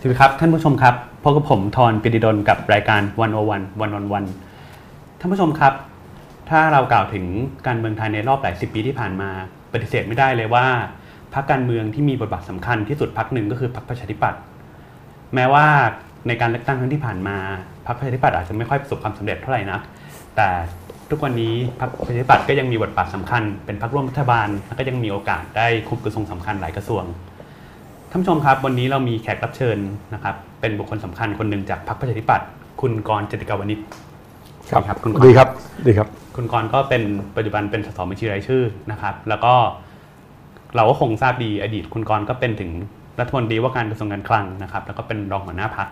สวัสดีครับท่านผู้ชมครับพบกับผมทอนปิติดลกับรายการวันโอวันวันวันวันท่านผู้ชมครับ ถ้าเรากล่าวถึงการเมืองไทยในรอบหลายสิบปีที่ผ่านมาปฏิเสธไม่ได้เลยว่าพรรคการเมืองที่มีบทบาทสำคัญที่สุดพรรคหนึ่งก็คือพรรคประชาธิปัตย์แม้ว่าในการเลือกตั้งครั้งที่ผ่านมา พรรคประชาธิปัตย์อาจจะไม่ค่อยประสบความสำเร็จเท่าไหร่นัก แต่ทุกวันนี้พรรคประชาธิปัตย์ก็ยังมีบทบาทสำคัญเป็นพรรคร่วมรัฐบาลและก็ยังมีโอกาสได้คุมกระทรวงสำคัญหลายกระทรวง ท่านผู้ชมครับวันนี้เรามีแขกรับเชิญนะครับ เป็นบุคคลสำคัญคนหนึ่งจากพรรคประชาธิปัตย์คุณกรณ์จติกาวนิชครับคุณกรณ์ ดีครับดีครับ คุณกรณ์ก็เป็นปัจจุบันเป็นสสบัญชีรายชื่อนะครับ แล้วก็เราก็คงทราบดีอดีต คุณกรณ์ก็เป็นถึงรัฐมนตรีว่าการกระทรวงการคลังนะครับ แล้วก็เป็นรองหัวหน้าพรรค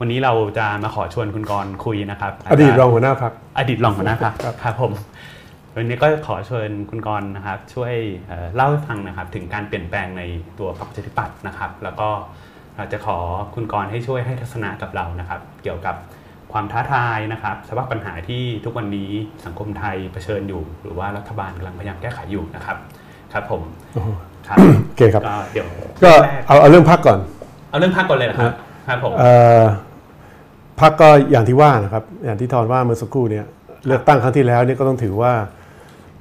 วันนี้เราจะมาขอชวนคุณกรณ์คุยนะครับาจ อ จะ ดีตรองหัวหน้าพัก อดีตรองหัวหน้าพรรค ครับ ครับผมวันนี้ก็ขอเชิญคุณกรณ์นะครับ ช่วยเอ่อเล่าให้ฟังนะครับ ถึงการเปลี่ยนแปลงในตัวพรรคประชาธิปัตย์นะครับ แล้วก็เราจะขอคุณกรณ์ให้ช่วยให้ทัศนะกับเรานะครับ เกี่ยวกับความท้าทายนะครับสภาพปัญหาที่ทุกวันนี้สังคมไทยเผชิญอยู่ หรือว่ารัฐบาลกำลังพยายามแก้ไขอยู่นะครับ ครับผมครับ โอเคครับ ก็เดี๋ยว ก็ แรก เอาเอาเรื่องพักก่อน เอาเรื่องพรรคก่อนเลยนะครับ ครับผม เอ่อพักก็อย่างที่ว่านะครับ อย่างที่ทอนว่าเมื่อสักครู่เนี่ยเลือกตั้งครั้งที่แล้วเนี่ยก็ต้องถือว่า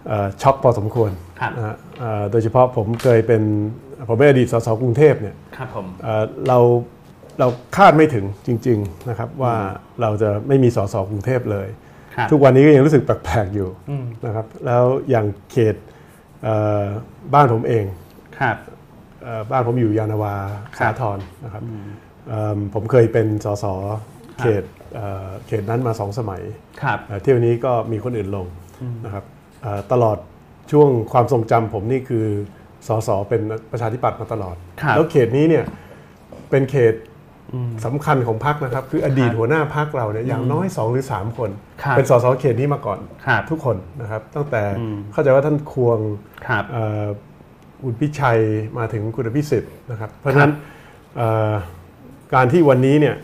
เอ่อช็อกพอสมควร ครับ นะฮะเอ่อโดยเฉพาะผมเคยเป็นผมเป็นอดีตสสกรุงเทพเนี่ย ครับผม เอ่อเราเราคาดไม่ถึงจริง ๆนะครับ ว่าเราจะไม่มีสสกรุงเทพเลย ครับ ทุกวันนี้ก็ยังรู้สึกแปลกๆอยู่ อืม นะครับ แล้วอย่างเขตเอ่อบ้านผมเอง ครับ เอ่อบ้านผมอยู่ยานาวา ครับ สาทรนะครับเอิ่มผมเคยเป็นสส ครับ เขตเอ่อเขตนั้นมาสองสมัย ครับ เอ่อเที่ยวนี้ก็มีคนอื่นลงนะครับเอ่อตลอดช่วงความทรงจำผมนี่คือสสเป็นประชาธิปัตย์มาตลอด ครับ แล้วเขตนี้เนี่ยเป็นเขตสำคัญของพักนะครับ คืออดีตหัวหน้าพักเราเนี่ยอย่างน้อย 2 หรือ 3 คน ครับ เป็นสสเขตนี้มาก่อน ครับ ทุกคนนะครับตั้งแต่เข้าใจว่าท่านควง ครับ เอ่อคุณพิชัยมาถึงคุณพิสิทธิ์นะครับ เพราะฉะนั้นเอ่อการที่วันนี้เนี่ย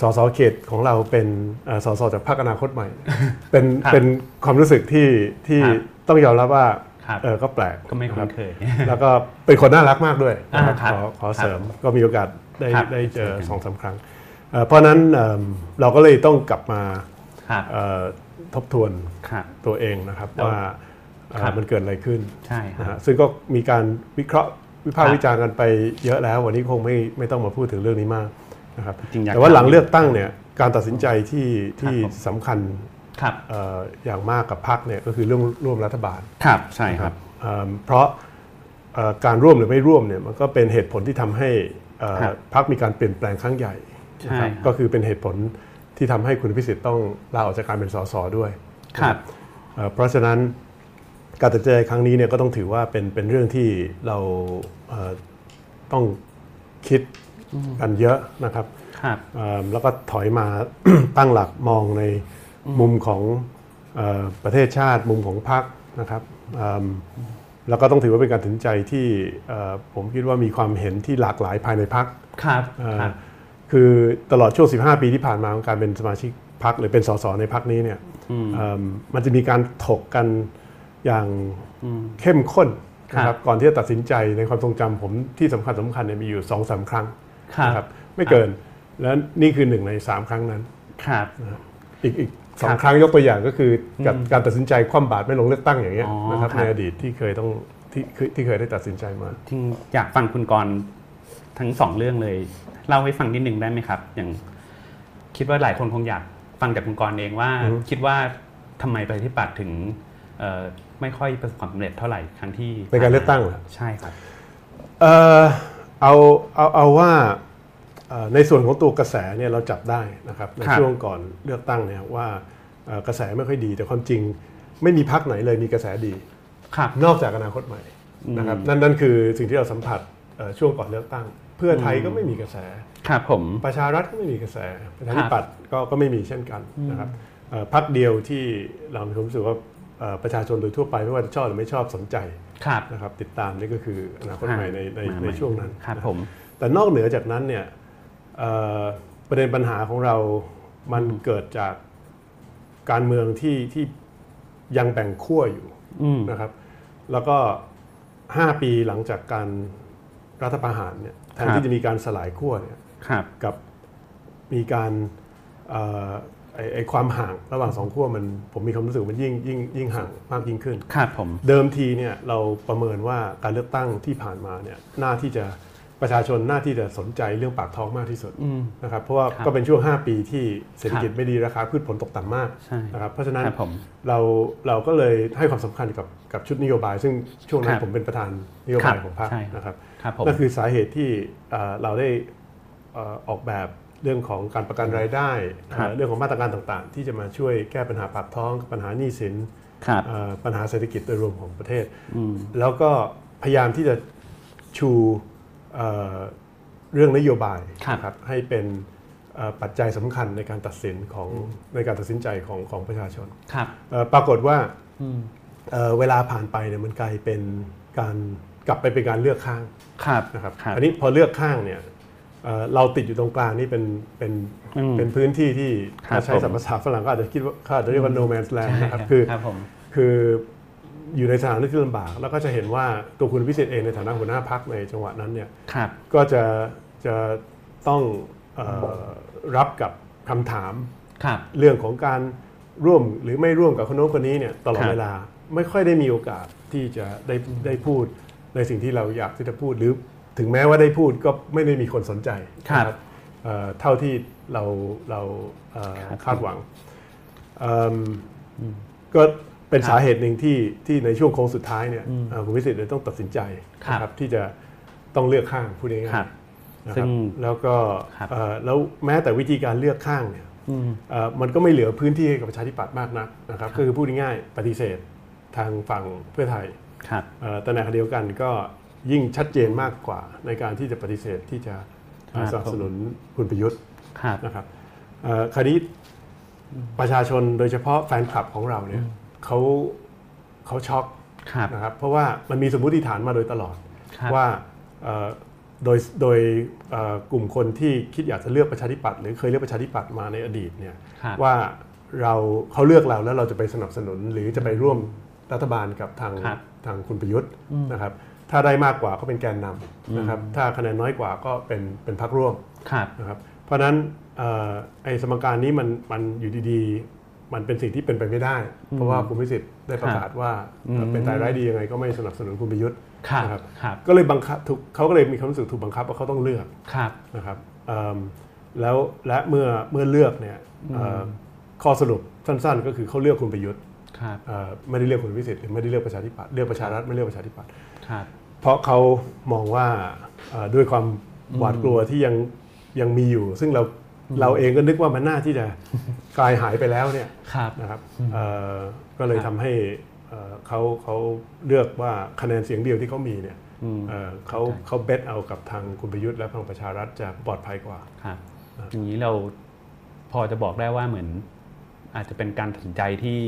สสเขตของเราเป็นเอ่อสสจากพรรคอนาคต ใหม่ เป็น ครับ เป็นความรู้สึกที่ที่ ครับ ต้องยอมรับว่า ครับ เออก็แปลก ก็ไม่คุ้ รั น บ เคย แล้วก็เป็นคนน่ารักมากด้วยนะครับ อ่าครับ ขอขอ ครับ เสริมก็มีโอกาสได้ ครับ ได้ได้เจอเจอกัน สองสามครั้งเอ่อเพราะฉะนั้นเอิ่มเราก็เลยต้องกลับมา ครับ เอ่อทบทวน ครับ ตัวเองนะครับ แล้ว ว่าเอ่อ ครับ มันเกิดอะไรขึ้น ใช่ค นะ รับ ฮะซึ่งก็มีการวิเคราะห์วิพาคกรั ษ์ บ วิจารณ์กันไปเยอะแล้ว วันนี้คงไม่ไม่ต้องมาพูดถึงเรื่องนี้มากนะครับ จริงอยก แต่ว่าหลังเลือกตั้งเนี่ยการตัดสินใจที่ที่ ครับผม สำคัญ ครับ เอ่ออย่างมากกับพรรคเนี่ยก็คือเรื่องร่วมรัฐบาล ครับใช่ครับ เอิ่มเพราะเอ่อการร่วมหรือไม่ร่วมเนี่ยมันก็เป็นเหตุผลที่ทำให้เอ่อ ครับ พรรคมีการเปลี่ยนแปลงครั้งใหญ่นะ ใช่ครับ ก็คือเป็นเหตุผลที่ทำให้คุณพิสิทธิ์ต้องลาออกจากการเป็นสสด้วย ครับ เอ่อเพราะฉะนั้นการตัดสินใจครั้งนี้เนี่ยก็ต้องถือว่าเป็นเป็นเรื่องที่เราเอ่อต้องคิดกันเยอะนะครับ ครับ เอิ่มแล้วก็ถอยมา ตั้งหลักมองในมุมของเออประเทศชาติมุมของพรรคนะครับเอิ่มแล้วก็ต้องถือว่าเป็นการตัดสินใจที่เอ่อผมคิดว่ามีความเห็นที่หลากหลายภายในพรรค ครับ เอ่อ ครับ คือตลอดช่วง 15 ปีที่ผ่านมาของการเป็นสมาชิกพักหรือเป็นสสในพักนี้เนี่ยเอิ่มมันจะมีการถกกันอย่างเข้มข้น ครับ นะครับก่อนที่จะตัดสินใจในความทรงจำผมที่สำคัญสำคัญเนี่ยมีอยู่2อสาครั้ง ครั นะ บ ไม่เกินแล้วนี่คือหนึ่งใน 3 ครั้งนั้น ครับ อีกอีกสอ ครั ง บ ครั้งยกตัวอย่างก็คือกับการตัดสินใจคว่ำบาตรไม่ลงเลือกตั้งอย่างเงี้ย อ๋อ นะครับ ครับ ในอดีตที่เคยต้องที่ที่ที่เคยได้ตัดสินใจมา จริงอยากฟังคุณกรณ์ทั้งสองเรื่องเลย เล่าให้ฟังนิดนึงได้ไหมครับ อย่าง คิดว่าหลายคนคงอยากฟังจากคุณกรณ์เองว่า อือฮึ คิดว่าทำไมประชาธิปัตย์ถึงเอ่อไม่ค่อยประสบความสำเร็จเท่าไหร่ครั้งที่ ในการเลือกตั้งเหรอ ใช่ครับ เออเอาเอาเอาว่าเอ่อในส่วนของตัวกระแสเนี่ยเราจับได้นะครับใน ครับ ช่วงก่อนเลือกตั้งเนี่ยว่าเอ่อกระแสไม่ค่อยดี แต่ความจริงไม่มีพักไหนเลยมีกระแสดี ครับ นอกจากอนาคตใหม่นะครับนั่นนั่นคือสิ่งที่เราสัมผัสเอ่อช่วงก่อนเลือกตั้ง เพื่อไทยก็ไม่มีกระแส ครับผม ประชารัฐก็ไม่มีกระแสประชาธิปัตย์ก็ก็ไม่มีเช่นกันนะครับเอ่อพักเดียวที่เรามีความรู้สึกว่าเอ่อประชาชนโดยทั่วไปไม่ว่าจะชอบหรือไม่ชอบสนใจ ครับ นะครับติดตามนี่ก็คืออนาคตใหม่ในใน มา ใน ม่ ช่วงนั้น ครับผม แต่นอกเหนือจากนั้นเนี่ยเอ่อประเด็นปัญหาของเรา มันเกิดจากการเมืองที่ที่ยังแบ่งขั้วอยู่ อืม นะครับ แล้วก็ 5 ปีหลังจากการรัฐประหารเนี่ยแทนที่จะมีการสลายขั้วเนี่ย ครับ กับมีการเอ่อไอ้ไอความห่างระหว่างสองขั้วมันผมมีความรู้สึกมันยิ่งยิ่งยิ่งห่างมากยิ่งขึ้น ครับผม เดิมทีเนี่ยเราประเมินว่าการเลือกตั้งที่ผ่านมาเนี่ยหน้าที่จะประชาชนหน้าที่จะสนใจเรื่องปากท้องมากที่สุด อืม นะครับเพราะว่า ครับ ก็เป็นช่วง 5 ปีที่เศรษฐกิจ ครับ ไม่ดีราคาพืชผลตกต่ำมาก ใช่ นะครับเพราะฉะนั้น ครับผม เราเราก็เลยให้ความสำคัญกับกับชุดนโยบาย ซึ่งช่วงนั้ คน รับ ผมเป็นประธานนโยบาคยรับ ของพรรค ใช่ นะครับ ครับผม นั่นคือสาเหตุที่เอ่อเราได้เอ่อออกแบบเรื่องของการประกันรายได้เอ่อเรื่องของมาตรการต่างๆ ที่จะมาช่วยแก้ปัญหาปากท้อง ปัญหาหนี้สิน ครับ เอ่อปัญหาเศรษฐกิจโดยรวมของประเทศ อืม แล้วก็พยายามที่จะชูเอ่อเรื่องนโยบาย ครับ นะครับให้เป็นเอ่อปัจจัยสำคัญในการตัดสินของในการตัดสินใจของของประชาชน ครับ เอ่อปรากฏว่า อืม เอ่อเวลาผ่านไปเนี่ยมันกลายเป็นการกลับไปเป็นการเลือกข้าง ครับ นะครับ ครับ อันนี้พอเลือกข้างเนี่ยเอ่อเราติดอยู่ตรงกลางนี่เป็นเป็น อืม เป็นพื้นที่ที่ ครับ ถ้าใช้ ผม ศัพท์ภาษาฝรั่งก็อาจจะคิดว่าเขาอาจจะเรียกว่า no man's ใช่ land นะค ครับรับ คือ ครับผม คืออยู่ในสถานที่ลำบาก แล้วก็จะเห็นว่าตัวคุณวิสิทธิ์เองในฐานะหัวหน้าพักในจังหวะนั้นเนี่ย ครับ ก็จะจะต้องเอ่อรับกับคำถาม ครับ เรื่องของการร่วมหรือไม่ร่วมกับคนโน้นคนนี้เนี่ยตลคอด รับ เวลาไม่ค่อยได้มีโอกาสที่จะได้ได้พูดในสิ่งที่เราอยากที่จะพูดหรือถึงแม้ว่าได้พูดก็ไม่ได้มีคนสนใจ ครับ นะเอ่อเท่าที่เราเราเอ่อ ครับ คาดหวังเอิ่มก็เป็นสาเหตุหนึ่งที่ที่ในช่วงโค้งสุดท้ายเนี่ยเอ่อคุณวิสิทธิ์เลยต้องตัดสินใจนะที่จะต้องเลือกข้างพูดง่าย ครับ ๆนะ ซึ่ ครับ ง แล้วก็ ครับ เอ่อแล้วแม้แต่วิธีการเลือกข้างเนี่ย อืม เอ่อมันก็ไม่เหลือพื้นที่ให้กับประชาธิปัตย์มากนักนะครับก็คือพูดง่ายๆปฏิเสธทางฝั่งเพื่อไทย ครับ เอ่อแต่ในขณะเดียวกันก็ยิ่งชัดเจนมากกว่าในการที่จะปฏิเสธที่จะเอ่อสนับสนุนคุณประยุทธ์ ครับ นะครับเอ่อคราวนี้ประชาชนโดยเฉพาะแฟนคลับของเราเนี่ยเขาเขาช็อก ครับ นะครับเพราะว่ามันมีสมมติฐานมาโดยตลอด ครับ ว่าเอ่อโดยโดยเอ่อกลุ่มคนที่คิดอยากจะเลือกประชาธิปัตย์หรือเคยเลือกประชาธิปัตย์มาในอดีตเนี่ย ครับ ว่าเราเขาเลือกเราแล้วเราจะไปสนับสนุนหรือจะไปร่วมรัฐบาลกับทาง ครับ ทางคุณประยุทธ์นะครับถ้าได้มากกว่าก็เป็นแกนนำนะครับถ้าคะแนนน้อยกว่าก็เป็นเป็นพรรคร่วม ครับ นะครับเพราะฉะนั้นเอ่อไอ้สมการนี้มันมันอยู่ดีๆ มันเป็นสิ่งที่เป็นไปไม่ได้ เพราะว่าคุณพิสิทธิ์ได้ประกาศว่า อืม เป็นตายร้ายดียังไงก็ไม่สนับสนุนคุณประยุทธ์ ครับ นะครับ ครับ ก็เลยบังคับถูกเขาก็เลยมีความรู้สึกถูกบังคับว่าเขาต้องเลือก ครับ นะครับเอิ่มแล้วและเมื่อเมื่อเลือกเนี่ยเอ่อข้อสรุปสั้นๆ ก็คือเขาเลือกคุณประยุทธ์ ครับ เอ่อไม่ได้เลือกคุณวิสิทธิ์หรือไม่ได้เลือกประชาธิปัตย์เลือกประชารัฐไม่เลือกประชาธิปัตย์ ครับ เพราะเขามองว่าเอ่อด้วยความหวาดกลัวที่ยังยังมีอยู่ ซึ่งเราเราเองก็นึกว่ามันน่าที่จะ กลายหายไปแล้วเนี่ย ครับ นะครับเอ่อก็เลย ครับ ทำให้เอ่อเขาเขาเลือกว่าคะแนนเสียงเดียวที่เขามีเนี่ย อืม เอ่อเขาเขาเบสเอากับทางคุณประยุทธ์และพลังประชารัฐจะปลอดภัยกว่า ครับอย่างนี้เราพอจะบอกได้ว่าเหมือน อาจจะเป็นการตัดสินใจที่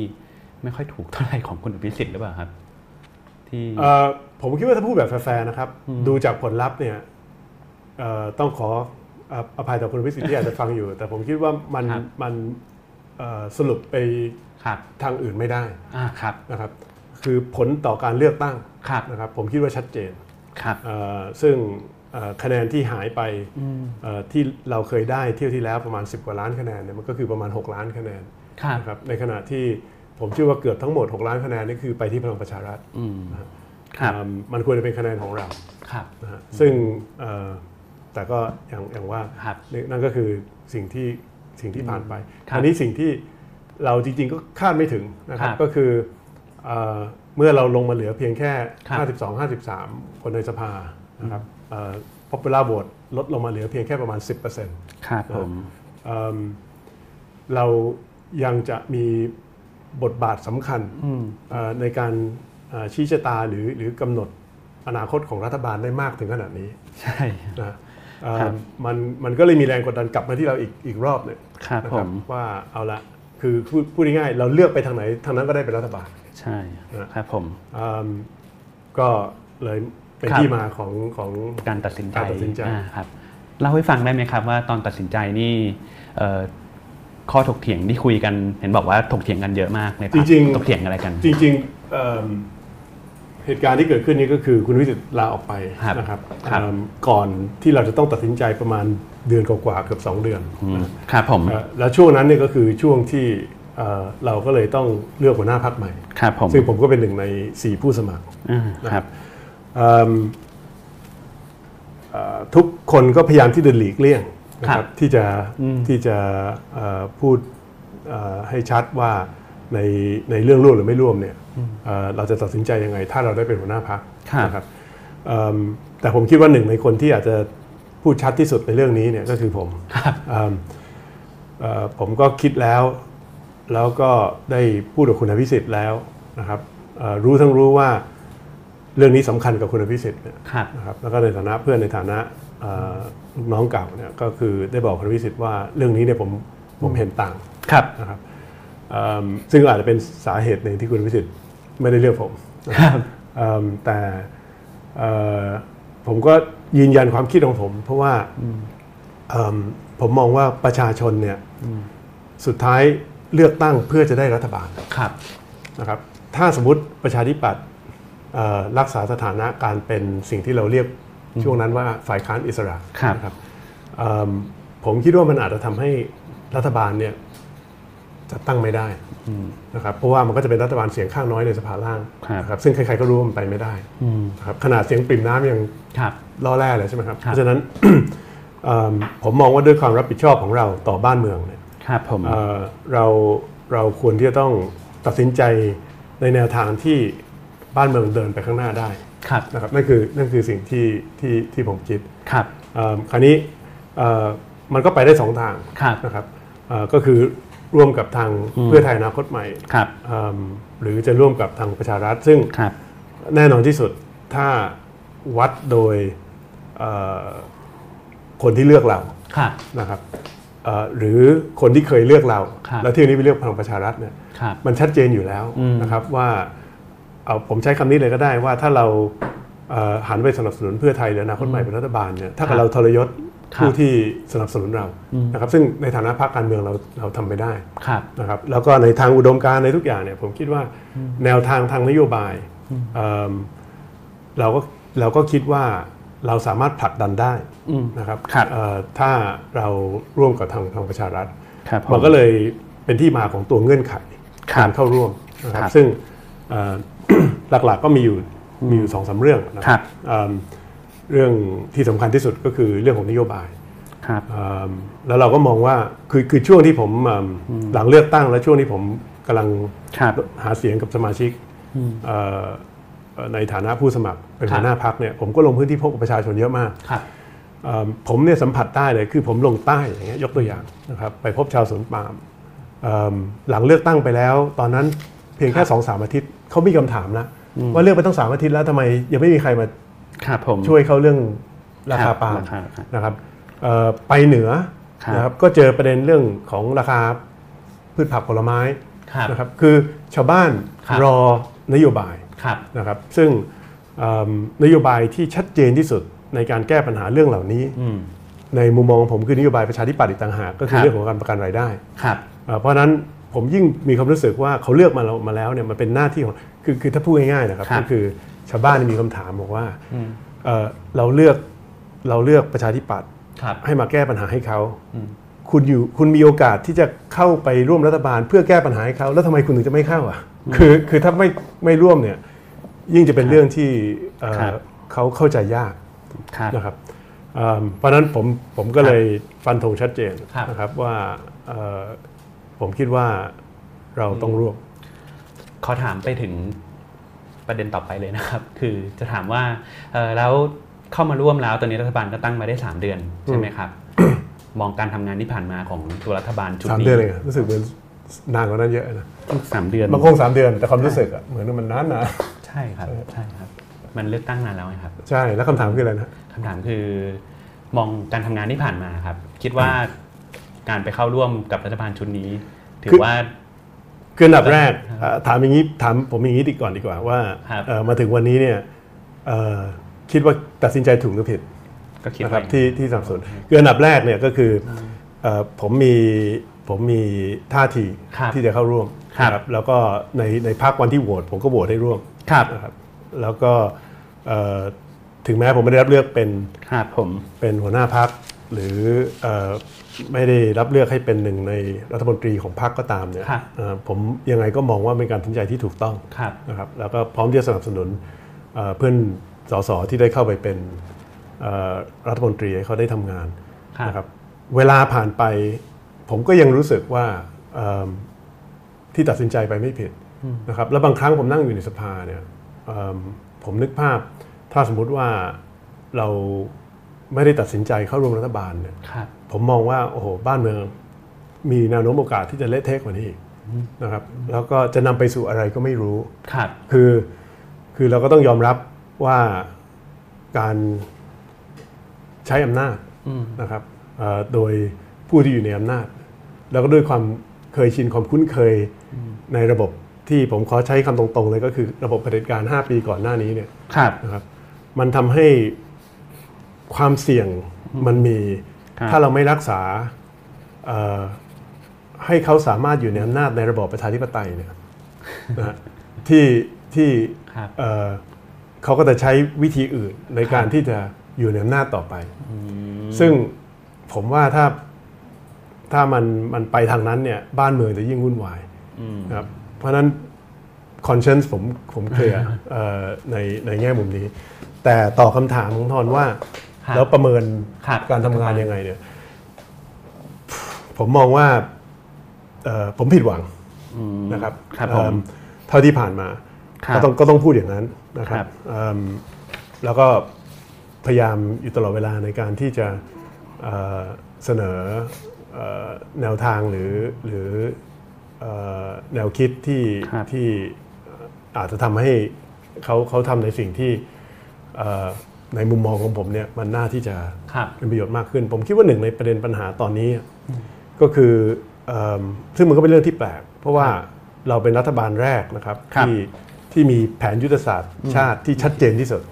ไม่ค่อยถูกเท่าไหร่ของคุณอภิสิทธิ์หรือเปล่าครับ ที่ เอ่อผมคิดว่าถ้าพูดแบบแฟร์ๆนะครับ ดูจากผลลัพธ์เนี่ยเอ่อต้องขอเอ่ออภัยต่อคุณพิสิทธิ์ที่อาจจะฟังอยู่ แต่ผมคิดว่ามัน ครับ มันเอ่อสรุปไป ครับ ทางอื่นไม่ได้ อ่าครับ นะครับ คือผลต่อการเลือกตั้ง ครับ นะครับผมคิดว่าชัดเจน ครับ เอ่อซึ่งเอ่อคะแนนที่หายไป อืม เอ่อที่เราเคยได้เที่ยวที่แล้วประมาณ 10 กว่าล้านคะแนนเนี่ยมันก็คือประมาณ 6 ล้านคะแนน ครับ นะครับในขณะที่ผมเชื่อว่าเกือบทั้งหมด 6 ล้านคะแนนนี่คือไปที่พลังประชารัฐ อืม ครับ อ่ามันควรจะเป็นคะแนนของเรา ครับ นะฮะซึ่งเอ่อแต่ก็อย่างอย่างว่า ครับ นั่นก็คือสิ่งที่สิ่งที่ผ่านไป ครับ อันนี้สิ่งที่เราจริงๆ ก็คาดไม่ถึงนะครับ ครับ ก็คือเอ่อเมื่อเราลงมาเหลือเพียงแค่ ครับ 52 53 คนในสภานะครับเอ่อ popular vote ลดลงมาเหลือเพียงแค่ประมาณ 10%เ ครับผม อิ่มเรายังจะมีบทบาทสำคัญ อืม เอ่อในการเอ่อชี้ชะตาหรือหรือกำหนดอนาคตของรัฐบาลได้มากถึงขนาดนี้ ใช่ นะเอ่อ ครับ มันมันก็เลยมีแรงกดดันกลับมาที่เราอีกอีกรอบหนึ่ง ครับ นะ ผ ครับ ม ว่าเอาละคือพูดพูดง่ายๆเราเลือกไปทางไหนทางนั้นก็ได้เป็นรัฐบาล ใช่ นะ ครับผม อืมก็เลยเป็น ครับ ที่มาของของ การตัดสินใจ การตัดสินใจ อ่าครับเล่าให้ฟังได้ไหมครับว่าตอนตัดสินใจนี่เอ่อข้อถกเถียงที่คุยกันเห็นบอกว่าถกเถียงกันเยอะมากในพ จริงๆ ถกเถียงอะไรกัน จริงๆเอิ่ม เหตุการณ์ที่เกิดขึ้นนี้ก็คือคุณวิจิตรลาออกไป ครับ นะครับ ครับ เอิ่มก่อนที่เราจะต้องตัดสินใจประมาณเดือนกว่าๆเกือบสองเดือน อืมครับผม เอ่อแล้วช่วงนั้นเนี่ยก็คือช่วงที่เอ่อเราก็เลยต้องเลือกหัวหน้าพักใหม่ ครับผม ซึ่งผมก็เป็นหนึ่งใน 4 ผู้สมัคร อ่าครับ เอิ่มเอ่อทุกคนก็พยายามที่จะหลีกเลี่ยงนะค ครั รับบ ที่จะ อืม ที่จะเอ่อพูดเอ่อให้ชัดว่าในในเรื่องร่วมหรือไม่ร่วมเนี่ยเอ่อเราจะตัดสินใจยังไง ถ้าเราได้เป็นหัวหน้าพัก ครับ นะครับเอิ่มแต่ผมคิดว่าหนึ่งในคนที่อาจจะพูดชัดที่สุดในเรื่องนี้เนี่ยก็คือผมเอิ่มเอ่อผมก็คิดแล้ว แล้วก็ได้พูดกับคุณอภิสิทธิ์แล้วนะครับเอ่อรู้ทั้งรู้ว่าเรื่องนี้สำคัญกับคุณอภิสิทธิ์เนี่ย ครับ นะครับแล้วก็ในฐานะเพื่อนในฐานะเอ่อลูกน้องเก่าเนี่ยก็คือได้บอกคุณวิสิทธิ์ว่าเรื่องนี้เนี่ยผมผมเห็นต่าง ครับ นะครับเอิ่มซึ่งอาจจะเป็นสาเหตุหนึ่งที่คุณวิสิทธิ์ไม่ได้เลือกผม ครับ เอิ่มแต่เอ่อผมก็ยืนยันความคิดของผม เพราะว่าเอิ่มผมมองว่าประชาชนเนี่ยสุดท้ายเลือกตั้งเพื่อจะได้รัฐบาล ครับ นะครับถ้าสมมติประชาธิปัตย์เอ่อรักษาสถานะการเป็นสิ่งที่เราเรียกช่วงนั้นว่าฝ่ายค้านอิสระ ครับ นะครับเอิ่มผมคิดว่ามันอาจจะทำให้รัฐบาลเนี่ยจัดตั้งไม่ได้นะครับเพราะว่ามันก็จะเป็นรัฐบาลเสียงข้างน้อยในสภาล่างนะครับซึ่งใครๆก็รู้ว่ามันไปไม่ได้ อืม นะครับขนาดเสียงปริ่มน้ำยัง ครับ ล่อแร่เลยใช่ไหมครับ ครับเพราะฉะนั้น เอิ่มผมมองว่าด้วยความรับผิดชอบของเราต่อบ้านเมืองเนี่ย ครับผม เอ่อเราเราควรที่จะต้องตัดสินใจในแนวทางที่บ้านเมืองเดินไปข้างหน้าได้ ครับ นะครับนั่นคือนั่นคือสิ่งที่ที่ที่ผมคิด ครับ เอิ่มคราวนี้เอ่อมันก็ไปได้สองทาง ครับ นะครับเอ่อก็คือร่วมกับทางเพื่อไทยอนาคตใหม่ ครับ เอิ่มหรือจะร่วมกับทางประชารัฐ ซึ่ง ครับ แน่นอนที่สุดถ้าวัดโดยเอ่อคนที่เลือกเรา ครับ นะครับเอ่อหรือคนที่เคยเลือกเรา ครับ แล้วที่วันนี้ไปเลือกพลังประชารัฐเนี่ย ครับ มันชัดเจนอยู่แล้ว อืม นะครับว่าเอาผมใช้คำนี้เลยก็ได้ว่าถ้าเราเอ่อหันไปสนับสนุนเพื่อไทยหรืออนาคตใหม่เป็นรัฐบาลเนี่ยถ้าเกิดเราทรยศผู้ที่สนับสนุนเรานะครับซึ่งในฐานะพรรคการเมืองเราเราทำไม่ได้ ครับ นะครับแล้วก็ในทางอุดมการณ์ในทุกอย่างเนี่ยผมคิดว่าแนวทางทางนโยบายเอิ่มเราก็เราก็คิดว่าเราสามารถผลักดันได้ อืม นะครับ ครับ เอ่อถ้าเราร่วมกับทางพลังประชารัฐ ครับผ มั ม นก็เลยเป็นที่มาของตัวเงื่อนไข ครับ การเข้าร่วมนะค ครั รับบ ซึ่งเอ่อ หลักๆก็มีอยู่มีอยู่สองสามเรื่องนะครับ เอิ่มเรื่องที่สำคัญที่สุดก็คือเรื่องของนโยบาย ครับ เอิ่มแล้วเราก็มองว่าคือคือช่วงที่ผมเอิ่มหลังเลือกตั้งและช่วงที่ผมกำลัง ครับ หาเสียงกับสมาชิกเอ่อเอ่อในฐานะผู้สมัครเป็น ครับ หัวหน้าพักเนี่ยผมก็ลงพื้นที่พบกับประชาชนเยอะมาก ครับ เอ่อผมเนี่ยสัมผัสได้เลยคือผมลงใต้อย่างเงี้ยยกตัวอย่างนะครับไปพบชาวสวนปาล์มเอิ่มหลังเลือกตั้งไปแล้ว ตอนนั้นเพียงแค่สองสามอาทิตย์เขามีคำถามนะว่าเลือกไปตั้งสามอาทิตย์แล้วทำไมยังไม่มีใครมา ครับผม ช่วยเขาเรื่องราคาปาล์ม รครับ นะครับเอ่อไปเหนือ ครับ นะครับก็เจอประเด็นเรื่องของราคาพืชผักผลไม้ ครับ นะครับคือชาวบ้าน ครับ รอนโยบาย ครับ นะครับซึ่งเอิ่มนโยบายที่ชัดเจนที่สุดในการแก้ปัญหาเรื่องเหล่านี้ อืม ในมุมมองของผมคือนโยบายประชาธิปัตย์อีกต่างหากก็คคืรั อบ เรื่องของการประกันรายได้ ครับ เอ่อเพราะฉะนั้นผมยิ่งมีความรู้สึกว่าเขาเลือกมาเรามาแล้วเนี่ยมันเป็นหน้าที่ของคือคือถ้าพูดง่ายๆนะครับ ครับ ก็คือชาวบ้านมีคำถามบอกว่า อืม เอ่อเราเลือกเราเลือกประชาธิปัตย์ ครับ ให้มาแก้ปัญหาให้เขาคุณอยู่คุณมีโอกาสที่จะเข้าไปร่วมรัฐบาล เพื่อแก้ปัญหาให้เขาแล้วทำไมคุณถึงจะไม่เข้าอ่ะคือคือถ้าไม่ไม่ร่วมเนี่ยยิ่งจะเป็นเรื่องที่เอ่อ ครับ เขาเข้าใจยาก ครับ นะครับเอิ่มเพราะฉะนั้นผมผมก็เลยฟันธงชัดเจน ครับ นะครับว่าเอ่อผมคิดว่าเราต้องร่วม ขอถามไปถึงประเด็นต่อไปเลยนะครับ คือจะถามว่าเอ่อแล้วเข้ามาร่วมแล้วตอนนี้รัฐบาลก็ตั้งมาได้ 3 เดือน ใช่ไหม ครับ มองการทำงานที่ผ่านมาของตัวรัฐบาลชุด สาม นี้ เดือนเองอะรู้สึกเหมือนนานกว่านั้นเยอะนะ สามเดือน มันคงสามเดือนแต่ความรู้สึกอะเหมือนมันนานนะ ใช่ครับ ใช่ครับ มันเลือกตั้งนานแล้วไงครับ ใช่แล้วคำถามคืออะไรนะ คำถามคือ มองการทำงานที่ผ่านมาครับ คิดว่าการไปเข้าร่วมกับรัฐบาลชุดนี้ ถือว่า คืออันดับแรกเอ่อถามอย่างนี้ถามผมอย่างนี้ดีก่อนดีกว่าว่า ครับ เอ่อมาถึงวันนี้เนี่ยเอ่อคิดว่าตัดสินใจถูกหรือผิด ก็คิด นะค ว่า รับที่ที่สับสนคืออันดับแรกเนี่ยก็คือเอ่อผมมีผมมีท่าที ครับ ที่จะเข้าร่วม ครับ นะแล้วก็ในในพักวันที่โหวตผมก็โหวตให้ร่วม ครับ นะครับ แล้วก็เอ่อถึงแม้ผมไม่ได้รับเลือกเป็น ครับผม เป็นหัวหน้าพักหรือเอ่อไม่ได้รับเลือกให้เป็นหนึ่งในรัฐมนตรีของพรรคก็ตามเนี่ย ครับ เอ่อผมยังไงก็มองว่าเป็นการตัดสินใจที่ถูกต้อง ครับ นะครับแล้วก็พร้อมที่จะสนับสนุนเอ่อเพื่อนสสที่ได้เข้าไปเป็นเอ่อรัฐมนตรีให้เขาได้ทำงาน ครับ นะครับเวลาผ่านไป ผมก็ยังรู้สึกว่าเอิ่มที่ตัดสินใจไปไม่ผิดนะครับแล้วบางครั้งผมนั่งอยู่ในสภาเนี่ยเอิ่มผมนึกภาพถ้าสมมุติว่าเรา ไม่ได้ตัดสินใจเข้าร่วมรัฐบาลเนี่ย ครับ ผมมองว่าโอ้โหบ้านเมืองมีแนวโน้มโอกาสที่จะเละเทะกว่านี้อีกนะครับแล้วก็จะนำไปสู่อะไรก็ไม่รู้ ครับ คือคือเราก็ต้องยอมรับว่าการใช้อำนาจ อืม นะครับเอ่อโดยผู้ที่อยู่ในอำนาจ แล้วก็ด้วยความเคยชินความคุ้นเคยในระบบที่ผมขอใช้คำตรงๆเลยก็คือระบบเผด็จการ 5 ปีก่อนหน้านี้เนี่ย ครับ นะครับมันทำให้ความเสี่ยงมันมี ครับ ถ้าเราไม่รักษาเอ่อให้เขาสามารถอยู่ในอำนาจในระบอบประชาธิปไตยเนี่ยนะฮะที่ที่ ครับ เอ่อเขาก็จะใช้วิธีอื่นในการที่จะอยู่ในอำนาจต่อไป ซึ่งผมว่าถ้าถ้ามันมันไปทางนั้นเนี่ยบ้านเมืองจะยิ่งวุ่นวาย อืม ครับเพราะฉะนั้น conscience ผมผมเคลียร์ เอ่อในในแง่มุมนี้ แต่ต่อคำถามของทอนว่า ครับ แล้วประเมิน ครับ การทำงานยังไงเนี่ย ผมมองว่าเอ่อผมผิดหวังนะครับ ครับผม เอิ่มเท่าที่ผ่านมา ครับ ก็ต้องก็ต้องพูดอย่างนั้นนะครั ครับ บ เอิ่มแล้วก็พยายามอยู่ตลอดเวลาในการที่จะเอ่อเสนอเอ่อแนวทางหรือหรือ เอ่อแนวคิดที่ ครับ ที่เอ่ออาจจะทำให้เขาเขาทำในสิ่งที่เอ่อในมุมมองของผมเนี่ยมันน่าที่จะ ครับ เป็นประโยชน์มากขึ้น ผมคิดว่าหนึ่งในประเด็นปัญหาตอนนี้ก็คือเอิ่มซึ่งมันก็เป็นเรื่องที่แปลก เพราะว่าเราเป็นรัฐบาลแรกนะครับ ครับ ที่ที่มีแผนยุทธศาสตร์ชาติที่ชัดเจนที่สุด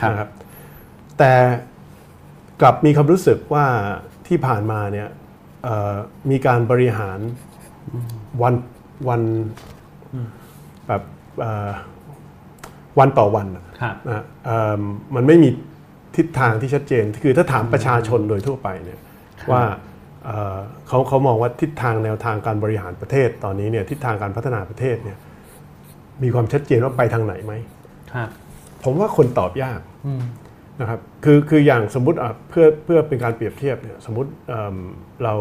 ครับ นะครับแต่กลับมีความรู้สึกว่าที่ผ่านมาเนี่ยเอ่อมีการบริหารวันวันแบบเอ่อวันต่อวันอะ ครับ นะฮะเอิ่มมันไม่มีทิศทางที่ชัดเจน คือถ้าถามประชาชนโดยทั่วไปเนี่ย ครับ ว่าเอ่อเขาเขามองว่าทิศทางแนวทางการบริหารประเทศตอนนี้เนี่ยทิศทางการพัฒนาประเทศเนี่ยมีความชัดเจนว่าไปทางไหนไหม ครับ ผมว่าคนตอบยาก อืม นะครับ คือคืออย่างสมมติอ่ะเพื่อเพื่อเป็นการเปรียบเทียบเนี่ยสมมติเอิ่มเรา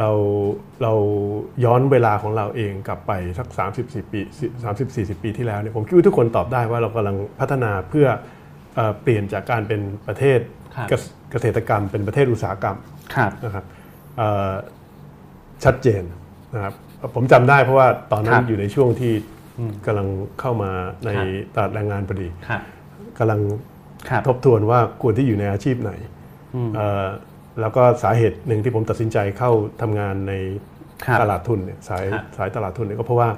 เราเราย้อนเวลาของเราเองกลับไปสัก 34 ปี30 40 ปีที่แล้วเนี่ยผมคิดว่าทุกคนตอบได้ว่าเรากำลังพัฒนาเพื่อเอ่อเปลี่ยนจากการเป็นประเทศ ครับ เกษเกษตรกรรม เป็นประเทศอุตสาหกรรม ครับ นะครับเอ่อชัดเจนนะครับผมจำได้เพราะว่าตอนนั้ ครั น บ อยู่ในช่วงที่กำลังเข้ามาใน ครับ ตลาดแรงงานพอดี ครับ กำลัง ครับ ทบทวนว่าควรที่อยู่ในอาชีพไหนเอ่อแล้วก็สาเหตุหนึ่งที่ผมตัดสินใจเข้าทำงานใน ครับ ตลาดทุนเนี่ยสาย ครับ สายตลาดทุนเนี่ยก็เพราะว่า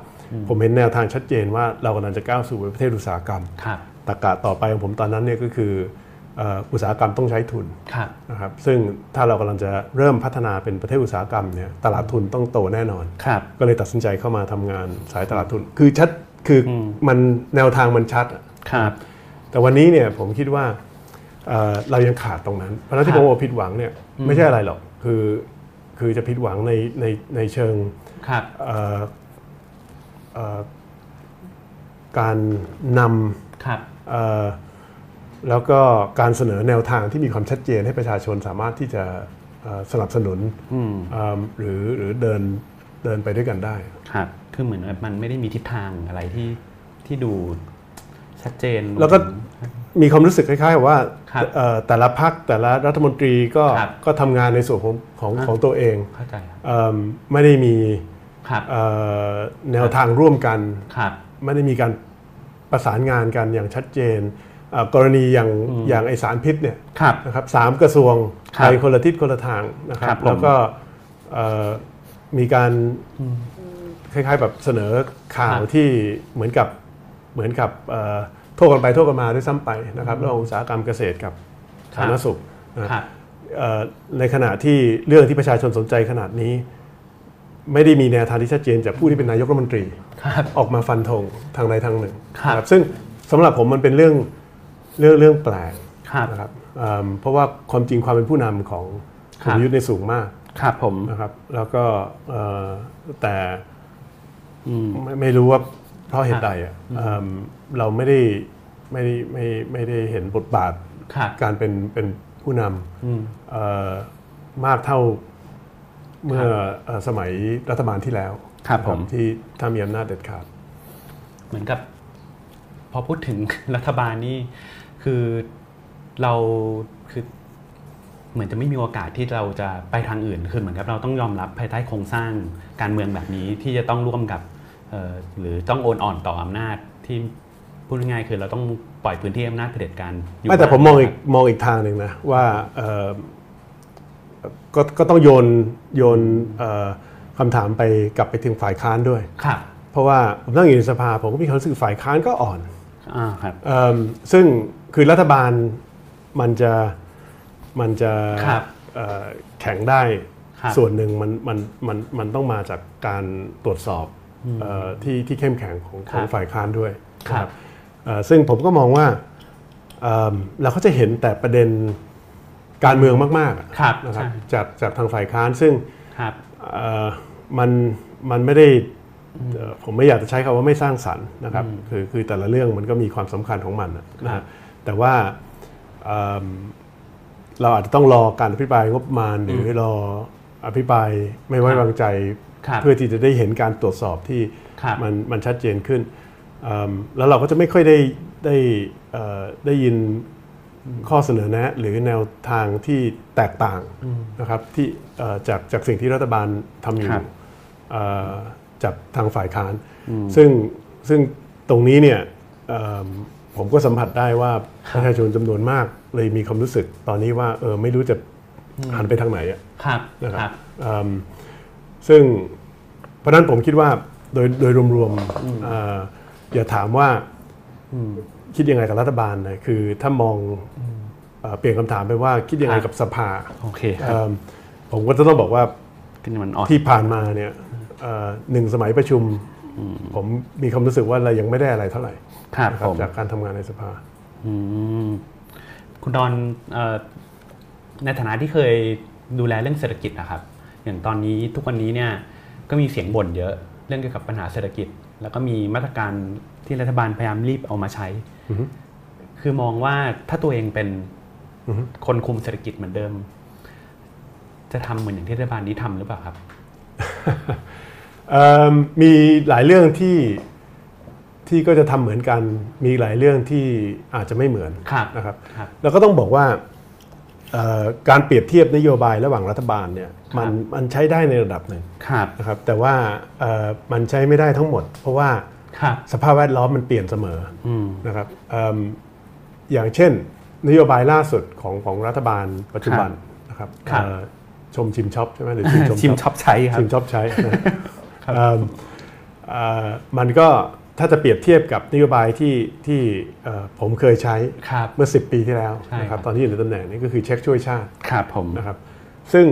ผมเห็นแนวทางชัดเจนว่าเรากำลังจะก้าวสู่ประเทศอุตสาหกรรม ครับ ตะกะต่อไปของผมตอนนั้นเนี่ยก็คือเอ่ออุตสาหกรรมต้องใช้ทุน ครับ นะครับซึ่งถ้าเรากำลังจะเริ่มพัฒนาเป็นประเทศอุตสาหกรรมเนี่ยตลาดทุนต้องโตแน่นอน ครับ ก็เลยตัดสินใจเข้ามาทำงานสายตลาดทุน คือชัดคืออมันแนวทางมันชัดอะ ครับ แต่วันนี้เนี่ยผมคิดว่าเอ่อเรายังขาดตรงนั้น เพราะฉะนั้นที่ ครั ผ บ มบอกผิดหวังเนี่ยไม่ใช่อะไรหรอกคือคือจะผิดหวังในในในเชิง ครับ เอ่อเอ่อการนำ ครับ เอ่อแล้วก็การเสนอแนวทางที่มีความชัดเจนให้ประชาชนสามารถที่จะเอ่อสนับสนุน อืม เอิ่มหรือหรือเดินเดินไปด้วยกันได้ ครับ คือเหมือนแบบมันไม่ได้มีทิศทางอะไรที่ที่ดูชัดเจน แล้วก็ มีความรู้สึกคล้ายๆกับว่า ครับ เอ่อแต่ละพักแต่ละรัฐมนตรีก็ ครับ ก็ทำงานในส่วนของของ อ่ะ ของตัวเอง เข้าใจครับ เอิ่มไม่ได้มี ครับ เอ่อแนวทางร่วมกัน ครับ ไม่ได้มีการประสานงานกันอย่างชัดเจนเอ่อกรณีอย่างอย่างไอสารพิษเนี่ย ครับ นะครับสามกระทรวง ครับ ไปคนละทิศคนละทางนะครั ครับ บผม แล้วก็เอ่อมีการคล้ายๆแบบเสนอข่าว ครับ ที่เหมือนกับเหมือนกับเอ่อโทษกันไปโทษกันมาด้วยซ้ำไปนะครับระหว่างอุตสาหกรรมเกษตรกับ ครับ สาธารณสุขนะครับ เอ่อในขณะที่เรื่องที่ประชาชนสนใจขนาดนี้ ไม่ได้มีแนวทางที่ชัดเจนจากผู้ที่เป็นนายกรัฐมนตรี ครับ ออกมาฟันธงทางใดทางหนึ่ง ครับ นะซึ่ง สำหรับผมมันเป็นเรื่องเรื่องเรื่องแปลก ครับ นะครับเอิ่มเพราะว่าความจริงความเป็นผู้นำของ ค คุ รับณประยุทธ์ในยสูงมาก ครับผม นะครับ แล้วก็เอ่อแต่ อืม ไม่ไม่รู้ว่าเพราะเหตุใดอ่ะเอิ่มเราไม่ได้ไม่ได้ไม่ไม่ได้เห็นบทบาท ครับ การเป็นเป็นผู้นำ อืม เอ่อมากเท่าเมื่อเอ่อสมัยรัฐบาลที่แล้ว ครับ นะ ผม ที่ถ้ามีอำนาจเด็ดขาด เหมือนกับ พอพูดถึง รัฐบาลนี่คือเราคือ เหมือนจะไม่มีโอกาสที่เราจะไปทางอื่นคือเหมือนกับเราต้องยอมรับภายใต้โครงสร้างการเมืองแบบนี้ที่จะต้องร่วมกับเอ่อหรือต้องโอนอ่อนต่ออำนาจที่พูดง่ายๆคือเราต้องปล่อยพื้นที่อำนาจเผด็จการอยู่ ไม่แต่ผมมองอีก บ้า มองอีกทางหนึ่งนะว่าเอ่อก็ก็ต้องโยนโยนเอ่อคำถามไปกลับไปถึงฝ่ายค้านด้วย งครับ เพราะว่าผมนั่งอยู่ในสภาผมก็มีความรู้สึกฝ่ายค้านก็อ่อน อ่าครับ เอิ่มซึ่งคือรัฐบาลมันจะมันจะ ครับ เอ่อแข็งได้ ครับ ส่วนหนึ่งมันมันมันมันต้องมาจากการตรวจสอบเออที่ที่เข้มแข็งของ ค ข รับ องฝ่ายค้านด้วย ครับ เอ่อซึ่งผมก็มองว่าเอิ่มเราก็จะเห็นแต่ประเด็นการเมืองมากๆอะ ครับ นะค ใช่ รับจากจากทางฝ่ายค้านซึ่ง ครับ เอ่อมันมันไม่ได้เอ่อผมไม่อยากจะใช้คำว่าไม่สร้างสรรค์นะครับคือคือแต่ละเรื่องมันก็มีความสำคัญของมันนะนะ ครั ฮะ บ แต่ว่าเอิ่มเราอาจจะต้องรอการอภิปรายงบประมาณหรือรออภิปรายไม่ไว้วางใจ ครับ เพื่อที่จะได้เห็นการตรวจสอบที่ ครับ มันมันชัดเจนขึ้นเอิ่มแล้วเราก็จะไม่ค่อยได้ได้เอ่อได้ยินข้อเสนอแนะ หรือแนวทางที่แตกต่างนะครับที่เอ่อจากจากสิ่งที่รัฐบาลทำอยู่ ครับ เอ่อจากทางฝ่ายค้าน ซึ่งซึ่งตรงนี้เนี่ยเอิ่มผมก็สัมผัสได้ว่าประชาชนจำนวนมากเลยมีความรู้สึกตอนนี้ว่าเออไม่รู้จะหันไปทางไหนอะ ครับ นะค ค รั รั บบ อืมซึ่งเพราะฉะนั้นผมคิดว่าโดยโดยรวมๆเอ่ออย่าถามว่าคิดยังไงกับรัฐบาลนะคือถ้ามองเอ่อเปลี่ยนคำถามไปว่าคิดยังไง ครับ กับสภา โอเคค เอิ่ รับ มผมก็จะต้องบอกว่า ขึ้นมันอ่อน ที่ผ่านมาเนี่ยเอ่อหนึ่งสมัยประชุม ผมมีความรู้สึกว่าเรายังไม่ได้อะไรเท่าไหร่ ครับ นะ ผม จากการทำงานในสภา อืมคุณดอนเอ่อในฐานะที่เคยดูแลเรื่องเศรษฐกิจนะครับ อย่างตอนนี้ทุกวันนี้เนี่ยก็มีเสียงบ่นเยอะเรื่องเกี่ยวกับปัญหาเศรษฐกิจ แล้วก็มีมาตรการที่รัฐบาลพยายามรีบเอามาใช้ อือฮึ คือมองว่าถ้าตัวเองเป็น อือฮึ คนคุมเศรษฐกิจเหมือนเดิม จะทำเหมือนอย่างที่รัฐบาลนี้ทำหรือเปล่าครับ เอิ่มมีหลายเรื่องที่ที่ก็จะทำเหมือนกัน มีหลายเรื่องที่อาจจะไม่เหมือน ครับ นะครับ ครับ แล้วก็ต้องบอกว่าเอ่อการเปรียบเทียบนโยบายระหว่างรัฐบาลเนี่ย ครับ มันมันใช้ได้ในระดับหนึ่ง ครับ นะครับแต่ว่าเอ่อมันใช้ไม่ได้ทั้งหมด เพราะว่า ครับ สภาพแวดล้อมมันเปลี่ยนเสมอ อืม นะครับเอิ่มอย่างเช่น นโยบายล่าสุดของของรัฐบาลปัจจุบันนะครับ ครับ เอ่อชมชิมช็อปใช่ไหม หรือชิมชม ชิ ช็ ม อป ช็อปใช้ครับ ชิมชอบใช้นะเอิ่มเอ่อมันก็ถ้าจะเปรียบเทียบกับนโยบายที่ที่เอ่อผมเคยใช้ ครับ เมื่อ 10 ปีที่แล้ว ใช่ นะค ครั รับ บ ตอนที่อยู่ในตำแหน่งนี้ก็คือเช็คช่วยชาติ ครับผม นะครับซึ่ง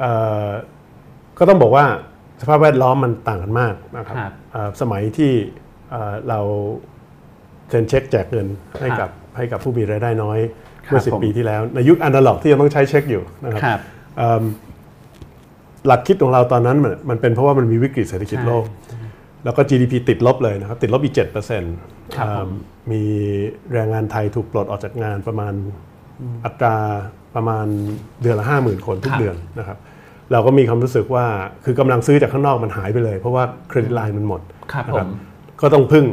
เอ่อก็ต้องบอกว่าสภาพแวดล้อมมันต่างกันมากนะครับ ครับ เอ่อสมัยที่เอ่อเราเซ็นเช็คแจกเงินให้กับให้กับผู้มีรายได้น้อยเมื่อ ครับผม 10 ปีที่แล้ว ในยุคอนาล็อกที่ยังต้องใช้เช็คอยู่นะครับ ครับ เอิ่มหลักคิดของเราตอนนั้นมันมันเป็นเพราะว่ามันมีวิกฤตเศรษฐกิจ ใช่ โลก แล้วก็ GDP ติดลบเลยนะครับ ติดลบอีก7%เ ครับผม อิ่มมีแรงงานไทยถูกปลดออกจากงานประมาณอัตราประมาณเดือนละ 50,000 คนทุกเดือนนะครับ เราก็มีความรู้สึกว่าคือกำลังซื้อจากข้างนอกมันหายไปเลย เพราะว่าเครดิตไลน์มันหมด ครับ นะ ผ ครับ ม ก็ต้องพึ่ง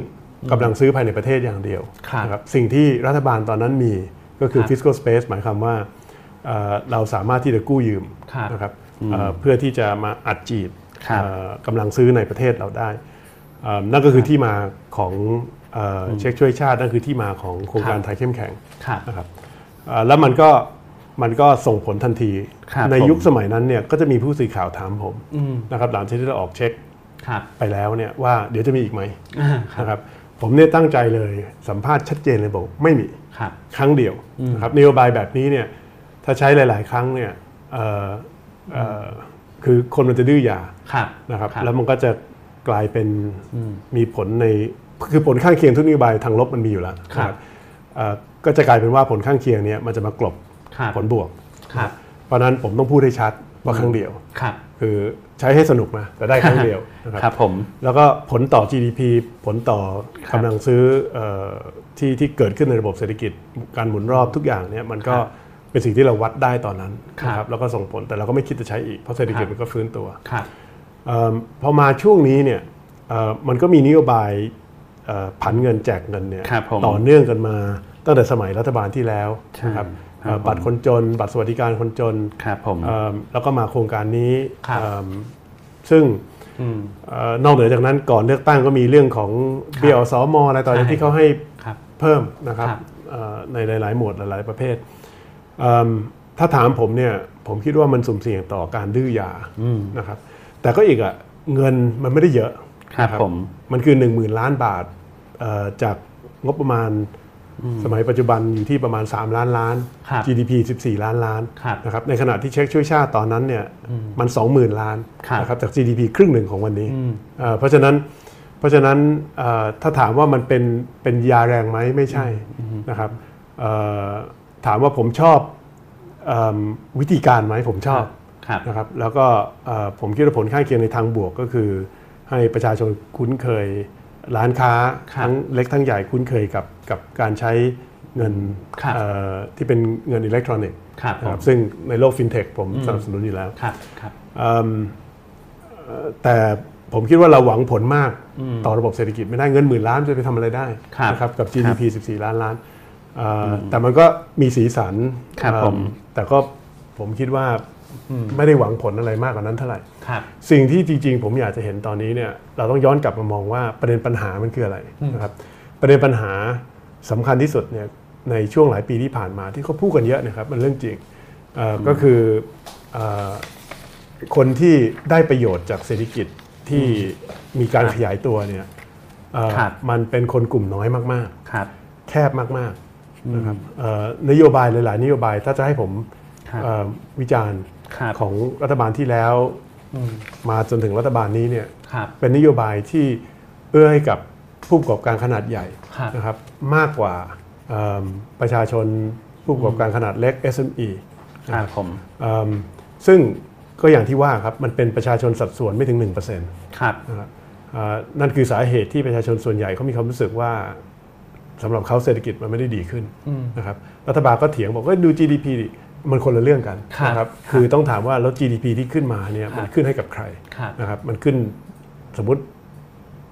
กำลังซื้อภายในประเทศอย่างเดียว ครับ นะสิ่งที่รัฐบาลตอนนั้นมีก็คือ ครับ fiscal space หมายความว่าเอ่อเราสามารถที่จะกู้ยืม ครับ นะครับเอ่อเพื่อที่จะมาอัดจีบ ครับ เอ่อกำลังซื้อในประเทศเราได้เอ่อนั่นก็คือที่มาของเอ่อเช็คช่วยชาติ นั่นคือที่มาของโครงการไทยเข้มแข็ง ครับ นะครับเอ่อแล้วมันก็มันก็ส่งผลทันที ครับ ใน ผม ยุคสมัยนั้นเนี่ยก็จะมีผู้สื่อข่าวถามผม อืม นะครับหลังจากที่เราออกเช็ค ครับ ไปแล้วเนี่ยว่าเดี๋ยวจะมีอีกไหม อ่าครับ นะครับผมเนี่ยตั้งใจเลยสัมภาษณ์ชัดเจนเลยบอกไม่มี ครับ ครั้งเดียวนะครับนโยบายแบบนี้เนี่ยถ้าใช้หลาย ๆ ครั้งเนี่ยเอ่อเอ่อคือคนมันจะดื้อยา ครับ นะครับ ครับ แล้วมันก็จะกลายเป็นมีผลใน คือผลข้างเคียงทุกนโยบายทางลบมันมีอยู่แล้ว ครับ นะเอ่อก็จะกลายเป็นว่าผลข้างเคียงเนี่ยมันจะมากลบ ครับ ผลบวก ครับ เพราะฉะนั้นผมต้องพูดให้ชัดว่าครั้งเดียว ครับ คือใช้ให้สนุกนะแต่ได้ครั้งเดียวนะค ครั รับบ ผม แล้วก็ผลต่อ GDP ผลต่อ ครับ กำลังซื้อเออที่ที่เกิดขึ้นในระบบเศรษฐกิจการหมุนรอบทุกอย่างเนี่ยมันก็เป็นสิ่งที่เราวัดได้ตอนนั้นนะแล้วก็ส่งผลแต่เราก็ไม่คิดจะใช้อีกเพราะเศรษฐกิจมันก็ฟื้นตัว ครับ เออพอมาช่วงนี้เนี่ยเอ่อมันก็มีนโยบายเอ่อผันเงินแจกเงินเนี่ย ครับผม ต่อเนื่องกันมาตั้งแต่สมัยรัฐบาลที่แล้ว ใช่ นะครับ ครับ เอ่อบัตรคนจน บัตรสวัสดิการคนจน ครับผม เอิ่มแล้วก็มาโครงการนี้ ครับ เอิ่มซึ่ง อืม เอ่อนอกเหนือจากนั้นก่อนเลือกตั้งก็มีเรื่องของเบี้ยอสมอะไรต่อ ใช่ ที่เขาให้ ครับ เพิ่มนะครับ ครับ เอ่อในหลาย ๆ หมวดหลาย ๆ ประเภทเอิ่มถ้าถามผมเนี่ยผมคิดว่ามันสุ่มเสี่ยงต่อการดื้อยา อืม นะครับแต่ก็อีกอะเงินมันไม่ได้เยอะ ครับ นะ ผม มันคือ 1 0,000 ล้านบาทเอ่อจากงบประมาณสมัยปัจจุบันอยู่ที่ประมาณ 3 ล้านล้าน ครับ GDP 14 ล้านล้าน ครับ นะครับในขณะที่เช็คช่วยชาติตอนนั้นเนี่ยมัน 20,000 ล้าน ครับ นะครับจาก GDP ครึ่งหนึ่งของวันนี้ อืม เอ่อเพราะฉะนั้นเพราะฉะนั้นเอ่อถ้าถามว่ามันเป็นเป็นยาแรงไหมไม่ใช่นะครับเอ่อถามว่าผมชอบเอิ่มวิธีการไหมผมชอบ ครับ นะครับแล้วก็เอ่อผมคิดว่าผลข้างเคียงในทางบวกก็คือ ให้ประชาชนคุ้นเคยร้านค้า ครับ ทั้งเล็กทั้งใหญ่คุ้นเคยกับกับการใช้เงิน ครับ เอ่อที่เป็นเงินอิเล็กทรอนิกส์ ครับผนะครั ม บซึ่งในโลกฟินเทคผม อืม สนับสนุนอยู่แล้ว ครับครับ เอิ่มเอ่อแต่ผมคิดว่าเราหวังผลมาก อืม ต่อระบบเศรษฐกิจไม่ได้เงินหมื่นล้านจะไปทำอะไรได้ ครับ นะครับกับ GDP 14 ล้านล้านเอ่ออแต่มันก็มีสีสัน ครับ เอิ่ ผม แต่ก็ผมคิดว่าไม่ได้หวังผลอะไรมากกว่านั้นเท่าไหร่ ครับ สิ่งที่จริงๆ ผมอยากจะเห็นตอนนี้เนี่ยเราต้องย้อนกลับมามองว่าประเด็นปัญหามันคืออะไรนะครับประเด็นปัญหาสำคัญที่สุดเนี่ยในช่วงหลายปีที่ผ่านมาที่เขาพูดกันเยอะนะครับมันเรื่องจริงเอ่ออก็คือเออคนที่ได้ประโยชน์จากเศรษฐกิจที่มีการขยายตัวเนี่ยเอ่อ ครับ มันเป็นคนกลุ่มน้อยมาก ครับ ๆ แคบมากๆนะครับเอ่อนโยบายหลายๆนโยบายถ้าจะให้ผม ครับ เอ่อวิจารณ์ ครับ ของรัฐบาลที่แล้ว อืม มาจนถึงรัฐบาลนี้เนี่ย ครับ เป็นนโยบายที่เอื้อให้กับผู้ประกอบการขนาดใหญ่ ครับ นะครับมากกว่าเอิ่มประชาชนผู้ประกอบการขนาดเล็ก SME ครับผม เอิ่มซึ่งก็อย่างที่ว่าครับมันเป็นประชาชนสัดส่วนไม่ถึง 1% ครับ นะครับเอ่อนั่นคือสาเหตุที่ประชาชนส่วนใหญ่เขามีความรู้สึกว่าสำหรับเขาเศรษฐกิจมันไม่ได้ดีขึ้น อืม นะครับรัฐบาลก็เถียงบอกว่าดู GDP ดิมันคนละเรื่องกัน ครับ นะครับคือต้องถามว่าแล้ว GDP ที่ขึ้นมาเนี่ย ครับ มันขึ้นให้กับใคร ครับ นะครับมันขึ้นสมมติ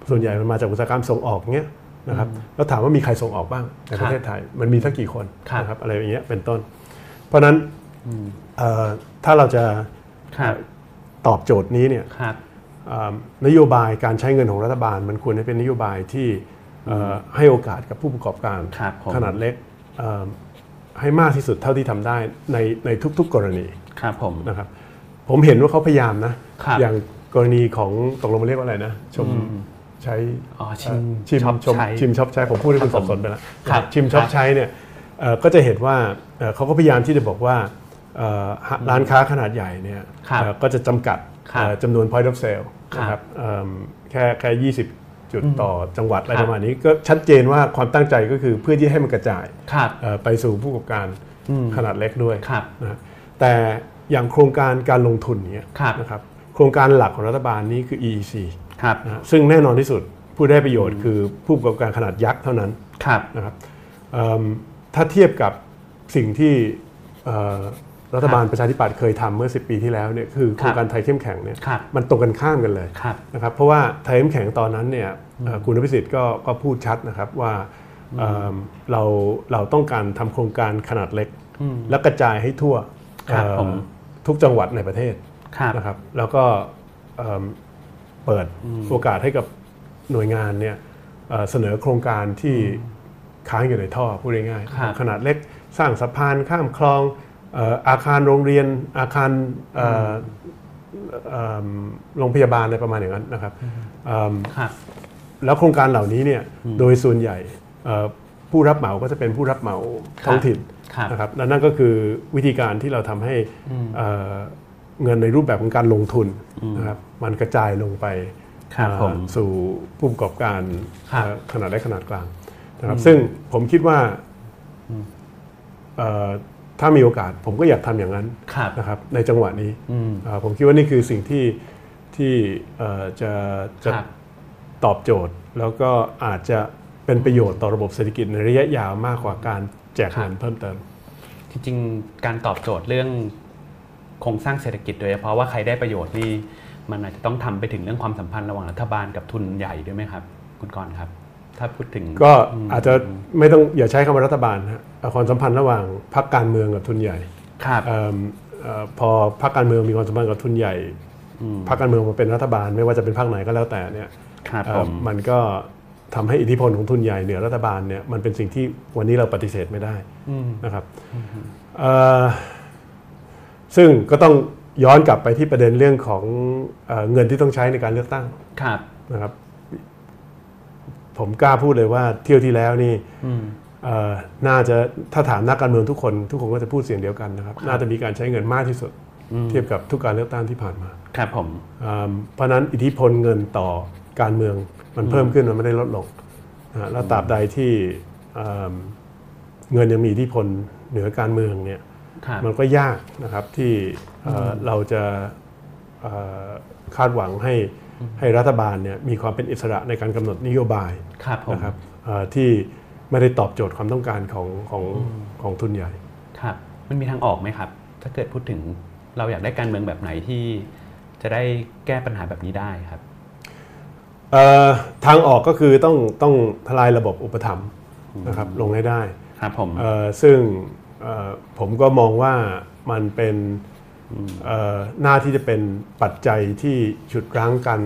ส่วนใหญ่มันมาจากอุตสาหกรรมส่งออกเนี้ยนะครับแล้วถามว่ามีใครส่งออกบ้างในประเทศไทยมันมีสักกี่คน ครับ นะครับอะไรอย่างเงี้ยเป็นต้น เพราะฉะนั้นเอ่อถ้าเราจะ ครับ ตอบโจทย์นี้เนี่ย ครับ อ่านโยบายการใช้เงินของรัฐบาล มันควรให้เป็นนโยบายที่เอ่อให้โอกาสกับผู้ประกอบการ ครับผม ขนาดเล็กเอ่อให้มากที่สุดเท่าที่ทำได้ในในทุกๆกรณี ครับผม นะครับผมเห็นว่าเขาพยายามนะครับ อย่างกรณีของตกลงมาเรียกว่าอะไรนะชมใช้ อ๋อ ชิม ชิม ชอบ ชม ใช้ ชิมช็อปใช้ผมพูดให้คุณ ครั สั บบ ผม สนไปแล้ว ครับ ชิมช็อป ครับ ใช้เนี่ยเอ่อก็จะเห็นว่าเอ่อเขาก็พยายามที่จะบอกว่าเอ่อหาร้านค้าขนาดใหญ่เนี่ย ครับ เอ่อก็จะจำกัด ครับ เอ่อจำนวน point of sale ครับ นะครับเอิ่มแค่แค่ 20 จุดต่อจังหวัดอะไรประมาณนี้ ก็ชัดเจนว่าความตั้งใจก็คือเพื่อที่ให้มันกระจาย ครับ เอ่อไปสู่ผู้ประกอบการ อืม ขนาดเล็กด้วย ครับ นะฮะแต่อย่างโครงการการลงทุนเนี่ย ครับ นะครับโครงการหลักของรัฐบาลนี้คือ EEC ครับ นะฮะซึ่งแน่นอนที่สุดผู้ได้ประโยชน์คือผู้ประกอบการขนาดยักษ์เท่านั้น ครับ นะครับเอิ่มถ้าเทียบกับสิ่งที่เอ่อรัฐบาลประชาธิปัตย์เคยทำเมื่อ 10 ปีที่แล้วเนี่ยคือโครงการไทยเข้มแข็งเนี่ย ครับ มันตรงกันข้ามกันเลย ครับ นะครับเพราะว่าไทยเข้มแข็งตอนนั้นเนี่ยเอ่อคุณอภิสิทธิ์ก็ก็พูดชัดนะครับว่าเอิ่มเราเราต้องการทำโครงการขนาดเล็ก อืม และกระจายให้ทั่ว ครับ เอ่อ ผม ทุกจังหวัดในประเทศ ครับ นะครับแล้วก็เอิ่มเปิดโอกาสให้กับหน่วยงานเนี่ยเอ่อเสนอโครงการที่ค้างอยู่ในท่อพูดง่ายๆ ครับ ขนาดเล็กสร้างสะพานข้ามคลองเอ่ออาคารโรงเรียนอาคารเอ่อเอิ่มโรงพยาบาลอะไรประมาณอย่างนั้นนะครับเอิ่ม ครับ แล้วโครงการเหล่านี้เนี่ยโดยส่วนใหญ่เอ่อผู้รับเหมาก็จะเป็นผู้รับเหมาท้องถิ่น ครับ นะครับและนั่นก็คือวิธีการที่เราทำให้เอ่อเงินในรูปแบบของการลงทุนนะครับมันกระจายลงไป ครับผม เอ่อสู่ผู้ประกอบการ ครับ เอ่อขนาดเล็กขนาดกลางนะครับ อืม ซึ่งผมคิดว่า อืม เอ่อถ้ามีโอกาสผมก็อยากทำอย่างนั้น ครับ นะครับในจังหวะนี้ อืม เอ่อผมคิดว่านี่คือสิ่งที่ที่เอ่อจะจะ ครับ ตอบโจทย์ แล้วก็อาจจะเป็นประโยชน์ต่อระบบเศรษฐกิจในระยะยาวมากกว่าการแจก ครับ เงินเพิ่มเติม จริงๆ การตอบโจทย์เรื่องโครงสร้างเศรษฐกิจโดยเฉพาะว่าใครได้ประโยชน์นี่มันอาจจะต้องทำไปถึงเรื่องความสัมพันธ์ระหว่างรัฐบาลกับทุนใหญ่ด้วยไหมครับ คุณกรณ์ครับ ถ้าพูดถึง ก็อาจจะไม่ต้องอย่าใช้คำว่ารัฐบาลนะฮะเอาความสัมพันธ์ระหว่างพรรคการเมืองกับทุนใหญ่ ครับ เอิ่มเอ่อพอพรรคการเมืองมีความสัมพันธ์กับทุนใหญ่พรรคการเมืองมาเป็นรัฐบาล ไม่ว่าจะเป็นพรรคไหนก็แล้วแต่เนี่ย ครับ เอ่ ผ อ ม มันก็ทำให้อิทธิพลของทุนใหญ่เหนือรัฐบาลเนี่ยมันเป็นสิ่งที่วันนี้เราปฏิเสธไม่ได้ อืม นะครับเอ่อซึ่งก็ต้องย้อนกลับไปที่ประเด็นเรื่องของเอ่อเงินที่ต้องใช้ในการเลือกตั้ง ครับ นะครับ ผมกล้าพูดเลยว่าเที่ยวที่แล้วนี่ อืม เอ่อน่าจะถ้าถามนักการเมืองทุกคนทุกคนก็จะพูดเสียงเดียวกันนะครับ น่าจะมีการใช้เงินมากที่สุด เทียบกับทุกการเลือกตั้งที่ผ่านมา ครับผม อืมเพราะฉะนั้นอิทธิพลเงินต่อการเมืองมันเพิ่มขึ้นมันไม่ได้ลดลงนะฮะแล้วตราบใดที่เอิ่มเงินยังมีอิทธิพลเหนือการเมืองเนี่ย ครับ มันก็ยากนะครับที่เอ่อเราจะเอ่อคาดหวังให้ให้รัฐบาลเนี่ยมีความเป็นอิสระในการกำหนดนโยบาย ครับผม นะครับเอ่อที่ไม่ได้ตอบโจทย์ความต้องการของของของทุนใหญ่ ครับ มันมีทางออกไหมครับ ถ้าเกิดพูดถึงเราอยากได้การเมืองแบบไหนที่จะได้แก้ปัญหาแบบนี้ได้ครับ เอ่อทางออกก็คือต้องต้องทลายระบบอุปถัมภ์นะครับลงให้ได้ ครับผม เอ่อซึ่งเอ่อผมก็มองว่ามันเป็นเอ่อหน้าที่จะเป็นปัจจัยที่ฉุดรั้งการ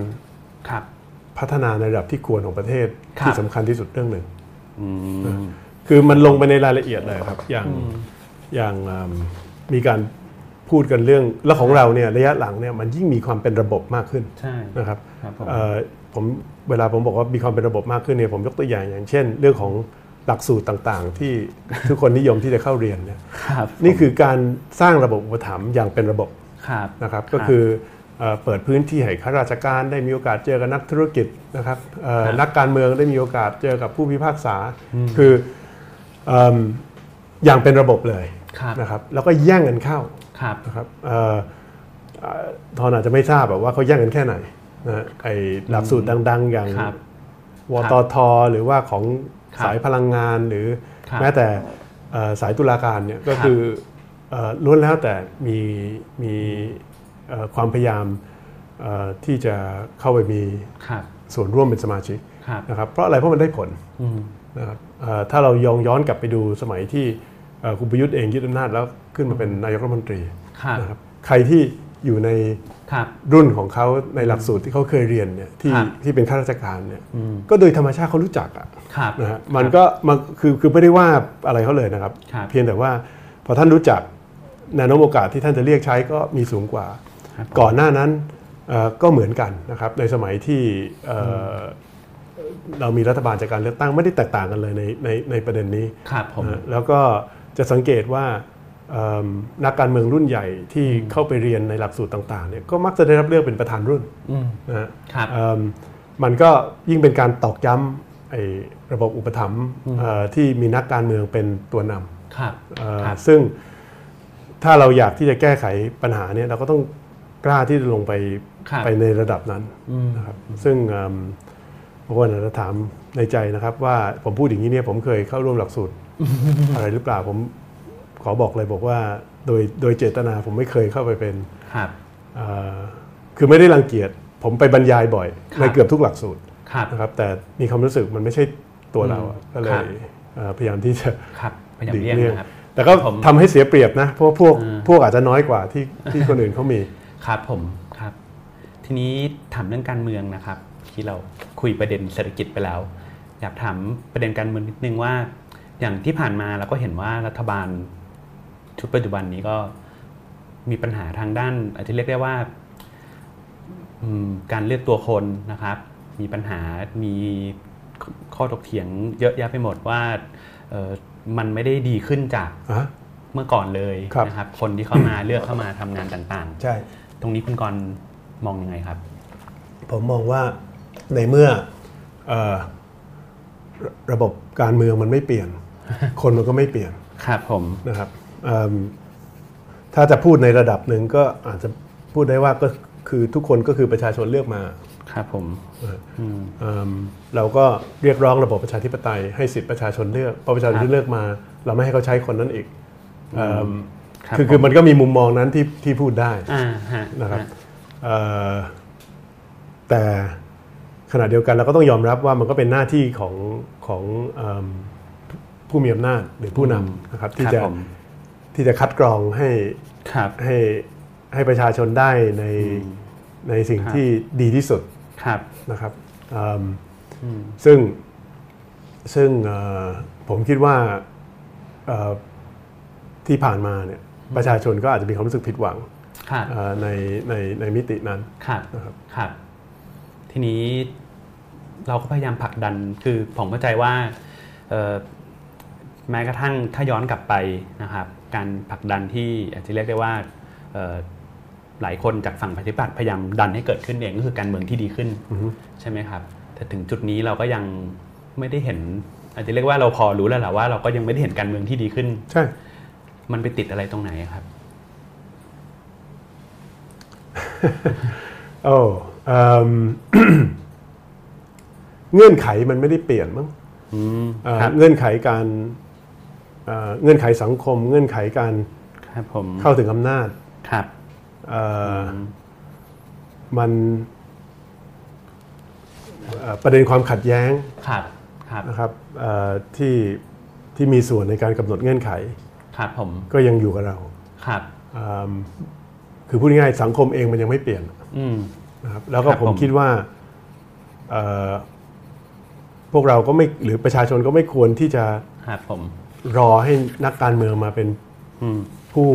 ครับ พัฒนาในระดับที่ควรของประเทศ ครับ ที่สำคัญที่สุดเรื่องหนึ่ง อืม คือมันลงไปในรายละเอียดเลยครับ อย่างอย่างเอิ่มมีการพูดกันเรื่องแล้วของเราเนี่ยระยะหลังเนี่ยมันยิ่งมีความเป็นระบบมากขึ้น ใช่ นะครับ ครับผม เอ่อผมเวลาผมบอกว่ามีความเป็นระบบมากขึ้นเนี่ยผมยกตัวอย่างอย่างเช่น เรื่องของหลักสูตรต่างๆ ที่ ทุกคนนิยมที่จะเข้าเรียนเนี่ย ครับ นี่คือการสร้างระบบอุปถัมภ์อย่างเป็นระบบ ครับ นะครับก็คือเอ่อเปิดพื้นที่ให้ข้าราชการได้มีโอกาสเจอกับนักธุรกิจนะครับเอ่อ ครับ นักการเมืองได้มีโอกาสเจอกับผู้พิพากษาคือเอิ่มอย่างเป็นระบบเลย ครับ นะครับแล้วก็แย่งกันเข้า ครับ นะครับเอ่อเอ่อทอนอาจจะไม่ทราบแบบว่าเขาแย่งกันแค่ไหนนะฮะไอ้หลักสูตรดัง ๆ อย่าง ครับ วตท หรือว่าของ ครับ สายพลังงานหรือ ครับ แม้แต่เอ่อสายตุลาการเนี่ยก็คือเอ่อล้วนแล้วแต่มีมีเอ่อความพยายามเอ่อที่จะเข้าไปมี ครับ ส่วนร่วมเป็นสมาชิก ครับ นะครับเพราะอะไรเพราะมันได้ผล อืม นะครับเอ่อถ้าเรายองย้อนกลับไปดูสมัยที่เอ่อคุณประยุทธ์เองยึดอำนาจแล้วขึ้นมาเป็นนายกรัฐมนตรี ครับ นะครับใครที่อยู่ใน ครับ รุ่นของเขาในหลักสูตรที่เขาเคยเรียนเนี่ยที่ ครับ ที่เป็นข้าราชการเนี่ย อืม ก็โดยธรรมชาติเขารู้จักอะ ครับ นะฮะมันก็มันคือคือไม่ได้ว่าอะไรเขาเลยนะครับ ครับ เพียงแต่ว่าพอท่านรู้จักแนวโน้มโอกาสที่ท่านจะเรียกใช้ก็มีสูงกว่า ครับผม ก่อนหน้านั้นเอ่อก็เหมือนกันนะครับในสมัยที่เอ่ออเรามีรัฐบาลจากการเลือกตั้งไม่ได้แตกต่างกันเลยในในในประเด็นนี้ ครับผม นะแล้วก็จะสังเกตว่าเอิ่มนักการเมืองรุ่นใหญ่ที่เข้าไปเรียนในหลักสูตรต่างๆเนี่ยก็มักจะได้รับเลือกเป็นประธานรุ่น อืม นะฮะ ครับ เอิ่มมันก็ยิ่งเป็นการตอกย้ำไอ้ระบบอุปถัมภ์เอ่อที่มีนักการเมืองเป็นตัวนำ ครับ เอ่อ ครับ ซึ่งถ้าเราอยากที่จะแก้ไขปัญหาเนี่ยเราก็ต้องกล้าที่จะลงไป ครับ ไปในระดับนั้น อืม นะครับซึ่งเอิ่มบางคนอาจจะถามในใจนะครับ ว่าผมพูดอย่างนี้เนี่ยผมเคยเข้าร่วมหลัก สูตร อะไรหรือเปล่าผมขอบอกเลยบอกว่าโดยโดยเจตนาผมไม่เคยเข้าไปเป็น ครับ เอ่อคือไม่ได้รังเกียจผมไปบรรยายบ่อย ครับ ในเกือบทุกหลักสูตร ครับ นะครับแต่มีความรู้สึกมันไม่ใช่ตัวเราอะก็เล ครั ย บ เอ่อพยายามที่จะ ครับพยายาม หลีก เลี่ยง เลี่ยง นะครับ แต่ก็ ผม ทำให้เสียเปรียบนะเพราะว่าพวก อ่า พวกอาจจะน้อยกว่าที่ที่คนอื่นเขามี ครับผม ครับ ทีนี้ถามเรื่องการเมืองนะครับ ที่เราคุยประเด็นเศรษฐกิจไปแล้ว อยากถามประเด็นการเมืองนิดนึงว่า อย่างที่ผ่านมาเราก็เห็นว่ารัฐบาล ชุดปัจจุบันนี้ก็มีปัญหาทางด้าน อาจจะเรียกได้ว่าอืมการเลือกตัวคนนะครับ มีปัญหามีข้อถกเถียงเยอะแยะไปหมดว่าเอ่อมันไม่ได้ดีขึ้นจากเมื่อก่อนเลย ครับ นะครับ คนที่เข้ามาเลือกเข้ามาทำงานต่างๆ ใช่ ตรงนี้คุณกรณ์มองยังไงครับ ผมมองว่า ในเมื่อเอ่อระระบบการเมืองมันไม่เปลี่ยน คนมันก็ไม่เปลี่ยน ครับผม นะครับเอิ่มถ้าจะพูดในระดับหนึ่งก็อาจจะพูดได้ว่าก็คือทุกคนก็คือประชาชนเลือกมา ครับผม เอิ่มเราก็เรียกร้องระบบประชาธิปไตยให้สิทธิประชาชนเลือกพอประชาชนที่เลือกมา เราไม่ให้เขาใช้คนนั้นอีกเอิ่ม ครับ คือคือ ผม มันก็มีมุมมองนั้นที่ที่พูดได้ อ่าฮะ นะครับ ฮ เอ่อแต่ขณะเดียวกันเราก็ต้องยอมรับว่ามันก็เป็นหน้าที่ของของเอิ่มผู้มีอำนาจหรือผู้นำนะครับที่ ครับ จะ ผม ที่จะคัดกรองให้ ครับ ให้ให้ประชาชนได้ในในสิ่ง ครับ ที่ดีที่สุด ครับ นะครับอืมซึ่งซึ่งเอ่อผมคิดว่าเอ่อที่ผ่านมาเนี่ยประชาชนก็อาจจะมีความรู้สึกผิดหวัง ครับ เอ่อในในในมิตินั้น ครับ นะครับ ครับ ทีนี้เราก็พยายามผลักดัน คือผมเข้าใจว่าเอ่อแม้กระทั่งถ้าย้อนกลับไปนะครับ การผลักดันที่อาจจะเรียกได้ว่าเอ่อหลายคนจากฝั่งปฏิบัติพยายามดันให้เกิดขึ้นเองก็คือการเมืองที่ดีขึ้นใช่ไหมครับ แต่ถึงจุดนี้เราก็ยังไม่ได้เห็น อาจจะเรียกว่าเราพอรู้แล้วแหละว่าเราก็ยังไม่ได้เห็นการเมืองที่ดีขึ้น ใช่ มันไปติดอะไรตรงไหนครับ โอ้อืม เงื่อนไขมันไม่ได้เปลี่ยนมั้ง อืม เอ่อ ครับ เงื่อนไขการเอ่อเงื่อนไขสังคม เงื่อนไขการ ครับผม เข้าถึงอำนาจ ครับ เอ่ออมันเอ่อประเด็นความขัดแย้ง ครับครับ นะครับเอ่อที่ที่มีส่วนในการกำหนดเงื่อนไข ครับผม ก็ยังอยู่กับเรา ครับ อืมคือพูดง่ายๆสังคมเองมันยังไม่เปลี่ยน อืม นะครับแล้วก็ ครับ ผม ผม คิดว่าเอ่อพวกเราก็ไม่หรือประชาชนก็ไม่ควรที่จะ ครับผม รอให้นักการเมืองมาเป็น อืม ผู้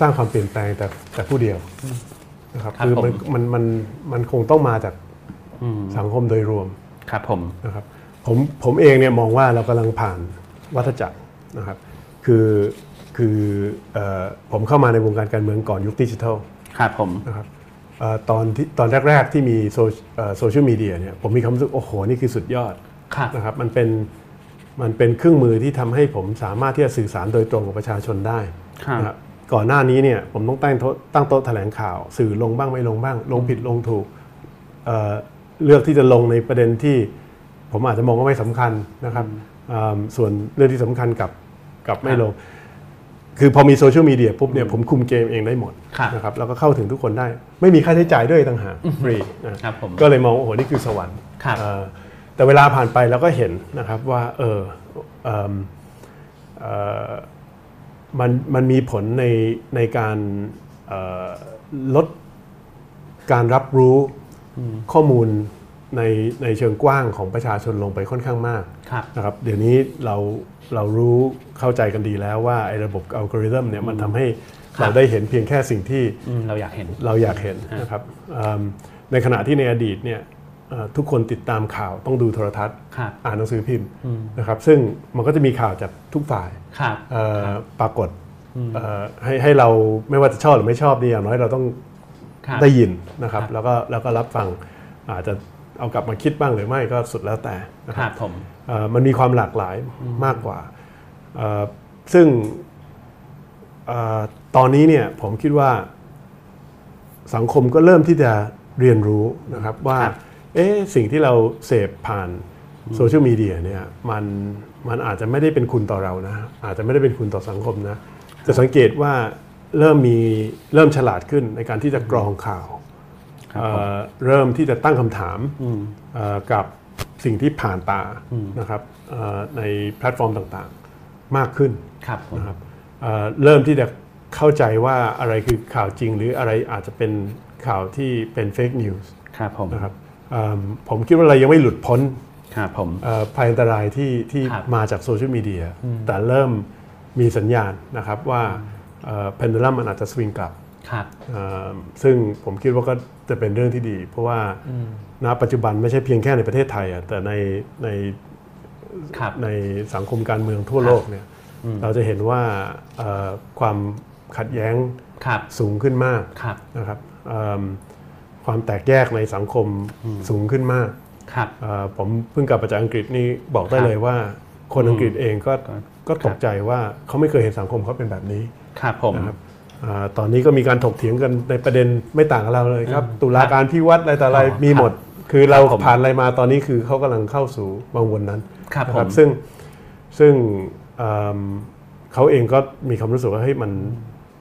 สร้างความเปลี่ยนแปลงแต่แต่ผู้เดียวนะครับ ครับ คือมัน ผม มันมันมันคงต้องมาจาก อืม สังคมโดยรวม ครับผม นะครับผมผมเองเนี่ยมองว่าเรากำลังผ่านวัฏจักรนะครับคือคือเออผมเข้ามาในวงการการเมืองก่อนยุคดิจิทัล ครับผม นะครับเออตอนที่ตอนแรก ๆ ที่มีโซเอ่อโซเชียลมีเดียเนี่ยผมมีความรู้สึก โอ้โห นี่คือสุดยอด ครับ นะครับมันเป็นมันเป็นเครื่องมือที่ทำให้ผมสามารถที่จะสื่อสารโดยตรงกับประชาชนได้ ครับ นะครับก่อนหน้านี้เนี่ยผมต้องตั้งโต๊ะตั้งโต๊ะแถลงข่าว สื่อลงบ้างไม่ลงบ้าง ลงผิดลงถูก เอ่อเลือกที่จะลงในประเด็นที่ผมอาจจะมองว่าไม่สำคัญนะครับอืมส่วนเรื่องที่สำคัญกับกับไม่ลง คือพอมีโซเชียลมีเดียปุ๊บเนี่ยผมคุมเกมเองได้หมด ครับ นะครับแล้วก็เข้าถึงทุกคนได้ ไม่มีค่าใช้จ่ายด้วยต่างหากฟรีนะครับ ผม ก็เลยมองว่าโอ้โห นี่คือสวรรค์ ครับ เอ่อแต่เวลาผ่านไปเราก็เห็นนะครับว่าเออเอิ่มเอ่อมันมันมีผลในในการเอ่อลด การรับรู้ข้อมูลในในเชิงกว้างของประชาชนลงไปค่อนข้างมาก ครับ นะครับเดี๋ยวนี้เราเรารู้เข้าใจกันดีแล้วว่าไอ้ระบบอัลกอริทึมเนี่ยมันทำให้ ครับ เราได้เห็นเพียงแค่สิ่งที่ อืมเราอยากเห็น เราอยากเห็นนะครับอืมในขณะที่ในอดีตเนี่ยเอ่อทุกคนติดตามข่าวต้องดูโทรทัศน์ ครับ อ่านหนังสือพิมพ์นะครับซึ่งมันก็จะมีข่าวจากทุกฝ่าย ครับ เอ่อปรากฏเอ่อให้ให้เราไม่ว่าจะชอบหรือไม่ชอบเนี่ยอย่างน้อยเราต้อง ครับ ได้ยินนะครับ แล้วก็แล้วก็รับฟังอาจจะเอากลับมาคิดบ้างหรือไม่ก็สุดแล้วแต่คนะค รั รั บบ ผม เอ่อมันมีความหลากหลายมากกว่าเอ่อซึ่งเอ่อตอนนี้เนี่ยผมคิดว่าสังคมก็เริ่มที่จะเรียนรู้นะครับว่า ครับ เอ๊ะสิ่งที่เราเสพผ่านโซเชียลมีเดียเนี่ยมันมันอาจจะไม่ได้เป็นคุณต่อเรานะ อาจจะไม่ได้เป็นคุณต่อสังคมนะ จะสังเกตว่าเริ่มมีเริ่มฉลาดขึ้นในการที่จะกรองข่าว ครับ เอ่ ผม อเริ่มที่จะตั้งคำถาม อืม เอ่อกับสิ่งที่ผ่านตานะครับเอ่อในแพลตฟอร์มต่างๆมากขึ้น ครับผม นะครับเอ่อเริ่มที่จะเข้าใจว่าอะไรคือข่าวจริง หรืออะไรอาจจะเป็นข่าวที่เป็นเฟกนิวส์ ครับผม นะครับเอิ่มผมคิดว่าเรายังไม่หลุดพ้น ครับผม เอ่อภัยอันตรายที่ที่ ครับ มาจากโซเชียลมีเดียแต่เริ่มมีสัญญาณนะครับว่าเพนด u ลัมมันอาจจะสวิงกลับ ครับ เอิ่มซึ่งผมคิดว่าก็จะเป็นเรื่องที่ดี เพราะว่าณปัจจุบันไม่ใช่เพียงแค่ในประเทศไทยอะแต่ในใน ครับ ในสังคมการเมืองทั่วโลกเนี่ยเราจะเห็นว่าเอ่อความขัดแย้ง ครับ สูงขึ้นมาก ครับ นะครับเอิ่มความแตกแยกในสังคมสูงขึ้นมาก ครับ เอ่อผมเพิ่งกลับมาจากอังกฤษนี่บอกได้ ครับ เลยว่า คนอังกฤษเองก็ ครับ ก็ตกใจว่าเขาไม่เคยเห็นสังคมเขาเป็นแบบนี้ ครับผม นะครับเอ่อตอนนี้ก็มีการถกเถียงกันในประเด็นไม่ต่างกับเราเลยครับ ตุลาการพิวัตรอะไรต่ออะไร ครับ มีหมด คือเรา ครับผม ผ่านอะไรมาตอนนี้คือเขากำลังเข้าสู่วังวนนั้น ครับ นะ ผม ซึ่งซึ่งเอิ่มเขาเองก็มีความรู้สึกว่าเฮ้ยมัน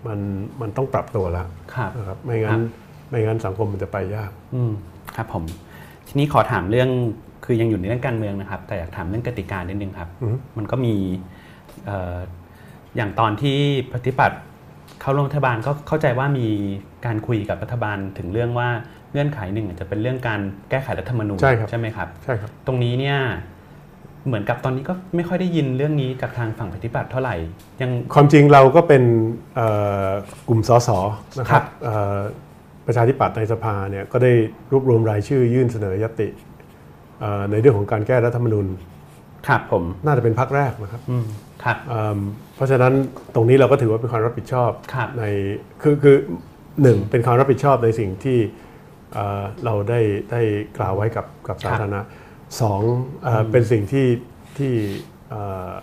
มันมันต้องปรับตัวละ ครับ นะครับไม่งั้นไม่งั้นสังคมมันจะไปยาก อืมครับผม ทีนี้ขอถามเรื่องคือยังอยู่ในเรื่องการเมืองนะครับ แต่อยากถามเรื่องกติกานิดนึงครับ อือฮึ มันก็มีเอ่ออย่างตอนที่ปฏิบัติเข้าร่วมรัฐบาลก็เข้าใจว่ามีการคุยกับรัฐบาลถึงเรื่องว่าเงื่อนไขหนึ่งอาจจะเป็นเรื่องการแก้ไขรัฐธรรมนูญ ใช่ครับ ใช่ไหมครับ ใช่ครับ ตรงนี้เนี่ยเหมือนกับตอนนี้ก็ไม่ค่อยได้ยินเรื่องนี้จากทางฝั่งปฏิบัติเท่าไหร่ ยัง ความจริงเราก็เป็นเอ่อกลุ่มสสนะค ครั รับบ เอ่อประชาธิปัตย์ในสภาเนี่ยก็ได้รวบรวมรายชื่อยื่นเสนอยติเอ่อในเรื่องของการแก้รัฐธรรมนูญ ครับผม น่าจะเป็นพักแรกนะครับ อืมครับ เอิ่มเพราะฉะนั้นตรงนี้เราก็ถือว่าเป็นความรับผิดชอบ ครับ ในคือคือหนึ่งเป็นความรับผิดชอบในสิ่งที่เอ่อเราได้ได้กล่าวไว้กับกับสาธารณะสองเอ่ออเป็นสิ่งที่ที่เอ่อ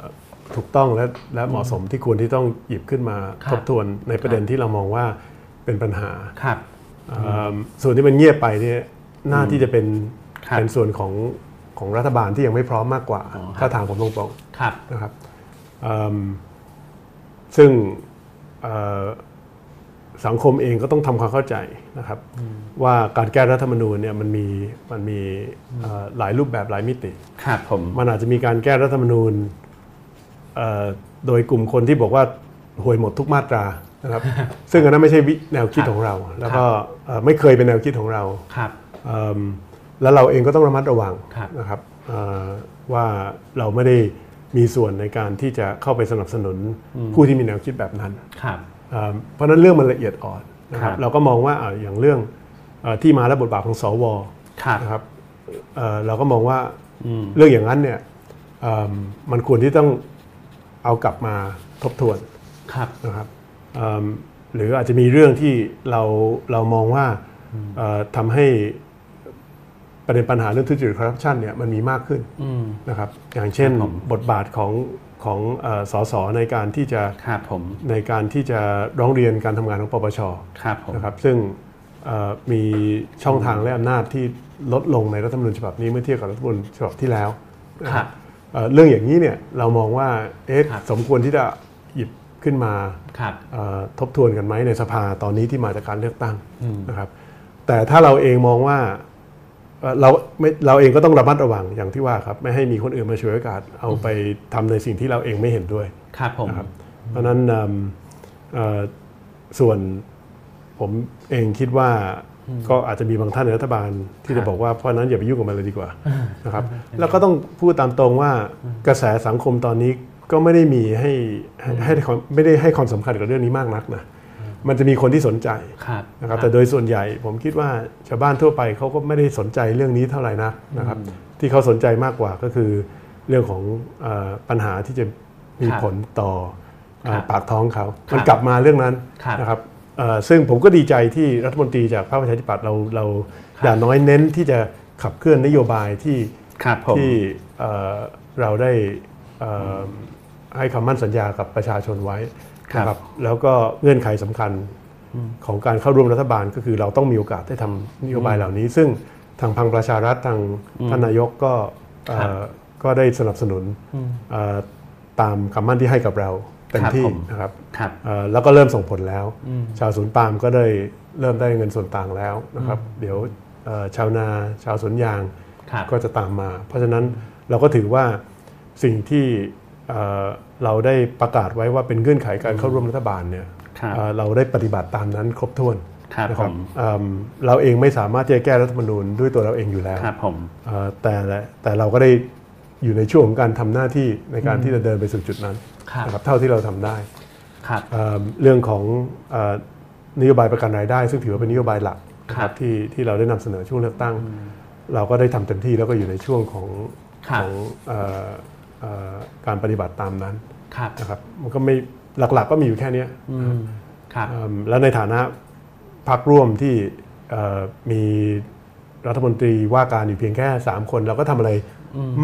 ถูกต้องและและเหมาะสมที่ควรที่ต้องหยิบขึ้นมา ครั ท บ บทวนในประเด็นที่เรามองว่าเป็นปัญหา ครับ เอิ่มส่วนที่มันเงียบไปเนี่ยน่าที่จะเป็น ครับ เป็นส่วนของของรัฐบาลที่ยังไม่พร้อมมากกว่า อ๋อครับ ถ้าถามผมตรงๆ ครับ นะครับเอิ่มซึ่งเอ่อสังคมเองก็ต้องทำความเข้าใจนะครับ ว่าการแก้รัฐธรรมนูญเนี่ยมันมีมันมีเอ่อหลายรูปแบบหลายมิติ ครับผม มันอาจจะมีการแก้รัฐธรรมนูญเอ่อโดยกลุ่มคนที่บอกว่าห่วยหมดทุกมาตรา นะครับ ซึ่งอันนั้นไม่ใช่วิแนวคิดของเรา แล้วก็เอ่อไม่เคยเป็นแนวคิดของเรา ครับ เอิ่มแล้วเราเองก็ต้องระมัดระวัง ครับ นะครับเอ่อว่าเราไม่ได้มีส่วนในการที่จะเข้าไปสนับสนุนผู้ที่มีแนวคิดแบบนั้น ครับ เอิ่มเพราะฉะนั้นเรื่องมันละเอียดอ่อนนะครับ ครับ เราก็มองว่าอ่ะอย่างเรื่องเอ่อที่มาและบทบาทของสว ครับ นะครับเอ่อเราก็มองว่า อืม เรื่องอย่างนั้นเนี่ยเอิ่มมันควรที่ต้องเอากลับมาทบทวน ครับ นะครับเอิ่มหรืออาจจะมีเรื่องที่เราเรามองว่าเอ่อทำให้ประเด็นปัญหาเรื่องทุจริตคอร์รัปชันเนี่ยมันมีมากขึ้น อืม นะครับอย่างเช่น ครับผม บทบาทของของเอ่อสสในการที่จะ ครับผม ในการที่จะร้องเรียนการทำงานของปปช ครับผม นะครับซึ่งเอ่อมีช่องทางและอำนาจที่ลดลงในรัฐธรรมนูญฉบับนี้เมื่อเทียบกับรัฐธรรมนูญฉบับที่แล้วนะ ค ค รั รับ บ เอ่อเรื่องอย่างนี้เนี่ยเรามองว่าเอ๊ะ ครับ สมควรที่จะหยิบขึ้นมา ครับ เอ่อทบทวนกันไหมในสภาตอนนี้ที่มาจากการเลือกตั้ง อืม นะครับแต่ถ้าเราเองมองว่าเอ่อเราไม่เราเองก็ต้องระมัดระวังอย่างที่ว่าครับไม่ให้มีคนอื่นมาฉวยโอกาสเอาไปทำในสิ่งที่เราเองไม่เห็นด้วย ครับผม นะครับ เพราะฉะนั้นเอิ่มเอ่อส่วนผมเองคิดว่าก็อาจจะมีบางท่านในรัฐบาลที่ ครั จะ บ บอกว่าเพราะฉะนั้นอย่าไปยุ่งกับมันเลยดี กว่านะครับ แล้วก็ต้องพูดตามตรงว่ากระแสสังคมตอนนี้ก็ไม่ได้มีให้ให้ให้ความไม่ได้ให้ความสำคัญกับเรื่องนี้มากนักนะมันจะมีคนที่สนใจ ครับ นะครับ แต่โดยส่วนใหญ่ผมคิดว่าชาวบ้านทั่วไปเขาก็ไม่ได้สนใจเรื่องนี้เท่าไหร่นักนะครับ ที่เขาสนใจมากกว่าก็คือเรื่องของเออปัญหาที่จะมีผลต่อเอ่อ ครับ ปากท้องเขา มันกลับมาเรื่องนั้น ครับ นะครับเอ่อซึ่งผมก็ดีใจที่รัฐมนตรีจากพรรคประชาธิปัตย์เราเรา ครับ อย่างน้อยเน้นที่จะขับเคลื่อนนโยบายที่ ครับผม ที่เอ่อเราได้เอ่ออให้คำมั่นสัญญากับประชาชนไว้ ครับ นะแล้วก็เงื่อนไขสำคัญของการเข้าร่วมรัฐบาลก็คือเราต้องมีโอกาสได้ทำนโยบายเหล่านี้ ซึ่งทางพังประชารัฐทางท่านนายกก็เอ่อ ครับ ก็ได้สนับสนุน อืม เอ่อตามคำมั่นที่ให้กับเราเต็ม ครับ ที่ ผม นะครับ ครับ เอ่อแล้วก็เริ่มส่งผลแล้ว อืม ชาวสวนปาล์มก็ได้เริ่มได้เงินส่วนต่างแล้วนะครับ เดี๋ยวเอ่อชาวนาชาวสวนยาง ครับ ก็จะตามมา เพราะฉะนั้นเราก็ถือว่าสิ่งที่เอ่อเราได้ประกาศไว้ว่าเป็นเงื่อนไขการเข้าร่วมรัฐบาลเนี่ย ครับ เอ่อเราได้ปฏิบัติตามนั้นครบถ้วน ครับ นะ ผ ครับ ม เอิ่มเราเองไม่สามารถที่จะแก้รัฐธรรมนูญด้วยตัวเราเองอยู่แล้ว ครับผม เอ่อแต่ละแต่เราก็ได้อยู่ในช่วงของการทำหน้าที่ในการที่จะเดินไปสู่จุดนั้น ครับ นะครับเท่าที่เราทำได้ ครับ เอ่อเรื่องของเอ่อนโยบายประกันรายได้ ซึ่งถือว่าเป็นนโยบายหลัก ครับ ที่ที่เราได้นำเสนอช่วงเลือกตั้ง เราก็ได้ทำเต็มที่แล้วก็อยู่ในช่วงของ ครั ข บ องเอ่อเอ่อการปฏิบัติตามนั้น ครับ นะครับมันก็ไม่หลักๆก็มีอยู่แค่เนี้ย อืม ครับ เอิ่มแล้วในฐานะพักร่วมที่เอ่อมี รัฐมนตรีว่าการอยู่เพียงแค่ 3 คนเราก็ทำอะไร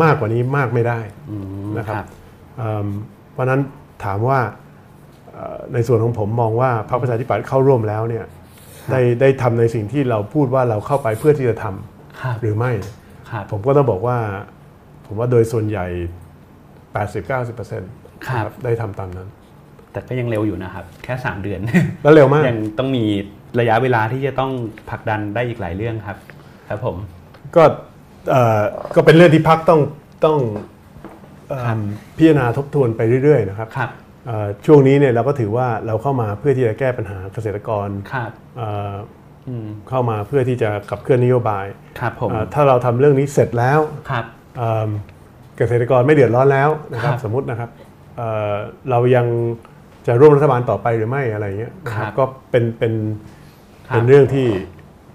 มากกว่านี้มากไม่ได้ อืม นะ ค ครั รับ บ เอิ่มเพราะฉะนั้นถามว่าเอ่อในส่วนของผมมองว่าพรรคประชาธิปัตย์เข้าร่วมแล้วเนี่ยได้ได้ทำในสิ่งที่เราพูดว่าเราเข้าไปเพื่อที่จะทำ ครับ หรือไม่ ครับ ผมก็ต้องบอกว่า ผมว่าโดยส่วนใหญ่ 80-90% ครับ ได้ทำตามนั้น แต่ก็ยังเร็วอยู่นะครับ แค่ 3 เดือน แล้วเร็วมาก ยังต้องมีระยะเวลาที่จะต้องผลักดันได้อีกหลายเรื่องครับ ครับผม ก็เอ่อก็เป็นเรื่องที่พักต้องต้องเอิ่ม ครับ พิจารณาทบทวนไปเรื่อยๆนะครับ ครับ เอ่อช่วงนี้เนี่ยเราก็ถือว่าเราเข้ามาเพื่อที่จะแก้ปัญหาเกษตรกร ครับ เอ่อ อืม เข้ามาเพื่อที่จะขับเคลื่อนนโยบาย ครับผม เอ่อถ้าเราทำเรื่องนี้เสร็จแล้ว ครับ เอิ่มเกษตรกรไม่เดือดร้อนแล้วนะครับ ครับ สมมตินะครับเอ่อเรายังจะร่วมรัฐบาลต่อไปหรือไม่อะไรอย่างเงี้ยนะค ค รั รั บบ ก็เป็นเป็น ครั เป็ บ นเรื่องที่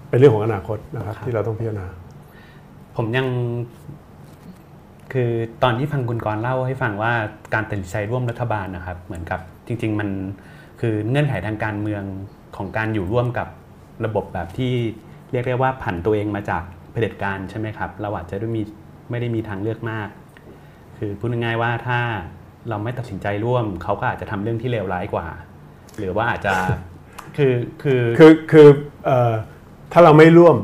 เป็นเรื่องของอนาคตนะครับ ครับ ที่เราต้องพิจารณา ผมยัง คือตอนที่ฟังคุณกรณ์เล่าให้ฟังว่าการตัดสินใจร่วมรัฐบาลนะครับ เหมือนกับจริง ๆ มันคือเงื่อนไขทางการเมืองของการอยู่ร่วมกับระบบแบบที่เรียกได้ว่าผันตัวเองมาจากเผด็จการใช่ไหมครับ เราอาจจะไม่มีไม่ได้มีทางเลือกมาก คือพูดง่ายๆว่าถ้าเราไม่ตัดสินใจร่วม เขาก็อาจจะทำเรื่องที่เลวร้ายกว่า หรือว่าอาจจะคือคือ คือคือเอ่อถ้าเราไม่ร่วม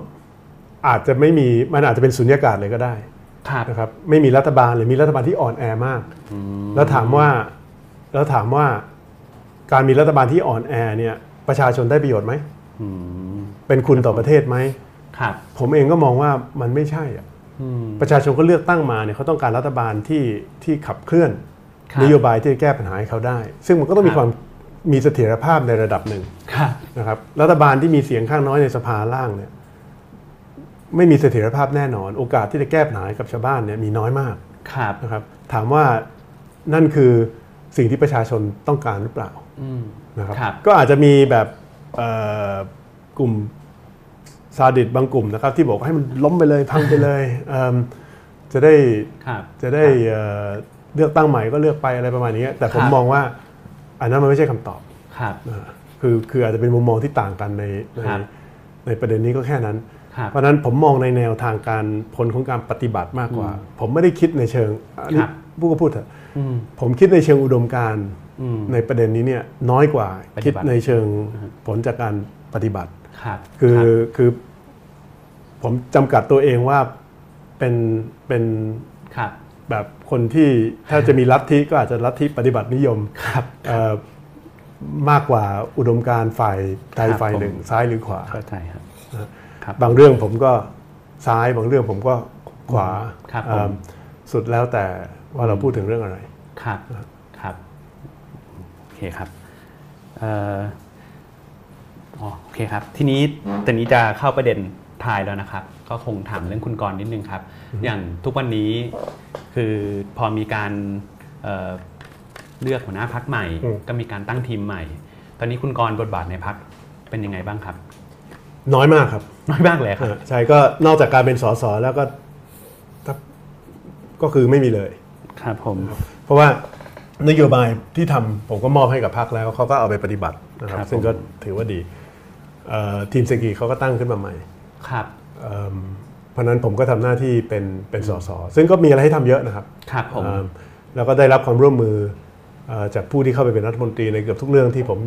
อาจจะไม่มีมันอาจจะเป็นสุญญากาศเลยก็ได้ ครับ นะครับไม่มีรัฐบาลหรือมีรัฐบาลที่อ่อนแอมาก อืม แล้วถามว่าแล้วถามว่าการมีรัฐบาลที่อ่อนแอเนี่ยประชาชนได้ประโยชน์ไหม อืม เป็นคุณต่อประเทศไหม ครับ ผมเองก็มองว่ามันไม่ใช่อะ อืม ประชาชนก็เลือกตั้งมาเนี่ยเขาต้องการรัฐบาลที่ที่ขับเคลื่อน ครับ นโยบายที่จะแก้ปัญหาให้เขาได้ ซึ่งมันก็ต้องคมีรับ ความมีเสถียรภาพในระดับหนึ่ง ครับ นะครับรัฐบาลที่มีเสียงข้างน้อยในสภาล่างเนี่ยไม่มีเสถียรภาพแน่นอน โอกาสที่จะแก้ปัญหาให้กับชาวบ้านเนี่ยมีน้อยมาก ครับ นะครับถามว่านั่นคือสิ่งที่ประชาชนต้องการหรือเปล่า อืม นะครับ ครับ ก็อาจจะมีแบบเอ่อกลุ่มซาดิสบางกลุ่มนะครับที่บอกให้มันล้มไปเลยพังไป เลยเอิ่มจะได้ ครับ จะได้เอ่อเลือกตั้งใหม่ก็เลือกไปอะไรประมาณนี้ แต่ผม ครับ มองว่าอันนั้นมันไม่ใช่คำตอบ ครับ อ่าคือคืออาจจะเป็นมุมมองที่ต่างกันในใน ครับ ในประเด็นนี้ก็แค่นั้น ครับ เพราะฉะนั้นผมมองในแนวทางการผลของการปฏิบัติมากกว่า อืม ผมไม่ได้คิดในเชิงอันนี้ ครับ ผู้ก็พูดเถอะ อืม ผมคิดในเชิงอุดมการณ์ อืม ในประเด็นนี้เนี่ยน้อยกว่า ปฏิบัติ คิดในเชิงผลจากการปฏิบัติ ครับ คือ รับ คือผมจำกัดตัวเองว่าเป็นเป็น ครับ แบบคนที่ถ้าจะมีลัทธิก็อาจจะลัทธิปฏิบัตินิยม ครับ เอ่อมากกว่าอุดมการณ์ฝ่ายใด ครับ ฝ่าย ผม หนึ่ง ซ้ายหรือขวา เข้าใจครับ ครับ บางเรื่องผมก็ซ้ายบางเรื่องผมก็ขวา ครับผม เอิ่มสุดแล้วแต่ว่าเราพูดถึงเรื่องอะไร ครับ ครับ โอเคครับเอ่ออ๋อโอเคครับ ทีนี้ตอนนี้จะเข้าประเด็นทายแล้วนะครับ ก็คงถามเรื่องคุณกรณ์นิดนึงครับ อย่างทุกวันนี้คือพอมีการเอ่อเลือกหัวหน้าพักใหม่ อืม ก็มีการตั้งทีมใหม่ ตอนนี้คุณกรณ์บทบาทในพักเป็นยังไงบ้างครับ น้อยมากครับ น้อยมากเลยครับ อ่าใช่ก็นอกจากการเป็นสสแล้วก็ถ้าก็คือไม่มีเลย ครับผม เพราะว่านโยบายที่ทำผมก็มอบให้กับพรรคแล้วเขาก็เอาไปปฏิบัตินะครับ ครับ ซึ่งก็ ผม ถือว่าดีเอ่อทีมเศรษฐกิจเขาก็ตั้งขึ้นมาใหม่ ครับ เอิ่มเพราะฉะนั้นผมก็ทำหน้าที่เป็นเป็นสสซึ่งก็มีอะไรให้ทำเยอะนะครับ ครับผม เอิ่มแล้วก็ได้รับความร่วมมือเอ่อจากผู้ที่เข้าไปเป็นรัฐมนตรีในเกือบทุกเรื่องที่ผม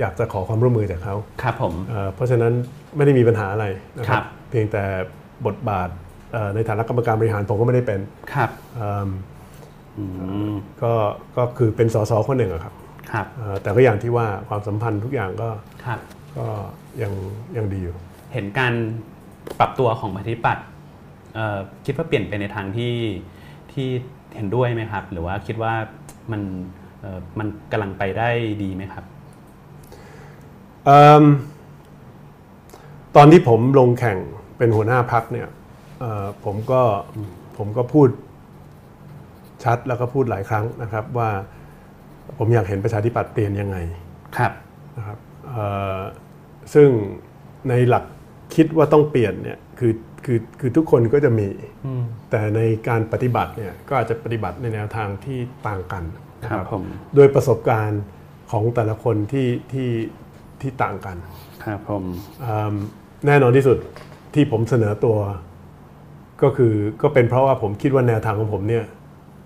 อยากจะขอความร่วมมือจากเขา ครับผม เอ่อเพราะฉะนั้นไม่ได้มีปัญหาอะไรนะค ครั รับ บ เพียงแต่บทบาทเอ่อในฐานะกรรมการบริหารผมก็ไม่ได้เป็น ครับ เอิ่ม อืม ก็ก็คือเป็นสสคนหนึ่งอะครับ ครับ เอ่อแต่ก็อย่างที่ว่าความสัมพันธ์ทุกอย่างก็ ครับ ก็ยังยังดีอยู่ เห็นการปรับตัวของปฏิปัตย์เอ่อคิดว่าเปลี่ยนไปในทางที่ที่เห็นด้วยไหมครับ หรือว่าคิดว่ามันเอ่อมันกำลังไปได้ดีไหมครับ เอิ่มตอนที่ผมลงแข่งเป็นหัวหน้าพักเนี่ยเอ่อผมก็ผมก็พูดชัดแล้วก็พูดหลายครั้งนะครับว่าผมอยากเห็นประชาธิปัตย์เปลี่ยนยังไง ครับ นะครับเอ่อซึ่งในหลักคิดว่าต้องเปลี่ยนเนี่ยคือคือคือทุกคนก็จะมี อืม แต่ในการปฏิบัติเนี่ยก็อาจจะปฏิบัติในแนวทางที่ต่างกันนะครับ ผม โดยประสบการณ์ของแต่ละคนที่ที่ที่ต่างกัน ครับผม อืมแน่นอนที่สุด ที่ผมเสนอตัว ก็คือก็เป็นเพราะว่าผมคิดว่าแนวทางของผมเนี่ย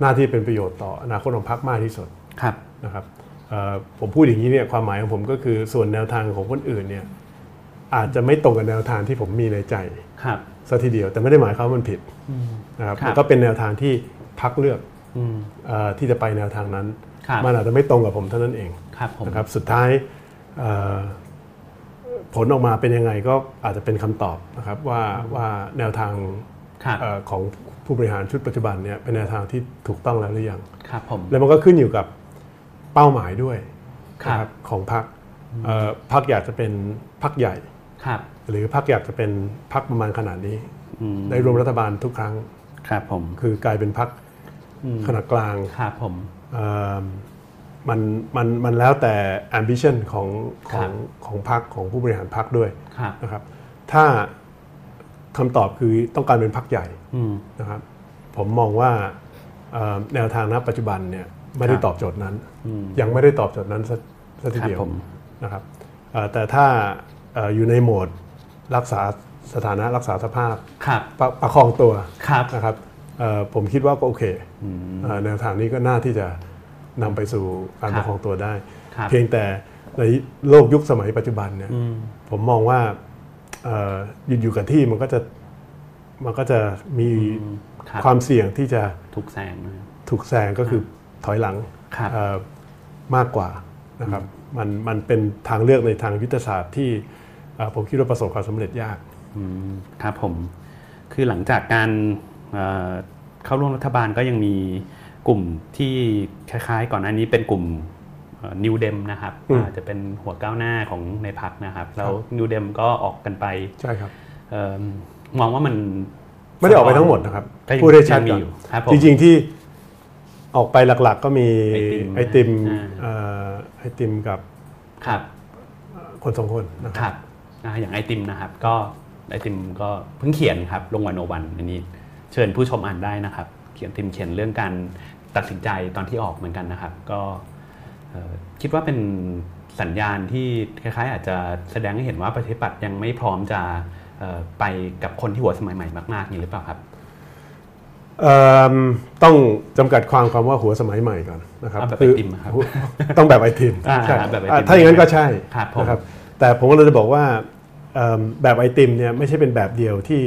หน้าที่เป็นประโยชน์ต่ออนาคตของพรรคมากที่สุด ครับ นะครับเอ่อผมพูดอย่างนี้เนี่ยความหมายของผมก็คือส่วนแนวทางของคนอื่นเนี่ยอาจจะไม่ตรงกับแนวทางที่ผมมีในใจ ครับ ซะทีเดียวแต่ไม่ได้หมายความว่ามันผิดนะครับ ครับ มันก็เป็นแนวทางที่พักเลือก อืม เออที่จะไปแนวทางนั้น ครับ มันอาจจะไม่ตรงกับผมเท่านั้นเอง ครับผม นะครับสุดท้ายเอ่อผลออกมาเป็นยังไงก็อาจจะเป็นคำตอบนะครับว่าว่าแนวทาง ครับ เอ่อของผู้บริหารชุดปัจจุบันเนี่ยเป็นแนวทางที่ถูกต้องแล้วหรือยัง ครับผม แล้วมันก็ขึ้นอยู่กับเป้าหมายด้วย ครับ นะของพรรคเอ่อพรรคอยากจะเป็นพรรคใหญ่ ครับ หรือพรรคอยากจะเป็นพรรคประมาณขนาดนี้ อืม ได้รวมรัฐบาลทุกครั้ง ครับผม คือกลายเป็นพรรค อืม ขนาดกลาง ครับผม เอิ่มมันมันมันแล้วแต่ ambition ของข ครั อบ งของพรรคของผู้บริหารพรรคด้วย ครับ นะครับ ถ้าคำตอบคือต้องการเป็นพรรคใหญ่ อืม นะครับผมมองว่าเอ่อแนวทางณปัจจุบันเนี่ยไม่คได้รับ ตอบโจทย์นั้น อืม ยังไม่ได้ตอบโจทย์นั้นสักสักที ครับ เดียว ผม นะครับเอ่อแต่ถ้าเอ่ออยู่ในโหมดรักษาสถานะรักษาสภาพ ครับ ประประคองตัว ครับ นะครับเอ่อผมคิดว่าก็โอเค อืม เอ่อแนวทางนี้ก็น่าที่จะนำไปสู่การ ครับ ประคองตัวได้ ครับ เพียงแต่ในโลกยุคสมัยปัจจุบันเนี่ย อืม ผมมองว่าเอ่อหยุดอยู่กับที่มันก็จะมันก็จะมี ครับ ความเสี่ยงที่จะ ทุกแสงนะครับ ถูกแซงก็คือถอยหลัง ครับ เอ่อมากกว่านะครับมันมันเป็นทางเลือกในทางยุทธศาสตร์ที่เอ่อผมคิดว่าประสบความสำเร็จยาก อืมครับผม คือหลังจากการเอ่อเข้าร่วมรัฐบาลก็ยังมีกลุ่มที่คล้ายๆ ก่อนหน้านี้เป็นกลุ่มนิวเดมนะครับ อืม อาจจะเป็นหัวก้าวหน้าของในพักนะครับ แล้วนิวเดมก็ออกกันไป ใช่ครับ เอิ่มมองว่ามัน ไม่ได้ออกไปทั้งหมดนะครับ ก็ยัง พูดได้ชัด ยังมี ก่อน อยู่ครับผม จริงๆที่ออกไปหลักๆก็มี ไอ ไอ ติ ติ ม ม อ่า เอ่อไอติมกับ ครับ คนสองคนนะครับ ครับอ่าอย่างไอติมนะครับก็ไอติมก็เพิ่งเขียนครับลงวันโอวันอันนี้เชิญผู้ชมอ่านได้นะครับ เขียนติมเขียนเรื่องการตัดสินใจตอนที่ออกเหมือนกันนะครับ ก็เอ่อคิดว่าเป็นสัญญาณที่คล้ายๆ อาจจะแสดงให้เห็นว่าประชาธิปัตย์ยังไม่พร้อมจะเอ่อไปกับคนที่หัวสมัยใหม่มากๆนี่หรือเปล่าครับ เอิ่มต้องจำกัดความคำว่าหัวสมัยใหม่ก่อนนะครับ เอาแบบไอติมครับ หัวต้องแบบไอติม อ่า ใช่ แบบไอติม อ่าถ้าอย่างนั้นก็ใช่ ครับผม นะครับแต่ผมก็เลยจะบอกว่าเอิ่มแบบไอติมเนี่ยไม่ใช่เป็นแบบเดียวที่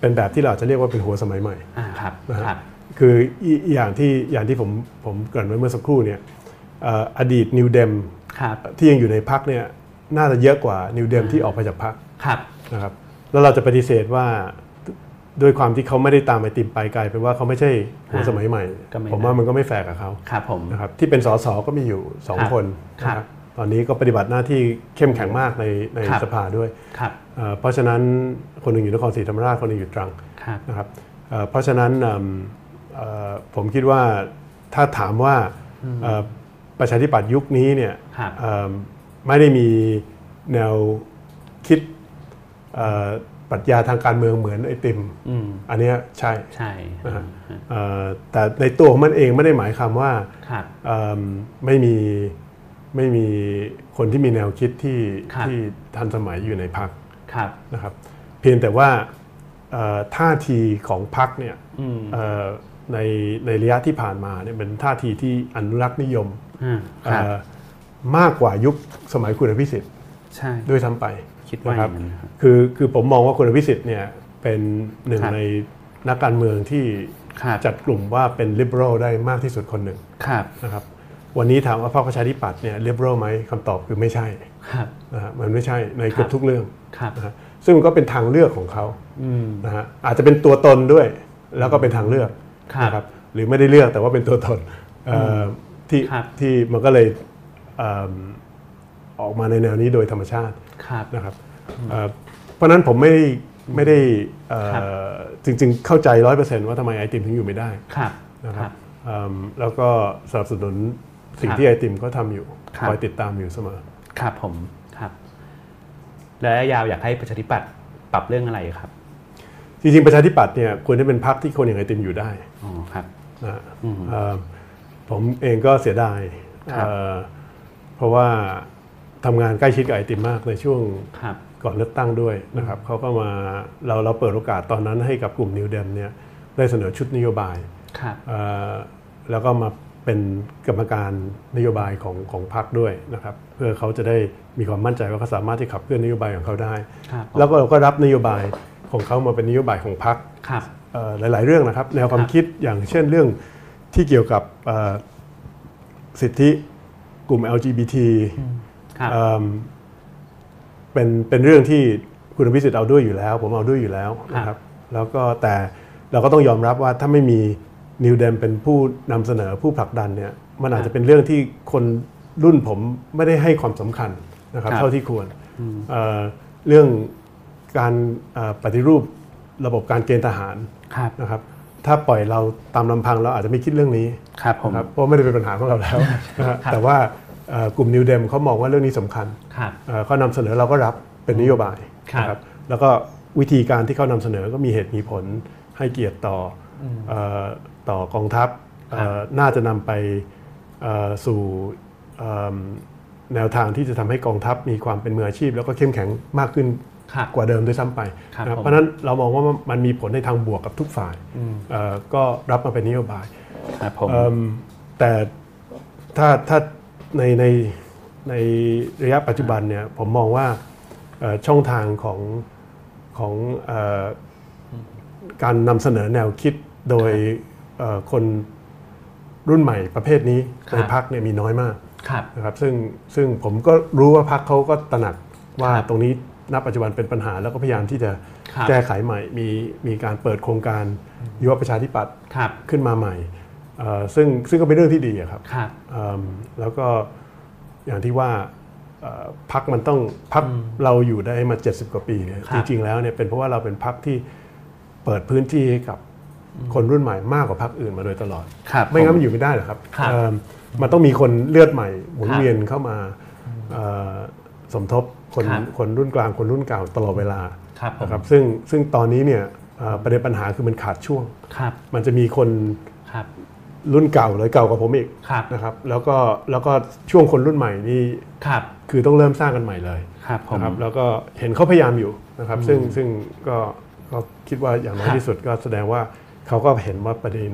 เป็นแบบที่เราอาจจะเรียกว่าเป็นหัวสมัยใหม่ อ่าครับ นะฮะ ครับ คืออีอีอย่างที่อย่างที่ผมผมเกริ่นไว้เมื่อสักครู่เนี่ยเอ่ออดีตนิวเดม ครับ ที่ยังอยู่ในพักเนี่ยน่าจะเยอะกว่านิวเดมที่ออกไปจากพัก ครับ นะครับแล้วเราจะปฏิเสธว่าด้วยความที่เขาไม่ได้ตามไอติมไปไกลเป็นว่าเขาไม่ใช่หัวสมัยใหม่ ผมว่ามันก็ไม่แฟร์กับเขา ครับผม นะครับที่เป็นสสก็มีอยู่ ครับ 2 คน ครับ นะครับตอนนี้ก็ปฏิบัติหน้าที่เข้มแข็งมากในใน ครับ สภาด้วย ครับ เอ่อเพราะฉะนั้นคนหนึ่งอยู่นครศรีธรรมราชคนหนึ่งอยู่ตรัง ครับ นะครับเอ่อเพราะฉะนั้นเอิ่มเอ่อผมคิดว่าถ้าถามว่าเอ่อประชาธิปัตย์ยุคนี้เนี่ย ครับ เอิ่มไม่ได้มีแนวคิดเอ่อปรัชญาทางการเมืองเหมือนไอติม อืม อันเนี้ยใช่ ใช่ นะฮะ อ่า เอ่อแต่ในตัวของมันเองไม่ได้หมายความว่า ครับ เอิ่มไม่มีไม่มีคนที่มีแนวคิดที่ ครับ ที่ทันสมัยอยู่ในพัก ครับ นะครับเพียงแต่ว่าเอ่อท่าทีของพักเนี่ย อืม เอ่อในในระยะที่ผ่านมาเนี่ยเป็นท่าทีที่อนุรักษ์นิยม อ่าครับ เอ่อมากกว่ายุคสมัยคุณอภิสิทธิ ใช่ ด้วยซ้ำไป คิดว่าอ นะครับ ย่างนั้นนะครับ คือคือผมมองว่าคุณวิสิทธิ์เนี่ยเป็นหนึ่ง ครับ ในนักการเมืองที่ ครับ จัดกลุ่มว่าเป็นลิเบอรัลได้มากที่สุดคนหนึ่ง ครับ นะครับ วันนี้ถามว่าพรรคประชาธิปัตย์เนี่ยลิเบอรัลไหมคำตอบคือไม่ใช่ ครับ นะฮะมันไม่ใช่ใน ครับ เกือบทุกเรื่อง ครับ นะฮะซึ่งมันก็เป็นทางเลือกของเขา อืม นะฮะอาจจะเป็นตัวตนด้วย แล้วก็เป็นทางเลือก ครับ นะครับหรือไม่ได้เลือกแต่ว่าเป็นตัวตนเอ่ออที่ ครับ ที่มันก็เลยเอิ่มออกมาในแนวนี้โดยธรรมชาติ ครับ นะครับเอ่อเพราะฉะนั้นผมไม่ได้ไม่ได้เอ่อ ครับ จริงๆเข้าใจร้อยเปอร์เซ็นต์ว่าทำไมไอติมถึงอยู่ไม่ได้ ครับ นะค ครั รั บบ เอิ่มแล้วก็สนับสนุนสิ่ง ครับ ที่ไอติมเขาทำอยู่ ครับ คอยติดตามอยู่เสมอ ครับผมครับ และยาวอยากให้ประชาธิปัตย์ปรับเรื่องอะไรครับ จริงๆประชาธิปัตย์เนี่ยควรจะเป็นพรรคที่คนอย่างไอติมอยู่ได้ อ๋อครับ นะฮะ อืม เอิ่มผมเองก็เสียดาย ครับ เอ่อเพราะว่าทำงานใกล้ชิดกับไอติมมากในช่วง ครับ ก ก่อนเลือกตั้งด้วยนะครับเขาก็มาเราเราเปิดโอกาสตอนนั้นให้กับกลุ่มนิวเดมเนี่ยได้เสนอชุดนโยบาย ครับ เอ่อแล้วก็มาเป็นกรรมการนโยบายของของพรรคด้วยนะครับ เพื่อเขาจะได้มีความมั่นใจว่าเขาสามารถที่ขับเคลื่อนนโยบายของเขาได้ ครับผม แล้วก็เราก็รับนโยบายของเขามาเป็นนโยบายของพรรค ครับ เอ่อหลาย ๆ เรื่องนะครับ แนวควา ค ม รับ คิดอย่างเช่นเรื่องที่เกี่ยวกับเอ่อสิทธิกลุ่ม LGBT ครับ เอิ่มเป็นเป็นเรื่องที่คุณอภิสิทธิ์เอาด้วยอยู่แล้ว ผมเอาด้วยอยู่แล้วนะ ค ค รั รับ บแล้วก็แต่เราก็ต้องยอมรับว่าถ้าไม่มีนิวเดมเป็นผู้นำเสนอผู้ผลักดันเนี่ยมันอาจจะเป็นเรื่องที่คนรุ่นผมไม่ได้ให้ความสำคัญนะครับเท่าที่ควรเอ่อเรื่องการเอ่อปฏิรูประบบการเกณฑ์ทหาร ครับ นะครับถ้าปล่อยเราตามลำพังเราอาจจะไม่คิดเรื่องนี้ ครับผม ครับเพราะไม่ได้เป็นปัญหาของเราแล้วนะคฮะรับ แต่ว่าเอ่อกลุ่มนิวเดมเขามองว่าเรื่องนี้สำคัญ ครับ เอ่อเขานำเสนอเราก็รับเป็นนโยบาย ครับ นะแล้วก็วิธีการที่เขานำเสนอก็มีเหตุมีผลให้เกียรติต่ออเอ่อต่อกองทัพเอ่อน่าจะนำไปเอ่อสู่เอิ่มแนวทางที่จะทำให้กองทัพมีความเป็นมืออาชีพ แล้วก็เข้มแข็งมากขึ้น ครับ กว่าเดิมด้วยซ้ำไป ครับ นะครับ ผม เพราะฉะนั้นเรามองว่ามันมีผลในทางบวกกับทุกฝ่ายเอ่อก็รับมาเป็นนโยบาย ครับผม เอิ่มแต่ถ้าถ้าในในในระยะปัจจุบันเนี่ยผมมองว่าเอ่อช่องทางของของเอ่อการนำเสนอแนวคิดโดยเอ่อคนรุ่นใหม่ประเภทนี้ ครับ ในพักเนี่ยมีน้อยมาก ครับ นะครับซึ่งซึ่งผมก็รู้ว่าพักเขาก็ตระหนักว่า ครับ ตรงนี้ณปัจจุบันเป็นปัญหาแล้วก็พยายามที่จะ ครับ แก้ไขใหม่มีมีการเปิดโครงการยุวประชาธิปัตย์ ครับ ขึ้นมาใหม่เอ่อซึ่งซึ่งก็เป็นเรื่องที่ดีอะครับ ครับ เอิ่มแล้วก็อย่างที่ว่าเอ่อพักมันต้องพักเราอยู่ได้มา 70 กว่าปีเนี่ย ครับจริงๆแล้วเนี่ยเป็นเพราะว่าเราเป็นพักที่เปิดพื้นที่ให้กับคนรุ่นใหม่มากกว่าพักอื่นมาโดยตลอด ครับ ไม่งั้นมันอยู่ไม่ได้หรอกครับ ครับ เอิ่มมันต้องมีคนเลือดใหม่หมุน ครับ เวียนเข้ามาเอ่อสมทบคน ครับ คนรุ่นกลางคนรุ่นเก่าตลอดเวลา ครับผม นะครับซึ่งซึ่งตอนนี้เนี่ยเอ่อประเด็นปัญหาคือมันขาดช่วง ครับ มันจะมีคน ครับ รุ่นเก่าเลยเก่ากว่าผมอีก ครับ นะครับแล้วก็แล้วก็ช่วงคนรุ่นใหม่นี่ ครับ คือต้องเริ่มสร้างกันใหม่เลย ครับผม นะครับแล้วก็เห็นเขาพยายามอยู่นะครับซึ่งซึ่งก็ก็คิดว่าอย่างน้อย ครับ ที่สุดก็แสดงว่าเขาก็เห็นว่าประเด็น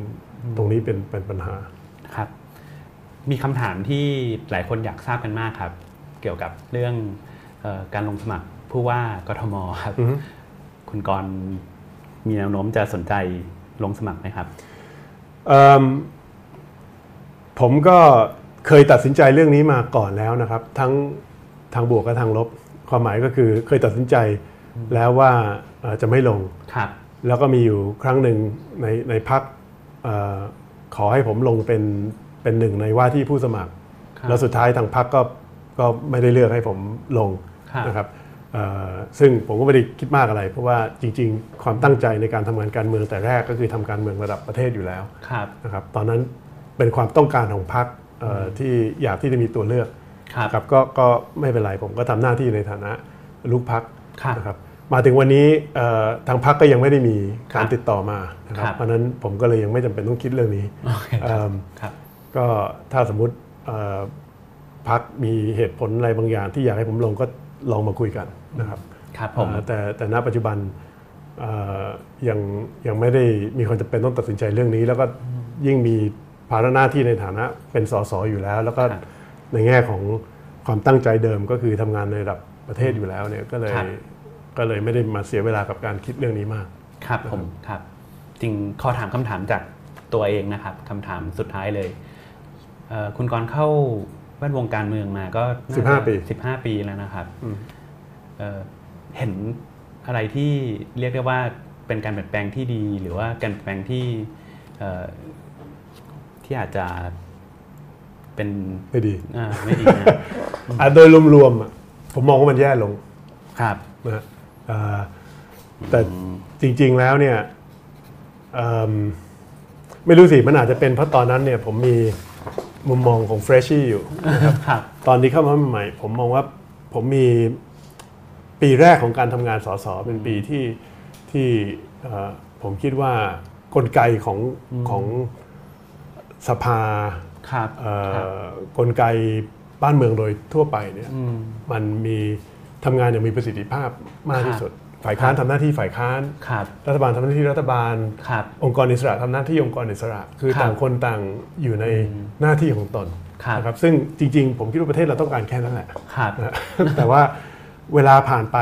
ตรงนี้เป็นเป็นปัญหา ครับ มีคำถามที่หลายคนอยากทราบกันมากครับ เกี่ยวกับเรื่องเออการลงสมัครผู้ว่ากทมครับ อือฮึ คุณกรณ์มีแนวโน้มจะสนใจลงสมัครไหมครับ เอิ่มผมก็เคยตัดสินใจเรื่องนี้มาก่อนแล้วนะครับ ทั้งทางบวกและทางลบ ความหมายก็คือเคยตัดสินใจแล้วว่าเอ่อจะไม่ลง ครับ แล้วก็มีอยู่ครั้งหนึ่งในในพักขอให้ผมลงเป็นเป็นหนึ่งในว่าที่ผู้สมัคร ครับ แล้วสุดท้ายทางพักก็ก็ไม่ได้เลือกให้ผมลง ครับ นะครับเอ่อซึ่งผมก็ไม่ได้คิดมากอะไร เพราะว่าจริง ๆ ความตั้งใจในการทำงานการเมืองแต่แรกก็คือทำการเมืองระดับประเทศอยู่แล้ว ครับ นะครับตอนนั้นเป็นความต้องการของพักที่อยากที่จะมีตัวเลือก ครับ ครับก็ก็ไม่เป็นไรผมก็ทำหน้าที่ในฐานะลูกพัก ครับ นะครับมาถึงวันนี้เอ่อทางพักก็ยังไม่ได้มีกา ค ร รับ ติดต่อมานะครั ครับ บ เพราะฉะนั้นผมก็เลยยังไม่จำเป็นต้องคิดเรื่องนี้ โอเค เอิ่ม ครับ ก็ถ้าสมมุติเอ่อพักมีเหตุผลอะไรบางอย่าง ที่อยากให้ผมลงก็ลองมาคุยกันนะครับ ครับผม เอ่อแต่แต่ณปัจจุบันเอ่อยังยังไม่ได้มีความจำเป็นต้องตัดสินใจเรื่องนี้ แล้วก็ยิ่งมีภาระหน้าที่ในฐานะเป็นสสอยู่แล้ว แล้วก็ ครับ ในแง่ของความตั้งใจเดิมก็คือทำงานในระดับประเทศอยู่แล้วเนี่ยก็เลย ครับ ก็เลยไม่ได้มาเสียเวลากับการคิดเรื่องนี้มาก ครับผมครับ จริงขอถามคำถามจากตัวเองนะครับคำถามสุดท้ายเลยเอ่อคุณกรณ์เข้าแวดวงการเมืองมาก็น่จะ สิบห้าปี สิบห้าปีแล้วนะครับเอ่อเห็นอะไรที่เรียกได้ว่าเป็นการเปลี่ยนแปลงที่ดี หรือว่าการเปลี่ยนแปลงที่เอ่อที่อาจจะเป็น ไม่ดี อ่าไม่ดีนะ อ่ะโดยรวมๆอ่ะผมมองว่ามันแย่ลง ครับ นะฮะเอ่อแต่จริงๆแล้วเนี่ยเอิ่มไม่รู้สิ มันอาจจะเป็นเพราะตอนนั้นเนี่ยผมมีมุมมองของเฟรชชี่อยู่ ครับ ตอนนี้เข้ามาใหม่ๆผมมองว่าผมมีปีแรกของการทำงานสสเป็นปีที่ที่เอ่อผมคิดว่ากลไกของของสภา ครับ เอ่อกลไกบ้านเมืองโดยทั่วไปเนี่ยมันมี ทำงานอย่างมีประสิทธิภาพมากที่สุด ฝ่ายค้านทำหน้าที่ฝ่ายค้าน ครับ รัฐบาลทำหน้าที่รัฐบาล ครับ องค์กรอิสระทำหน้าที่องค์กรอิสระ คือ ครับ ต่างคนต่างอยู่ในหน้าที่ของตน ครับ นะครับซึ่งจริงๆ ผมคิดว่าประเทศเราต้องการแค่นั้นแหละ ครับ นะ แต่ว่าเวลาผ่านไป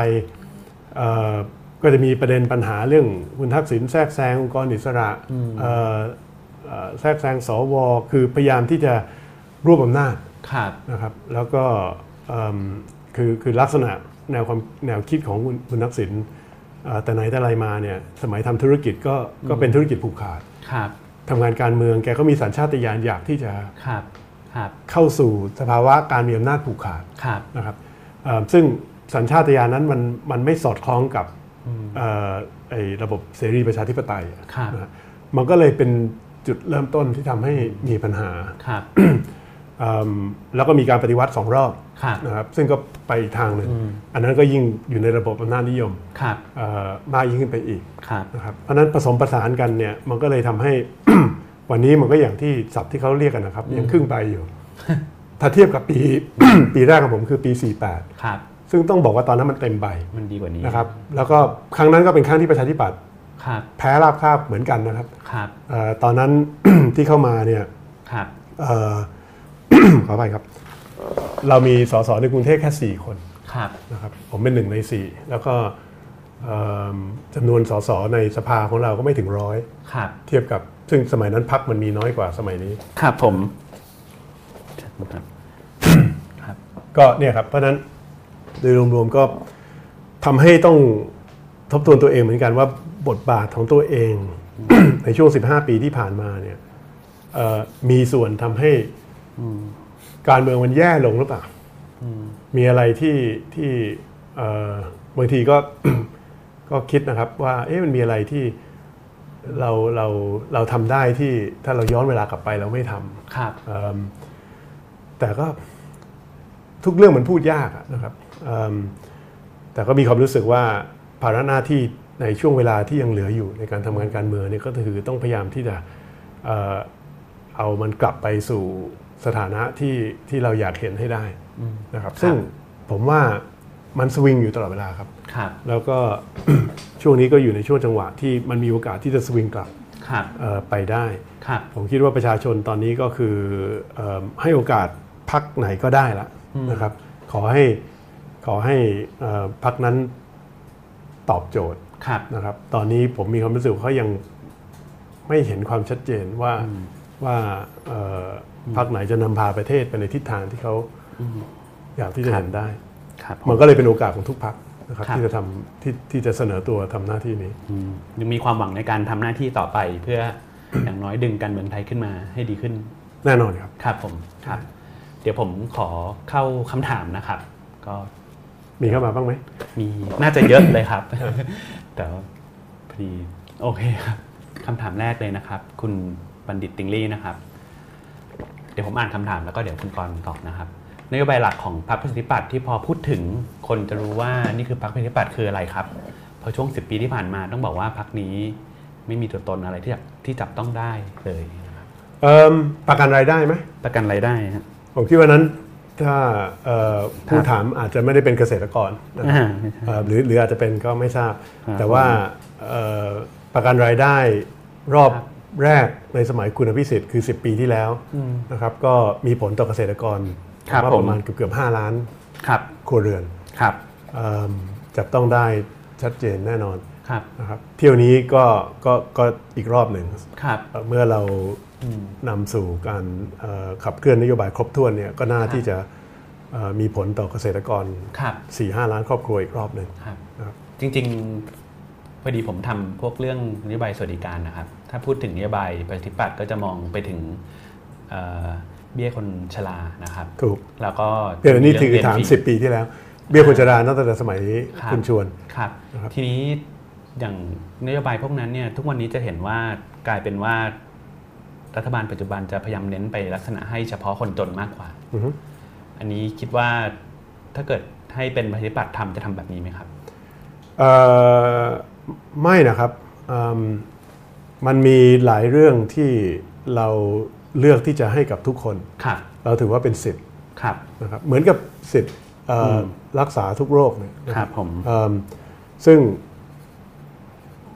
เอ่อก็จะมีประเด็นปัญหาเรื่องคุณทักษิณแทรกแซงองค์กรอิสระเอ่อเอ่อแทรกแซงสวคือพยายามที่จะรวบอำนาจ ครับ นะครับแล้วก็เอิ่มคือคือลักษณะแนวความแนวคิดของคุณคุณทักษิณเอ่อแต่ไหนแต่ไรมาเนี่ยสมัยทำธุรกิจก็ก็เป็นธุรกิจผูกขาด ครับ ทำงานการเมืองแกก็มีสัญชาตญาณอยากที่จะ ครับ ครับ เข้าสู่สภาวะการมีอำนาจผูกขาด ครับ นะครับเอ่อซึ่งสัญชาตญาณนั้นมันมันไม่สอดคล้องกับเอ่อไอ้ระบบเสรีประชาธิปไตยอะ ครับ นะฮะมันก็เลยเป็นจุดเริ่มต้นที่ทำให้มีปัญหา ครับ เอิ่มแล้วก็มีการปฏิวัติสองรอบ ครับ นะครับซึ่งก็ไปอีกทางหนึ่งอันนั้นก็ยิ่งอยู่ในระบบอำนาจนิยม ครับ เอ่อมากยิ่งขึ้นไปอีก ครับ นะครับเพราะฉะนั้นผสมผสานกันเนี่ยมันก็เลยทำให้ วันนี้มันก็อย่างที่ศัพท์ที่เขาเรียกกันนะครับยังครึ่งใบอยู่ ถ้าเทียบกับปี ปีแรกของผมคือปี 48 ครับ ซึ่งต้องบอกว่าตอนนั้นมันเต็มใบ มันดีกว่านี้ นะครับ แล้วก็ครั้งนั้นก็เป็นครั้งที่ประชาธิปัตย์ ครับ แพ้ราบคาบเหมือนกันนะครับ ครับ เออตอนนั้น ที่เข้ามาเนี่ย ครับ เอ่ อ ขออภัยครับ เรามีสสในกรุงเทพแค่ 4 คน ครับ นะครับผมเป็นหนึ่งใน 4 แล้วก็เอิ่มจำนวนสสในสภาของเราก็ไม่ถึงร้อย ครับ เทียบกับ ซึ่งสมัยนั้นพักมันมีน้อยกว่าสมัยนี้ ครับผม ครับ ครับ ก็เนี่ยครับเพราะฉะนั้นโดยรวมๆก็ทำให้ต้องทบทวนตัวเองเหมือนกันว่าบทบาทของตัวเอง ในช่วง 15 ปีที่ผ่านมาเนี่ยเอ่อมีส่วนทำให้การเมืองมันแย่ลงหรือเปล่ามีอะไรที่ที่เอ่อบางทีก็ ก็คิดนะครับว่าเอ๊ะมันมีอะไรที่เราเราเราทำได้ที่ถ้าเราย้อนเวลากลับไปเราไม่ทำ ครับ เอิ่มแต่ก็ทุกเรื่องมันพูดยากอะนะครับเอิ่มแต่ก็มีความรู้สึกว่าภาระหน้าที่ในช่วงเวลาที่ยังเหลืออยู่ในการทำงานการเมืองเนี่ยก็คือต้องพยายามที่จะเอ่อเอามันกลับไปสู่สถานะที่ที่เราอยากเห็นให้ได้นะครับ ซึ่งผมว่ามันสวิงอยู่ตลอดเวลาครับ ครับ แล้วก็ ช่วงนี้ก็อยู่ในช่วงจังหวะที่มันมีโอกาสที่จะสวิงกลับ ครับ เอ่อไปได้ ครับ ผมคิดว่าประชาชนตอนนี้ก็คือเอิ่มให้โอกาสพักไหนก็ได้ละนะครับ ขอให้ขอให้เอ่อพักนั้นตอบโจทย์ ครับ นะครับ ตอนนี้ผมมีความรู้สึกว่าเขายังไม่เห็นความชัดเจนว่าว่าเอ่ออพักไหนจะนำพาประเทศไปในทิศทางที่เขาอยากที่จะ ครับ เห็นได้ ครับผ มั ม นก็เลยเป็นโอกาสของทุกพักนะครับ ครับ ที่จะทำที่ที่จะเสนอตัวทำหน้าที่นี้ อืมยังมีความหวังในการทำหน้าที่ต่อไปเพื่อ อย่างน้อยดึงการเมืองไทยขึ้นมาให้ดีขึ้น แน่นอนครับ ครับผม ครับ เดี๋ยวผมขอเข้าคำถามนะครับ ก็ มีเข้ามาบ้างไหม มีน่าจะเยอะเลยครับ แต่ว่าพอดีโอเคครับคำถามแรกเลยนะครับ คุณบัณฑิตติงลี่นะครับ เดี๋ยวผมอ่านคำถามแล้วก็เดี๋ยวคุณกรณ์ตอบนะครับนโยบายหลักของพรรคประชาธิปัตย์ที่พอพูดถึงคนจะรู้ว่านี่คือพรรคประชาธิปัตย์คืออะไรครับเพราะช่วง 10 ปีที่ผ่านมาต้องบอกว่าพรรคนี้ไม่มีตัวตนอะไรที่จับที่จับต้องได้เลยนะครับ เอิ่มประกันรายได้ไหม ประกันรายได้ฮะ ผมคิดว่านั้นถ้าเอ่อผู้ถามอาจจะไม่ได้เป็นเกษตรกรนะครับ อ่าไม่ใช่ เอ่อหรือหรืออาจจะเป็นก็ไม่ทราบ ครับ แต่ว่าเอ่อประกันรายได้รอบ ครับ แรกในสมัยคุณอภิสิทธิ์คือ 10 ปีที่แล้วนะครับก็มีผลต่อเกษตรกร ครับ ว่า ผม ประมาณเกือบเกือบ5ล้าน ครับ ครัวเรือน ครับ เอิ่มจับต้องได้ชัดเจนแน่นอน ครับ นะครับเที่ยวนี้ก็ก็ก็อีกรอบหนึ่ง ครับ เอ่อเมื่อเรานำสู่การเอ่อขับเคลื่อนนโยบายครบถ้วนเนี่ยก็น่า ครับ ที่จะเอ่อมีผลต่อเกษตรกร ครับ 4-5 ล้านครอบครัวอีกรอบหนึ่ง ครับ ครับ จริงๆพอดีผมทำพวกเรื่องนโยบายสวัสดิการนะครับ ถ้าพูดถึงนโยบายประชาธิปัตย์ก็จะมองไปถึงเอ่อเบี้ยคนชรานะครับ ถูก แล้วก็ เดี๋ยวนี้ถือ เรื่งเรีย ถาม ฟรี 10 ปีที่แล้ว เบี้ยคนชราตั้งแต่สมัย ครับ คุณชวน ครับ นะครับ ทีนี้อย่างนโยบายพวกนั้นเนี่ยทุกวันนี้จะเห็นว่ากลายเป็นว่ารัฐบาลปัจจุบันจะพยายามเน้นไปลักษณะให้เฉพาะคนจนมากกว่า อือฮึ อันนี้คิดว่าถ้าเกิดให้เป็นประชาธิปัตย์ทำจะทำแบบนี้ไหมครับ เอ่อไม่นะครับอืมมันมีหลายเรื่องที่เราเลือกที่จะให้กับทุกคน ครับ เราถือว่าเป็นสิทธิ์ ครับ นะครับเหมือนกับสิทธิ์ เอ่ออรักษาทุกโรคเนี่ยนะ ค ค รั รั บบ ผม เอิ่มซึ่ง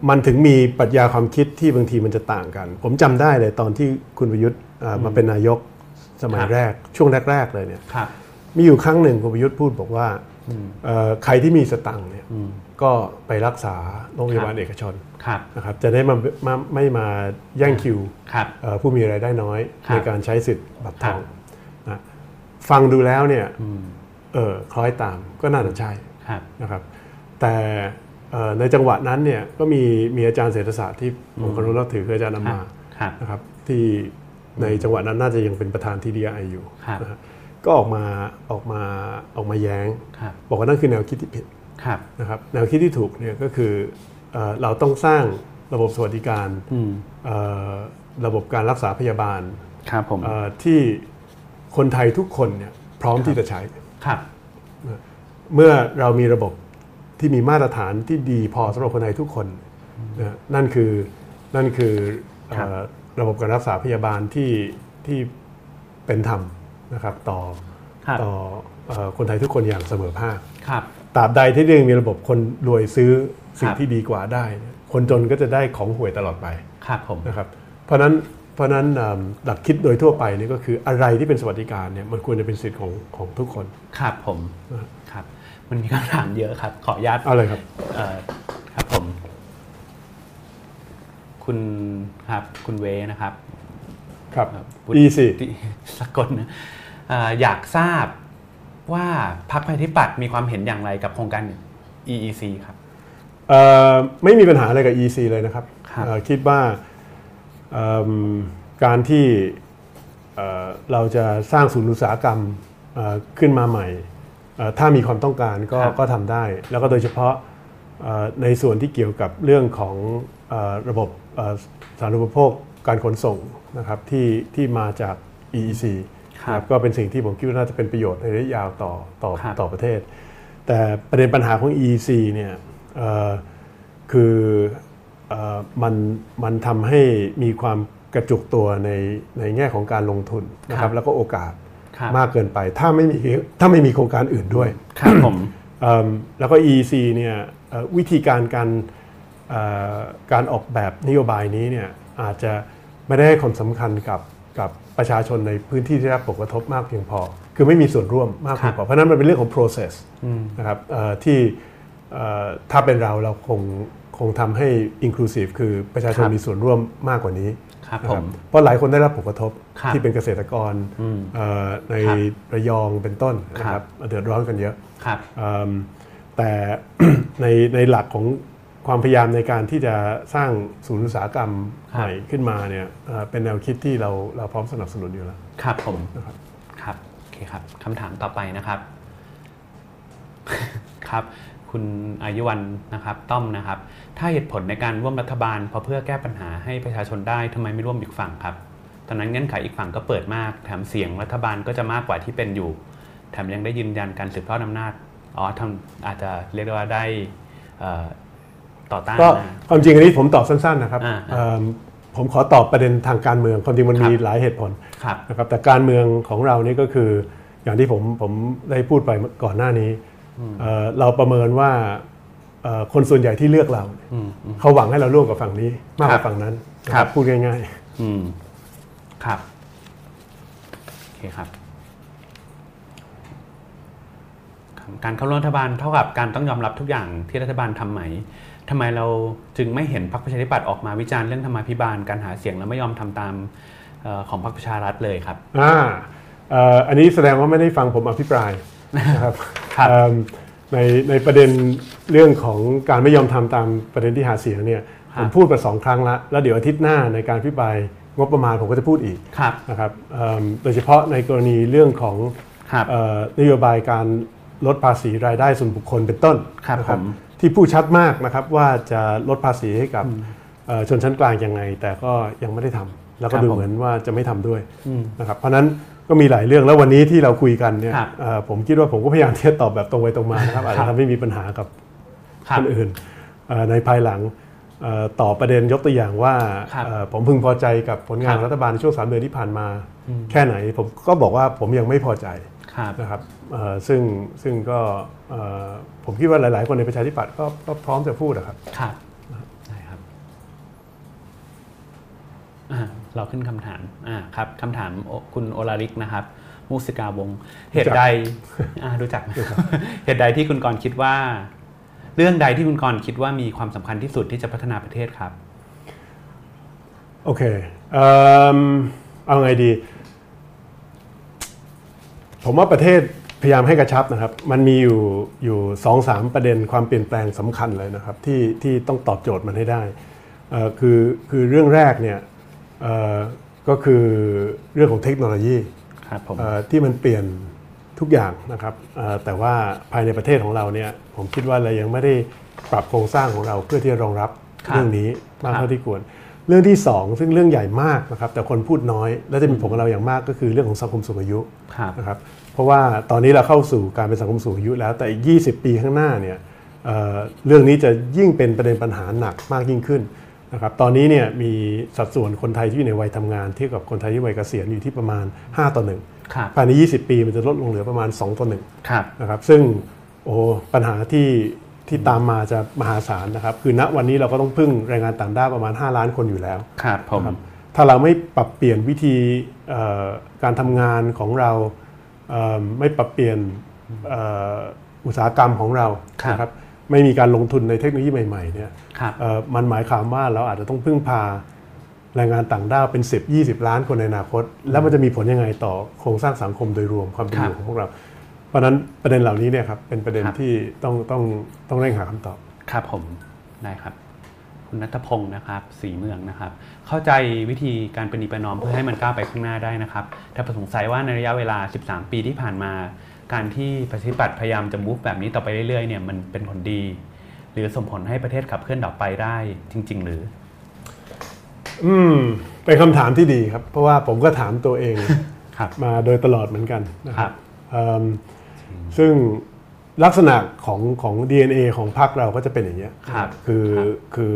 มันถึงมีปรัชญาความคิดที่บางทีมันจะต่างกัน ผมจำได้เลยตอนที่คุณประยุทธ์เอ่อมาเป็นนายกสมัยแรก ช่วงแรก ๆ เลยเนี่ย ครับ มีอยู่ครั้งหนึ่งคุณประยุทธ์พูดบอกว่า อืม เอ่อใครที่มีสตังค์เนี่ย อืม ก็ไปรักษาโรงพยาบาลเอกชน ครับ นะครับจะได้มามาไม่มาแย่งคิว ครับ เอ่อผู้มีรายได้น้อย ครับ ในการใช้สิทธิ์บัตรทอง ครับ นะฟังดูแล้วเนี่ย อืม เออคล้อยตามก็น่าจะใช่ ครับ นะครับ แต่เอ่อในจังหวะนั้นเนี่ยก็มีมีอาจารย์เศรษฐศาสตร์ที่ผมเคารพนับถือคืออาจารย์อำมาตย์ ครับ นะครับที่ในจังหวะนั้นน่าจะยังเป็นประธาน TDI อยู่ ครับ นะฮะก็ออกมาออกมาออกมาแย้ง ครับ บอกว่านั่นคือแนวคิดที่ผิด ครับ นะครับแนวคิดที่ถูกเนี่ยก็คือเออเราต้องสร้างระบบสวัสดิการ อืม เอ่อระบบการรักษาพยาบาล ครับผม เอ่อที่คนไทยทุกคนเนี่ยพร้อมที่จะใช้ ครับ เมื่อเรามีระบบที่มีมาตรฐานที่ดีพอสำหรับคนไทยทุกคนนะนั่นคือนั่นคือเอ่อ ครับ ระบบการรักษาพยาบาลที่ที่เป็นธรรมนะครับต่อ ครับ ต่อเอ่อคนไทยทุกคนอย่างเสมอภาค ครับ ตราบใดที่ยังมีระบบคนรวยซื้อสิ่ ค ง รับ ที่ดีกว่าได้เนี่ยคนจนก็จะได้ของห่วยตลอดไป ครับผม นะครับเพราะฉะนั้นเพราะฉะนั้นเอิ่มหลักคิดโดยทั่วไปนี่ก็คืออะไรที่เป็นสวัสดิการเนี่ยมันควรจะเป็นสิทธิ์ของของทุกคน ครับผมครับ มันมีคำถามเยอะครับ ขออนุญาต เอาเลยครับ เอ่อครับผม คุณครับคุณเวนะครับ ครับ ครับ ดีสิ ที่สกลนะเอ่ออยากทราบว่าพรรคประชาธิปัตย์มีความเห็นอย่างไรกับโครงการ EEC ครับ เอ่อไม่มีปัญหาอะไรกับ EC เลยนะครับ ครับ เอ่อคิดว่าเอิ่มการที่เอ่อเราจะสร้างศูนย์อุตสาหกรรมเอ่อขึ้นมาใหม่เอ่อถ้ามีความต้องการก็ก็ทำได้ แล้วก็โดยเฉพาะเอ่อในส่วนที่เกี่ยวกับเรื่องของเอ่อระบบเอ่อสาธารณูปโภคการขนส่งนะครับที่ที่มาจาก EEC ครับ ก็เป็นสิ่งที่ผมคิดว่าน่าจะเป็นประโยชน์ในระยะยาวต่อต่อ ครับ ต่อประเทศ แต่ประเด็นปัญหาของ EEC เนี่ยเอ่อคือเอ่อมันมันทำให้มีความกระจุกตัวในในแง่ของการลงทุนนะค ครั รับบ แล้วก็โอกาส ครับ มากเกินไป ถ้าไม่มีถ้าไม่มีโครงการอื่นด้วย ครับผม เอิ่มแล้วก็ EEC เนี่ยเอ่อวิธีการการเอ่อการออกแบบนโยบายนี้เนี่ยอาจจะไม่ได้ให้ความสำคัญกับกับประชาชนในพื้นที่ที่ได้รับผลกระทบมากเพียงพอ คือไม่มีส่วนร่วมมากเพียงพอเพราะฉะนั้นมันเป็นเรื่องของ process อืม นะครับเอ่อที่เอ่อถ้าเป็นเราเราคงคงทำให้ inclusive คือประชาชน ครับ มีส่วนร่วมมากกว่านี้ ครับ นะ ผ ครั ม บเพราะหลายคนได้รับผลกระทบ ครับ ที่เป็นเกษตรกร อืม เอ่อใน ครับ ระยองเป็นต้นนะคครั รับ บเดือดร้อนกันเยอะ ครับ เอิ่มแต่ ในในหลักของความพยายามในการที่จะสร้างศูนย์อุตสาหกรรมใหม่ขึ้นมาเนี่ยเอ่อเป็นแนวคิดที่เราเราพร้อมสนับสนุนอยู่แล้ว ครับผม นะครับ ครับโอเคครับคำถามต่อไปนะครับ ครับ คุณอายุวันนะครับต้อมนะครับ ถ้าเหตุผลในการร่วมรัฐบาลเพอเพื่อแก้ปัญหาให้ประชาชนได้ทำไมไม่ร่วมอีกฝั่งครับ ตอนนั้นเงื่อนไขอีกฝั่งก็เปิดมาก แถมเสียงรัฐบาลก็จะมากกว่าที่เป็นอยู่ แถมยังได้ยืนยันการสืบทอดอำนาจอ๋อทำอาจจะเรียกได้ว่าได้เอ่อต่อต้าน ก็ นะ ความจริงอันนี้ผมตอบสั้นๆนะครับ อ่าๆ เอิ่มผมขอตอบประเด็นทางการเมืองความจริงมันมี ครับ หลายเหตุผล ครับ นะครับแต่การเมืองของเรานี่ก็คืออย่างที่ผมผมได้พูดไปก่อนหน้านี้เอ่อเราประเมินว่าเอ่อคนส่วนใหญ่ที่เลือกเราเนี่ย อืมอืม เขาหวังให้เราร่วมกับฝั่งนี้มากก ครั ว่า บ ฝั่งนั้น ครับ พูดง่าย อืม ครับ โอเคครับครับ การเข้าร่วมรัฐบาลเท่ากับการต้องยอมรับทุกอย่างที่รัฐบาลทำไหมทำไมเราจึงไม่เห็นพรรคประชาธิปัตย์ออกมาวิจารณ์เรื่องธรรมาภิบาลการหาเสียงและไม่ยอมทำตามเอ่อของพรรคประชารัฐเลยครับ ๆอ่าเอ่ออันนี้แสดงว่าไม่ได้ฟังผมอภิป รายนะครับ ครับ เอิ่มในในประเด็นเรื่องของการไม่ยอมทำตามประเด็นที่หาเสียงเนี่ย ครับผมพูดไปสองครั้งละแล้วเดี๋ยวอาทิตย์หน้าในการอภิปรายงบประมาณผมก็จะพูดอีก ครับ นะครับเอิ่มโดยเฉพาะในกรณีเรื่องของ ครับ เอ่อนโยบายการลดภาษีรายได้ส่วนบุคคลเป็นต้น ครับ นะ ผม ที่พูดชัดมากนะครับว่าจะลดภาษีให้กับเอ่อชนชั้นกลางยังไง แต่ก็ยังไม่ได้ทำแล้วก็ดูเหมือนว่าจะไม่ทำด้วย อืม นะครับเพราะฉะนั้นก็มีหลายเรื่องแล้ววันนี้ที่เราคุยกันเนี่ย ครับ เอ่อผมคิดว่าผมก็พยายามที่จะตอบแบบตรงไปตรงมานะครับอาจจะทำให้มีปัญหากับ ครับ คนอื่นเอ่อในภายหลังเอ่อต่อประเด็นยกตัวอย่างว่า ครับ เอ่อผมพึงพอใจกับผลงาน ครับ รัฐบาลในช่วงสามเดือนที่ผ่านมา แค่ไหนผมก็บอกว่าผมยังไม่พอใจ ครับ นะครับเอ่อซึ่งซึ่งก็เอ่อผมคิดว่าหลาย ๆ คนในประชาธิปัตย์ก็ก็พร้อมจะพูดอะครับ ครับได้ครับอ่าเราขึ้นคำถามอ่าครับคำถามโอคุณโอลาริกนะครับ มูสิกาวงศ์เหตุใดอ่ารู้จักไหม เหตุใดที่คุณกรณ์คิดว่า เรื่องใดที่คุณกรณ์คิดว่ามีความสำคัญที่สุดที่จะพัฒนาประเทศครับ โอเคเอิ่มเอาไงดี ผมว่าประเทศพยายามให้กระชับนะครับ มันมีอยู่อยู่สองสามประเด็นความเปลี่ยนแปลงสำคัญเลยนะครับที่ที่ต้องตอบโจทย์มันให้ได้เอ่อคือคือเรื่องแรกเนี่ยเอ่อก็คือเรื่องของเทคโนโลยี ครับผม เอ่อที่มันเปลี่ยนทุกอย่างนะครับเอ่อแต่ว่าภายในประเทศของเราเนี่ยผมคิดว่าเรายังไม่ได้ปรับโครงสร้างของเราเพื่อที่จะรองรับ ครับ เรื่องนี้มาคกรับ เท่าที่ควร เรื่องที่สองซึ่งเรื่องใหญ่มากนะครับแต่คนพูดน้อย และจะมีผลกับเราอย่างมากก็คือเรื่องของสังคมสูงอายุ ครับ นะครับเพราะว่าตอนนี้เราเข้าสู่การเป็นสังคมสูงอายุแล้วแต่อีก 20 ปีข้างหน้าเนี่ยเอ่อเรื่องนี้จะยิ่งเป็นประเด็นปัญหาหนักมากยิ่งขึ้นนะครับตอนนี้เนี่ยมีสัดส่วนคนไทยที่อยู่ในวัยทำงานเทียบกับคนไทยที่วัยเกษียณอยู่ที่ประมาณ 5 ต่อหนึ่ง ครับ ภายใน 20 ปีมันจะลดลงเหลือประมาณ 2 ต่อ 1 ครับ นะครับ ซึ่งโอ้โหปัญหาที่ที่ตามมาจะมหาศาลนะครับ คือณวันนี้เราก็ต้องพึ่งแรงงานต่างด้าวประมาณ 5 ล้านคนอยู่แล้ว ครับผม ครับ ถ้าเราไม่ปรับเปลี่ยนวิธีเอ่อการทำงานของเราเอ่อไม่ปรับเปลี่ยนเอ่ออุตสาหกรรมของเรา ครับ นะครับ ไม่มีการลงทุนในเทคโนโลยีใหม่ๆเนี่ย ครับ เอ่อมันหมายความว่าเราอาจจะต้องพึ่งพาแรงงานต่างด้าวเป็น 10 20 ล้านคนในอนาคต แล้วมันจะมีผลยังไงต่อโครงสร้างสังคมโดยรวมความเป็นอยู่ ครับ ของพวกเรา เพราะฉะนั้นประเด็นเหล่านี้เนี่ยครับเป็นประเด็น ครับ ที่ต้องต้องต้องเร่งหาคำตอบ ครับผม ได้ครับ คุณนัทพงศ์นะครับ สีเมืองนะครับ เข้าใจวิธีการประนีประนอมเพื่อให้มันก้าวไปข้างหน้าได้นะครับ แต่ผมสงสัยว่าในระยะเวลา 13 ปีที่ผ่านมา การที่ประชาธิปัตย์พยายามจะมุฟแบบนี้ต่อไปเรื่อยๆ เนี่ย มันเป็นผลดี หรือส่งผลให้ประเทศขับเคลื่อนต่อไปได้จริง ๆ หรือ อืมเป็นคำถามที่ดีครับ เพราะว่าผมก็ถามตัวเอง ครับ มาโดยตลอดเหมือนกันนะค ครั รับบ เอิ่มซึ่งลักษณะของของ DNA ของพรรคเราก็จะเป็นอย่างเงี้ย ครับ คือคือ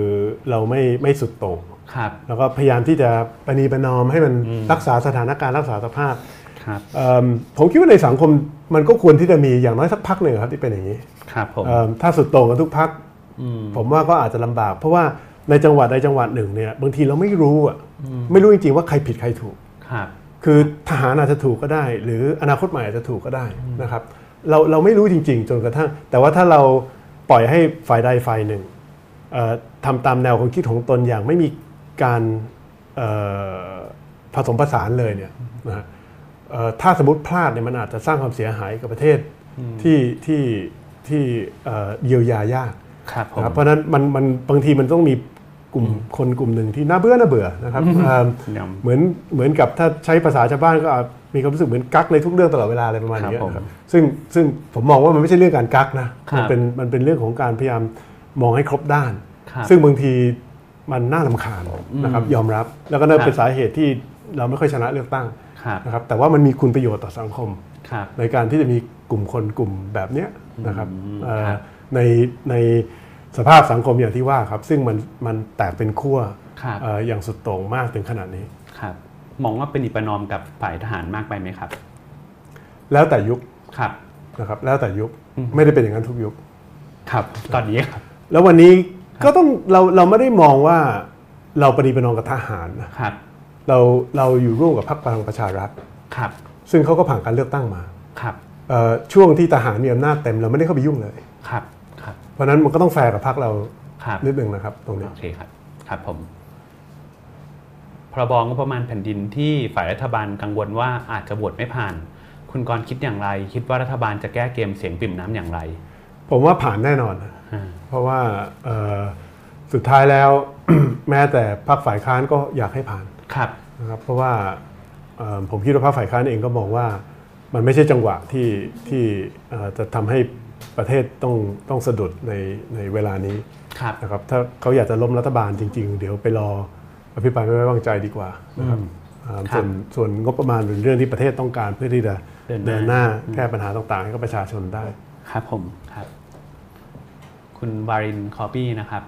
เราไม่ไม่สุดโต่ง ครับ แล้วก็พยายามที่จะประนีประนอมให้มันรักษาสถานการณ์รักษาสภาพ ครับ เอิ่มผมคิดว่าในสังคมมันก็ควรที่จะมีอย่างน้อยสักพักหนึ่งครับที่เป็นอย่างนี้ ครับผม เอิ่มถ้าสุดโต่งกันทุกพัก อืม ผมว่าก็อาจจะลำบาก เพราะว่าในจังหวัดใดจังหวัดหนึ่งเนี่ยบางทีเราไม่รู้อะไม่รู้จริงๆว่าใครผิดใครถูก ครับ คือทหารอาจจะถูกก็ได้ หรืออนาคตใหม่อาจจะถูกก็ได้นะครับเราเราไม่รู้จริง ๆ จนกระทั่ง แต่ว่าถ้าเราปล่อยให้ฝ่ายใดฝ่ายหนึ่งเอ่อทำตามแนวความคิดของตนอย่างไม่มีการเอ่อผสมผสานเลยเนี่ยนะฮะเอ่อถ้าสมมติพลาดเนี่ยมันอาจจะสร้างความเสียหายกับประเทศที่ที่ที่เอ่อเยียวยายาก ครับผม นะครับเพราะฉะนั้นมันมันบางทีมันต้องมีกลุ่มคนกลุ่มหนึ่งที่น่าเบื่อน่าเบื่อนะครับเอิ่ม เหมือนเหมือนกับถ้าใช้ภาษาชาวบ้านก็อาจมีความรู้สึกเหมือนกักในทุกเรื่องตลอดเวลาอะไรประมาณคนี้รับผม นะครับซึ่งซึ่งผมมองว่ามันไม่ใช่เรื่องการกักนะ ครั มั บ เป็นมันเป็นเรื่องของการพยายามมองให้ครบด้าน ครับ ซึ่งบางทีมันน่าลำคาญนะครับยอมรับ แล้วก็คน่ารับ เป็นสาเหตุที่เราไม่ค่อยชนะเลือกตั้ง ครับ นะครับแต่ว่ามันมีคุณประโยชน์ต่อสังคม ครับ ในการที่จะมีกลุ่มคนกลุ่มแบบเนี้ยนะครับ อืม เอ่อ ครับ ในในสภาพสังคมอย่างที่ว่าครับ ซึ่งมันมันแตกเป็นขั้ว ครับ เอ่ออย่างสุดโต่งมากถึงขนาดนี้ ครับ มองว่าเป็นอิประนอมกับฝ่ายทหารมากไปไหมครับ แล้วแต่ยุค ครับ นะครับแล้วแต่ยุคไม่ได้เป็นอย่างนั้นทุกยุค ครับ ตอนนี้ครับ แล้ววันนี้ก็ต้องเราเราไม่ได้มองว่าเราปฏิบัตินองกับทหารนะครับ เราเราอยู่ร่วมกับพรรคพลังประชารัฐ ครับ ซึ่งเขาก็ผ่านการเลือกตั้งมา ครับ เอ่อช่วงที่ทหารมีอำนาจเต็มเราไม่ได้เข้าไปยุ่งเลย ครับ ครับ เพราะฉะนั้นมันก็ต้องแฟร์กับพรรคเรา ครับ นิดหนึ่งนะครับตรงนี้ โอเคครับ ครับผม พรบงบประมาณแผ่นดินที่ฝ่ายรัฐบาลกังวลว่าอาจจะโหวตไม่ผ่าน คุณกรณ์คิดอย่างไร คิดว่ารัฐบาลจะแก้เกมเสียงปริ่มน้ำอย่างไร ผมว่าผ่านแน่นอนนะ อ่า เพราะว่าเอ่อสุดท้ายแล้ว แม้แต่พรรคฝ่ายค้านก็อยากให้ผ่าน ครับ นะครับเพราะว่าเอ่อผมคิดว่าภาคฝ่ายค้านเองก็มองว่ามันไม่ใช่จังหวะที่ที่เอ่อจะทำให้ประเทศต้องต้องสะดุดในในเวลานี้ ครับ นะครับถ้าเขาอยากจะล้มรัฐบาลจริง ๆ เดี๋ยวไปรออภิปรายไม่ไว้วางใจดีกว่านะครับเอ่อ ครั ส่ บ วนส่วนงบประมาณเป็นเรื่องที่ประเทศต้องการเพื่อที่จะ เดินหน้า เดินหน้าแก้ปัญหาต่างๆ ให้กับประชาชนได้ ครับผม ครับ คุณวารินคอปี้นะครับ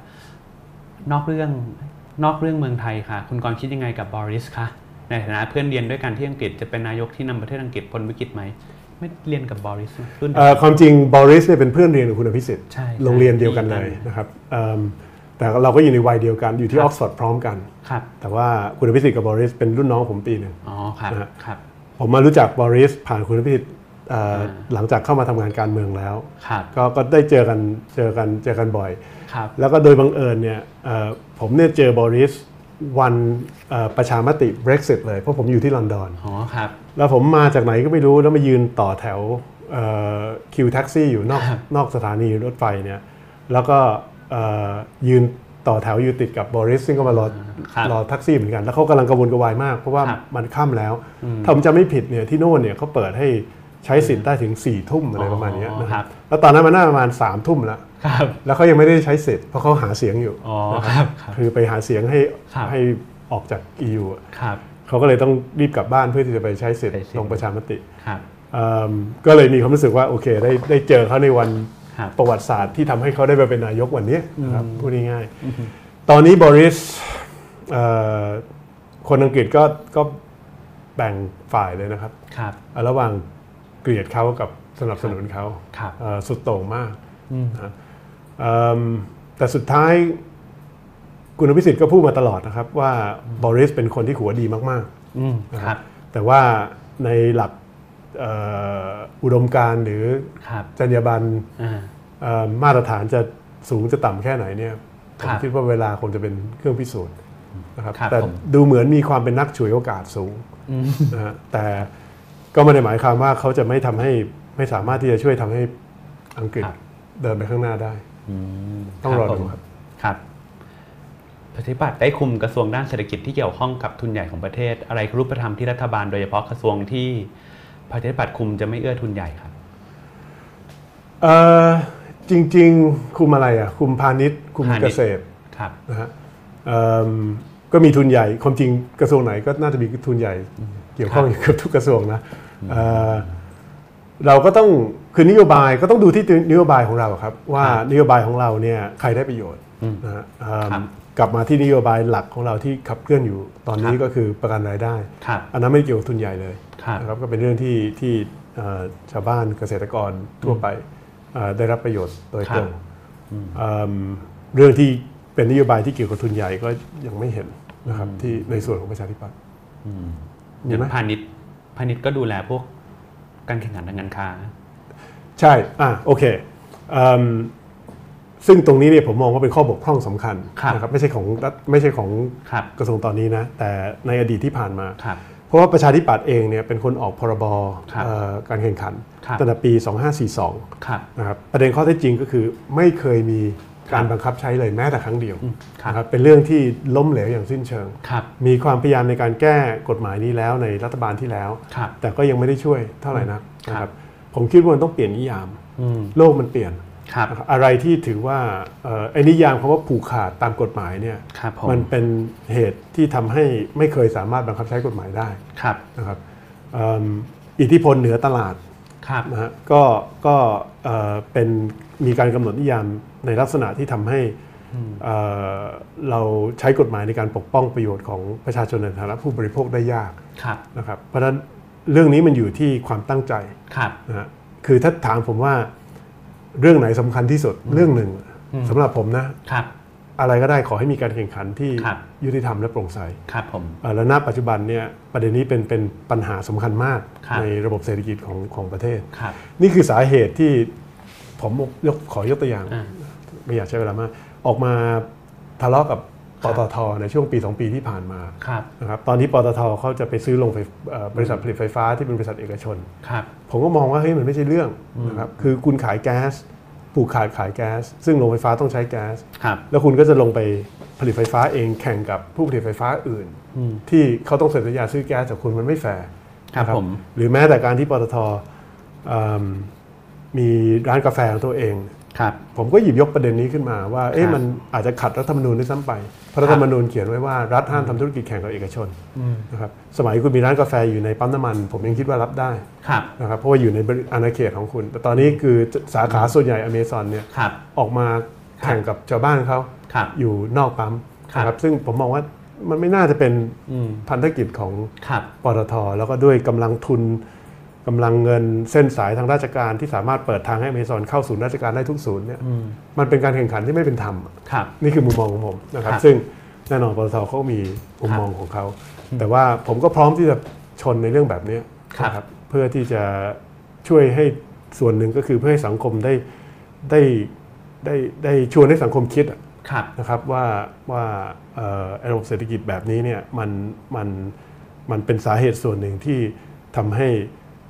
นอกเรื่อง นอกเรื่องเมืองไทยค่ะ คุณกรณ์คิดยังไงกับบอริสคะ ในฐานะเพื่อนเรียนด้วยกันที่อังกฤษจะเป็นนายกที่นำประเทศอังกฤษพ้นวิกฤตไหม ไม่เรียนกับบอริสไหมรุ่นเดียว เอ่ กั อน ความจริงบอริสเนี่ยเป็นเพื่อนเรียนของคุณอภิสิทธิ์ ใช่ โรงเรียนเดียวกันเลย ใช่ นะครับเอิ่มแต่เราก็อยู่ในวัยเดียวกันอยู่ที่ ค อ รับ อกซฟอร์ดพร้อมกัน ครับ แต่ว่าคุณอภิสิทธิ์กับบอริสเป็นรุ่นน้องผมปีหนึ่ง อ๋อครับ นะฮะ ครับ ผมมารู้จักบอริสผ่านคุณอภิสิทธิ์เอ่ออา หลังจากเข้ามาทำงานการเมืองแล้ว ครับ ก็ก็ได้เจอกันเจอกันเจอกันบ่อย ครับ แล้วก็โดยบังเอิญเนี่ยเอ่อผมเนี่ยเจอบอริสวันเอ่อประชามติ Brexit เลยเพราะผมอยู่ที่ลอนดอน อ๋อครับ แล้วผมมาจากไหนก็ไม่รู้แล้วมายืนต่อแถวเอ่อคิวแท็กซี่อยู่นอก ครับ นอกสถานีรถไฟเนี่ยแล้วก็เอ่อยืนต่อแถวอยู่ติดกับบอริสซึ่งก็มารอ ครับ รอแท็กซี่เหมือนกัน แล้วเขากำลังกระวนกระวายมาก เพราะว่า ครับ มันค่ำแล้วถ้าผมจำไม่ผิดเนี่ยที่โน่นเนี่ยเขาเปิดให้ใช้สิทธิ์ได้ถึง4ี่ทุ่มอะไรประมาณเนี้ย อ๋อ นะ ค ค รั รับ บแล้วตอนนั้นมันน่าประมาณ3ามทุ่มละ ครับ แล้วเขายังไม่ได้ใช้สิทธิ์เพราะเขาหาเสียงอยู่ อ๋อครับครับ คือไปหาเสียงให้ ครับ ให้ออกจาก EU อะ ครับ เขาก็เลยต้องรีบกลับบ้านเพื่อที่จะไปใช้สิทธิ์ ใช้สิทธิ์ ลงประชามติ ครับ เอิ่มก็เลยมีความรู้สึกว่าโอเคได้ได้เจอเขาในวัน ครับ ประวัติศาสตร์ที่ทำให้เขาได้ไปเป็นนายกวันนี้นะครับพูดง่ายๆตอนนี้บริสเอ่อคนอังกฤษก็ก็แบ่งฝ่ายเลยนะครับ ครับ ระหว่างเกลียดเขากับสนับสนุนเขา ครับ เอ่อสุดโต่งมาก อืม เอิ่มแต่สุดท้ายคุณอภิสิทธิ์ก็พูดมาตลอดนะครับว่าบอริสเป็นคนที่หัวดีมาก อืมครับ ๆ แต่ว่าในหลักเอ่ออุดมการณ์หรือ ครับ จรรยาบรรณ อ่า เอ่อมาตรฐานจะสูงจะต่ำแค่ไหนเนี่ยผ ครั ม บ คิดว่าเวลาคงจะเป็นเครื่องพิสูจน์นะครับ ครับ แต่ ผม ดูเหมือนมีความเป็นนักฉวยโอกาสสูง อืม นะฮะแต่ก็ไม่ได้หมายความว่าเขาจะไม่ทำให้ไม่สามารถที่จะช่วยทำให้อังกฤษเดินไปข้างหน้าได้ อืม ต้องรอ คบ ดู ผม ครับ ครับประชาธิปัตย์ได้คุมกระทรวงด้านเศรษฐกิจที่เกี่ยวข้องกับทุนใหญ่ของประเทศ อะไรคือรูปธรรมที่รัฐบาลโดยเฉพาะกระทรวงที่ประชาธิปัตย์คุมจะไม่เอื้อทุนใหญ่ครับ เออจริงๆ คุมอะไรอ่ะ คุมพาณิชย์ คุม พาณิชย์ เกษตร ครับ นะฮะเอิ่มก็มีทุนใหญ่ความจริงกระทรวงไหนก็น่าจะมีทุนใหญ่เกี่ยวข้องอยู่กับทุกกระทรวงนะเอ่อเราก็ต้องคือนโยบายก็ต้องดูที่นโยบายของเราครับ ว่า ครับ นโยบายของเราเนี่ยใครได้ประโยชน์ อืม นะฮะเอิ่ม ครับ กลับมาที่นโยบายหลักของเราที่ขับเคลื่อนอยู่ตอนคนี้รับ ก็คือประกันรายได้ ครับ อันนั้นไม่เกี่ยวกับทุนใหญ่เลย ครับ นะครับก็เป็นเรื่องที่ที่เอ่อชาวบ้านเกษตรกรทั่วไปเอ่อได้รับประโยชน์โดยตรงเอิ่มเรื่องที่เป็นนโยบายที่เกี่ยวกับทุนใหญ่ก็ยังไม่เห็นนะครับที่ในส่วนของประชาธิปัตย์มี เดี๋ยว ไหม พาณิชย์พาณิชย์ก็ดูแลพวกการแข่งขันทางการค้า ใช่อ่ะโอเคเอิ่มซึ่งตรงนี้เนี่ยผมมองว่าเป็นข้อบกพร่องสำคัญ ครับ นะครับไม่ใช่ของรัฐไม่ใช่ของ ครับ กระทรวงตอนนี้นะแต่ในอดีตที่ผ่านมา ครับ เพราะว่าประชาธิปัตย์เองเนี่ยเป็นคนออกพรบ ครับ เอ่อการแข่งขัน ครับ ตั้งแต่ปี 2542 ครับ นะครับประเด็นข้อเท็จจริงก็คือไม่เคยมีการบังคับใช้เลยแม้แต่ครั้งเดียว อืมค นะค รั รั บบ เป็นเรื่องที่ล้มเหลวอย่างสิ้นเชิง ครับ มีความพยายามในการแก้กฎหมายนี้แล้วในรัฐบาลที่แล้ว ครับ แต่ก็ยังไม่ได้ช่วยเท่าไหร่นักนะคครั รับบ ผมคิดว่ามันต้องเปลี่ยนนิยาม อืม โลกมันเปลี่ยน ครับ นะครับอะไรที่ถือว่าเอ่อไอ้นิยามคำว่าผูกขาดตามกฎหมายเนี่ย ครับผม มันเป็นเหตุที่ทำให้ไม่เคยสามารถบังคับใช้กฎหมายได้ ครับ นะครับเอิ่มอิทธิพลเหนือตลาด ครับ นะฮะก็ก็เอ่อเป็นมีการกำหนดนิยามในลักษณะที่ทำให้เอ่อเราใช้กฎหมายในการปกป้องประโยชน์ของประชาชนในฐานะผู้บริโภคได้ยาก ครับ นะครับเพราะฉะนั้นเรื่องนี้มันอยู่ที่ความตั้งใจ ครับ นะฮะคือถ้าถามผมว่าเรื่องไหนสำคัญที่สุดเรื่องหนึ่งสำหรับผมนะครับ อะไรก็ได้ขอให้มีการแข่งขันที่ ครับ ยุติธรรมและโปร่งใส ครับผม เอ่อและณปัจจุบันเนี่ยประเด็นนี้เป็นเป็นปัญหาสำคัญมาก ครับ ในระบบเศรษฐกิจของของประเทศ ครับ นี่คือสาเหตุที่ผมยกขอยกตัวอย่าง อ่า ไม่อยากใช้เวลามาก ออกมาทะเลาะกับ ค ป รับ ตทในช่วงปี 2 ปีที่ผ่านมา ครับ นะครับตอนนี้ปตทเขาจะไปซื้อลงไฟเอ่อบริษัทผลิตไฟฟ้าที่เป็นบริษัทเอกชน ครับ ผมก็มองว่าเฮ้ยมันไม่ใช่เรื่องนะครับคือคุณขายแก๊สปลูกขาดขายแก๊ส ซึ่งโรงไฟฟ้าต้องใช้แก๊ส ครับ แล้วคุณก็จะลงไปผลิตไฟฟ้าเองแข่งกับผู้ผลิตไฟฟ้าอื่น อืม ที่เขาต้องเซ็นสัญญาซื้อแก๊สจากคุณมันไม่แฟร์ ครับ นะ ผม หรือแม้แต่การที่ปตทเอิ่มมีร้านกาแฟของตัวเอง ครับ ผมก็หยิบยกประเด็นนี้ขึ้นมาว่า ค เอ๊ะ รับ มันอาจจะขัดรัฐธรรมนูญด้วยซ้ำไปเพราะรัฐธรรมนูญเขียนไว้ว่ารัฐห้ามทำธุรกิจแข่งกับเอกชน อืม นะครับสมัยคุณมีร้านกาแฟอยู่ในปั๊มน้ำมัน ผมยังคิดว่ารับได้ ครับ นะครับเพราะว่าอยู่ในบริอาณาเขตของคุณ แต่ตอนนี้คือสาขาส่วนใหญ่อเมซอนเนี่ย ครับ ออกมาแข่งกับชาวบ้านเขา ครับ อยู่นอกปั๊ม ครับ นะครับซึ่งผมมองว่ามันไม่น่าจะเป็น อืม พันธกิจของ ครับ ปตทแล้วก็ด้วยกำลังทุน กำลังเงินเส้นสายทางราชการที่สามารถเปิดทางให้อเมซอนเข้าศูนย์ราชการได้ทุกศูนย์เนี่ย อืม มันเป็นการแข่งขันที่ไม่เป็นธรรม ครับ นี่คือมุมมองของผมนะครับ ครับ ซึ่งแน่นอนปตทเขาก็มีมุม ครับ มองของเขา แต่ว่าผมก็พร้อมที่จะชนในเรื่องแบบนี้ ครับ นะเพื่อที่จะช่วยให้ส่วนหนึ่งก็คือเพื่อให้สังคมได้ได้ได้ได้ชวนให้สังคมคิดอะ ครับ นะครับว่าว่าเอ่อระบบเศรษฐกิจแบบนี้เนี่ยมันมันมันเป็นสาเหตุส่วนหนึ่งที่ทำให้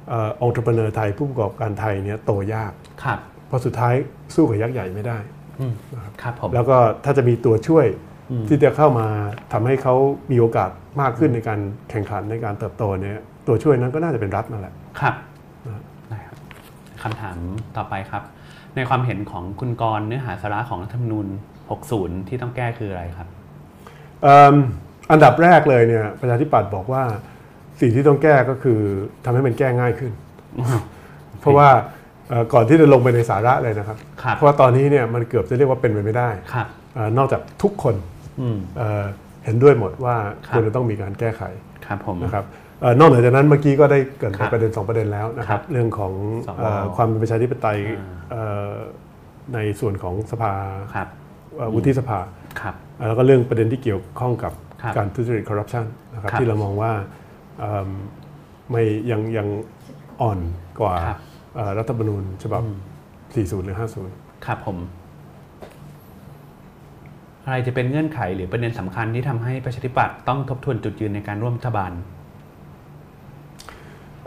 เองค์ประกอบไทยผู้ประกอบการไทยเนี่ยโตยาก ครับ เพราะสุดท้ายสู้กับยักษ์ใหญ่ไม่ได้ อืมครับผม แล้วก็ถ้าจะมีตัวช่วย อืม ที่จะเข้ามาทำให้เขามีโอกาสมากขึ้นในการแข่งขันในการเติบโตเนี่ยตัวช่วยนั้นก็น่าจะเป็นรัฐนั่นแหละ ครับได้ครับคำถามต่อไปครับ ในความเห็นของคุณกรณ์เนื้อหาสาระของรัฐธรรมนูญ 60 ที่ต้องแก้คืออะไรครับ เอิ่มอันดับแรกเลยเนี่ยประชาธิปัตย์บอกว่าสิ่งที่ต้องแก้ก็คือทำให้มันแก้ง่ายขึ้น เพราะว่าเอ่อก่อนที่จะลงไปในสาระเลยนะครับ ครับ เพราะว่าตอนนี้เนี่ยมันเกือบจะเรียกว่าเป็นไปไม่ได้ ครับ เอ่อนอกจากทุกคน อืม เอ่อเห็นด้วยหมดว่า ค ครับ วรจะต้องมีการแก้ไข ครับผม นะครับเอ่อนอกเหนือจากนั้นเมื่อกี้ก็ได้เกริด ครับ ประเด็น 2 ประเด็นแล้วนะคครัรับ บ เรื่องของ สว เอ่อความเป็นประชาธิปไตย อ่า เอ่อในส่วนของสภา ครับ เอ่อวุฒิสภา ครับ แล้วก็เรื่องประเด็นที่เกี่ยวข้องกับ ครับ การทุจริตคอร์รัปชันนะครับ ครับ ที่เรามองว่าเอิ่มไม่ยังยังอ่อนกว่า ครับ เอ่อรัฐธรรมนูญฉบับ 40 หรือ 50 ครับผม อะไรจะเป็นเงื่อนไขหรือประเด็นสำคัญที่ทำให้ประชาธิปัตย์ต้องทบทวนจุดยืนในการร่วมรัฐบาล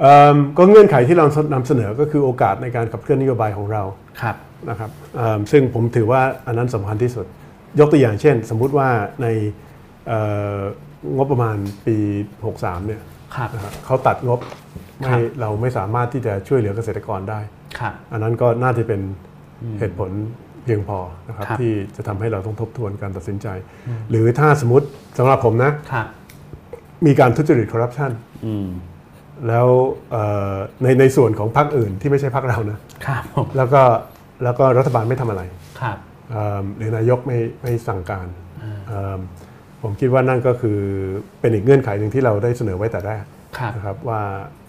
เอิ่มก็เงื่อนไขที่เรานำเสนอก็คือโอกาสในการขับเคลื่อนนโยบายของเรา ครับ นะครับเอิ่มซึ่งผมถือว่าอันนั้นสำคัญที่สุด ยกตัวอย่างเช่น สมมุติว่าในเอ่องบประมาณปี 63เนี่ย ครับ นะครับเขาตัดงบ ครั ไม่ บ เราไม่สามารถที่จะช่วยเหลือเกษตรกรได้ ครับ อันนั้นก็น่าจะเป็นเหตุผลเพียงพอนะครับ ครับ ที่จะทำให้เราต้องทบทวนการตัดสินใจ หรือถ้าสมมติสำหรับผมนะครับ มีการทุจริตคอร์รัปชัน อืม แล้วเอ่อในในส่วนของพรรคอื่นที่ไม่ใช่พรรคเรานะครับ ผม แล้วก็แล้วก็รัฐบาลไม่ทำอะไร ครับ เอิ่มหรือนายกไม่ไม่สั่งการ อ่า เอิ่มผมคิดว่านั่นก็คือเป็นอีกเงื่อนไขหนึ่งที่เราได้เสนอไว้แต่แรก ครับ นะครับว่า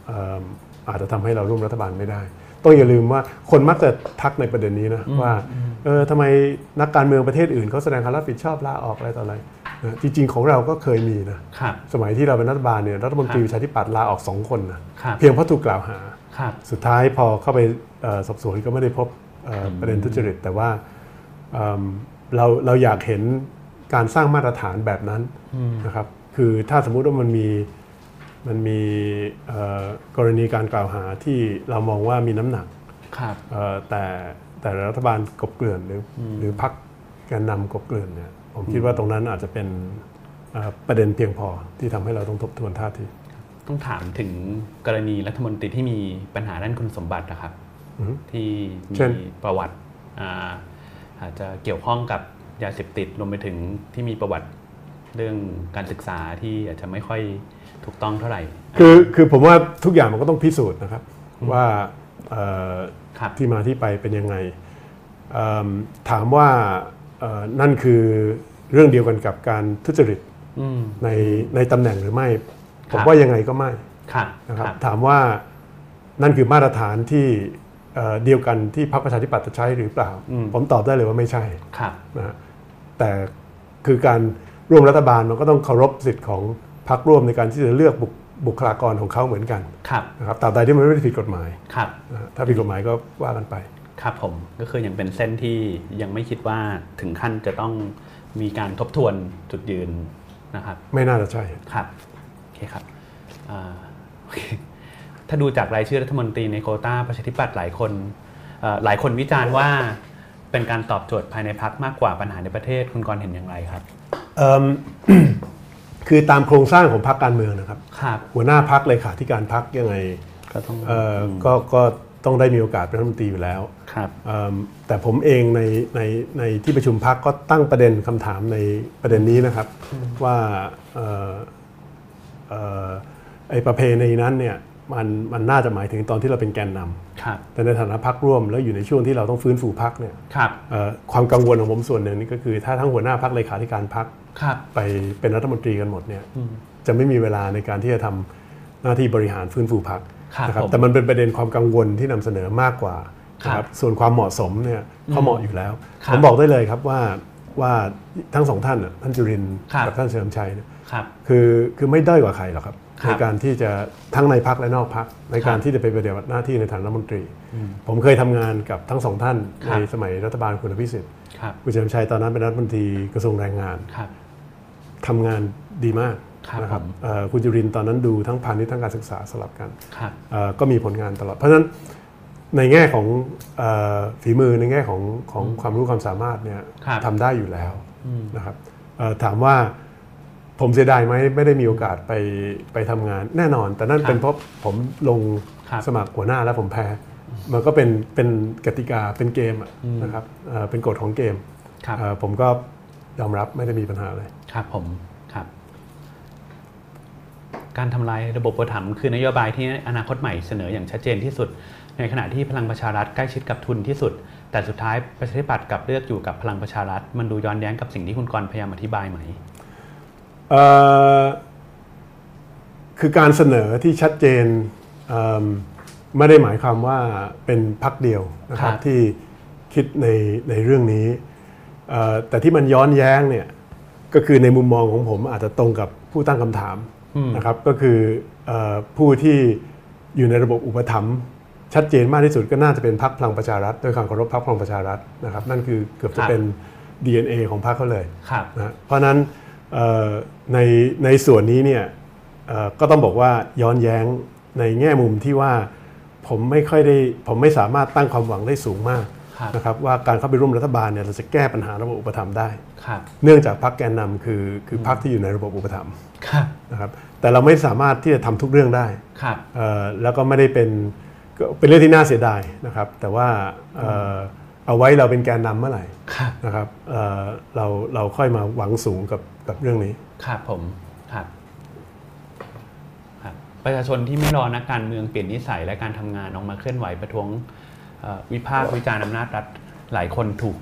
เอิ่มอาจจะทำให้เราร่วมรัฐบาลไม่ได้ ต้องอย่าลืมว่าคนมักจะทักในประเด็นนี้นะว่าเออทำไมนักการเมืองประเทศอื่นเขาแสดงความรับผิดชอบลาออกอะไรต่ออะไรนะจริง ๆ ของเราก็เคยมีนะครับ สมัยที่เราเป็นรัฐบาลเนี่ยรัฐมนตรี ครับ ประชาธิปัตย์ลาออกสองคนนะครับ เพียงเพราะถูกกล่าวหา ครับ สุดท้ายพอเข้าไปเอ่อสอบสวนก็ไม่ได้พบเอ่อประเด็นทุจริต แต่ว่าเอิ่มเราเราอยากเห็นการสร้างมาตรฐานแบบนั้นนะครับคือถ้าสมมุติว่ามันมีมันมีเอ่อกรณีการกล่าวหาที่เรามองว่ามีน้ำหนัก ครับ เอ่อแต่แต่รัฐบาลกบเกลื่อนหรืออหรือพักแการนำกบเกลื่อนเนี่ยผมคิดว่าตรงนั้นอาจจะเป็นเอ่อประเด็นเพียงพอที่ทำให้เราต้องทบทวนท่าที ต้องถามถึงกรณีรัฐมนตรีที่มีปัญหาด้านคุณสมบัตินะครับ อือฮึ ที่มี เช่น ประวัติอ่าอาจจะเกี่ยวข้องกับยาเสพติดรวมไปถึงที่มีประวัติเรื่องการศึกษาที่อาจจะไม่ค่อยถูกต้องเท่าไหร่ คือคือผมว่าทุกอย่างมันก็ต้องพิสูจน์นะครับว่าเอ่อ ครับ ที่มาที่ไปเป็นยังไงเอิ่มถามว่าเอ่อนั่นคือเรื่องเดียวกันกับการทุจริต อืม ในในตำแหน่งหรือไม่ ค ผ รับ มว่ายังไงก็ไม่ ครับ นะครับ ครับ ถามว่านั่นคือมาตรฐานที่เอ่อเดียวกันที่พรรคประชาธิปัตย์จะใช้หรือเปล่า อืม ผมตอบได้เลยว่าไม่ใช่ ครับ นะฮะแต่คือการร่วมรัฐบาลมันก็ต้องเคารพสิทธิ์ของพรรคร่วมในการที่จะเลือกบุคบุคลากรของเขาเหมือนกัน ครับ นะครับตราบใดที่มันไม่ได้ผิดกฎหมาย ครับ นะฮะถ้าผิดกฎหมายก็ว่ากันไป ครับผมก็คือยังเป็นเส้นที่ยังไม่คิดว่าถึงขั้นจะต้องมีการทบทวนจุดยืนนะครับ ไม่น่าจะใช่ ครับโอเคครับอ่าโอเคถ้าดูจากรายชื่อรัฐมนตรีในโควต้าประชาธิปัตย์หลายคนเอ่อหลายคนวิจารณ์ว่าเป็นการตอบโจทย์ภายในพักมากกว่าปัญหาในประเทศคุณกรณ์เห็นอย่างไรครับ เอิ่ม คือตามโครงสร้างของพรรคการเมืองนะครับ ครับ หัวหน้าพักเลยค่ะที่การพักยังไง ก็ต้อง เอ่อก็ก็ต้องได้มีโอกาสเป็นรัฐมนตรีอยู่แล้ว ครับ เอิ่มแต่ผมเองในในในที่ประชุมพักก็ตั้งประเด็นคำถามในประเด็นนี้นะครับ ว่าเอ่อเอ่อไอประเพณีนั้นเนี่ยมันมันน่าจะหมายถึงตอนที่เราเป็นแกนนำ ครับ แต่ในฐานะพักร่วมแล้วอยู่ในช่วงที่เราต้องฟื้นฟูพักเนี่ย ครับ เอ่อความกังวลของผมส่วนหนึ่งนี่ก็คือ ถ้าทั้งหัวหน้าพักเลขาธิการพัก ครับ ไปเป็นรัฐมนตรีกันหมดเนี่ย อืม จะไม่มีเวลาในการที่จะทำ หน้าที่บริหารฟื้นฟูพัก ครับ นะครับ ผม แต่มันเป็นประเด็นความกังวลที่นำเสนอมากกว่า ครับ นะส่วนความเหมาะสมเนี่ยเขาเหมาะอยู่แล้ว ครับ ผมบอกได้เลยครับว่าว่าทั้งสองท่านน่ะท่านจุรินทร์ ครับ กับท่านเฉลิมชัยเนี่ย ครับ คือคือไม่ด้อยกว่าใครหรอกครับ ครับ ในการที่จะทั้งในพักและนอกพักในกาครรับ ที่จะไปปฏิบัติหน้าที่ในฐานะรัฐมนตรี อืม ผมเคยทำงานกับทั้งสองท่าน ครั ใน บ สมัยรัฐบาลคุณอภิสิทธิ์ ครับ คุณเฉลิมชัยตอนนั้นเป็นรัฐมนตรีกระทรวงแรงงาน ครับ ทำงานดีมาก ครับ นะ ผม เอ่อคุณจุรินทร์ตอนนั้นดูทั้งพาณิชย์ทั้งการศึกษาสลับกัน ครับ เอ่อก็มีผลงานตลอด เพราะฉะนั้นในแง่ของเอ่อฝีมือในแง่ของของความรู้ความสามารถเนี่ย ครับ ทำได้อยู่แล้ว อืม นะครับเอ่อถามว่าผมเสียดายไหมไม่ได้มีโอกาสไปไปทำงานแน่นอน แต่นั่น ครับ เป็นเพราะผมลง ครับ สมัครหัวหน้าแล้วผมแพ้ มันก็เป็นเป็นกติกาเป็นเกมอะ อืม นะครับเอ่อเป็นกฎของเกม ครับ เอ่อผมก็ยอมรับไม่ได้มีปัญหาเลย ครับผมครับ การทำลายระบบอุปถัมภ์คือนโยบายที่อนาคตใหม่เสนออย่างชัดเจนที่สุด ในขณะที่พลังประชารัฐใกล้ชิดกับทุนที่สุด แต่สุดท้ายประชาธิปัตย์กลับเลือกอยู่กับพลังประชารัฐ มันดูย้อนแย้งกับสิ่งที่คุณกรณ์พยายามอธิบายไหม เอ่อคือการเสนอที่ชัดเจนเอิ่มไม่ได้หมายความว่าเป็นพักเดียวนะครับ ครับ ที่คิดในในเรื่องนี้เอ่อแต่ที่มันย้อนแย้งเนี่ยก็คือในมุมมองของผมอาจจะตรงกับผู้ตั้งคำถาม อืม นะครับก็คือเออผู้ที่อยู่ในระบบอุปถัมภ์ชัดเจนมากที่สุดก็น่าจะเป็นพักพลังประชารัฐด้วยความเคารพพักพลังประชารัฐนะครับนั่นคือเกือบจะเป็น DNA ของพรรคเขาเลย ครับ นะเพราะฉะนั้นเอ่อในในส่วนนี้เนี่ยเอ่อก็ต้องบอกว่าย้อนแย้งในแง่มุมที่ว่าผมไม่ค่อยได้ผมไม่สามารถตั้งความหวังได้สูงมาก ครับ นะครับว่าการเข้าไปร่วมรัฐบาลเนี่ยเราจะแก้ปัญหาระบบอุปถัมภ์ได้ ครับ เนื่องจากพรรคแกนนำคือคือพรรคที่อยู่ในระบบอุปถัมภ์ ครับ นะครับแต่เราไม่สามารถที่จะทำทุกเรื่องได้ ครับ เอ่อแล้วก็ไม่ได้เป็นก็เป็นเรื่องที่น่าเสียดายนะครับแต่ว่าเอ่อเอาไว้เราเป็นแกนนำเมื่อไหร่ ครับ นะครับเอ่อเราเราค่อยมาหวังสูงกับกับเรื่องนี้ ครับผมครับครับ ประชาชนที่ไม่รอนักการเมืองเปลี่ยนนิสัยและการทำงานออกมาเคลื่อนไหวประท้วงเอ่อวิพากษ์วิจารณ์อำนาจรัฐหลายคนถูก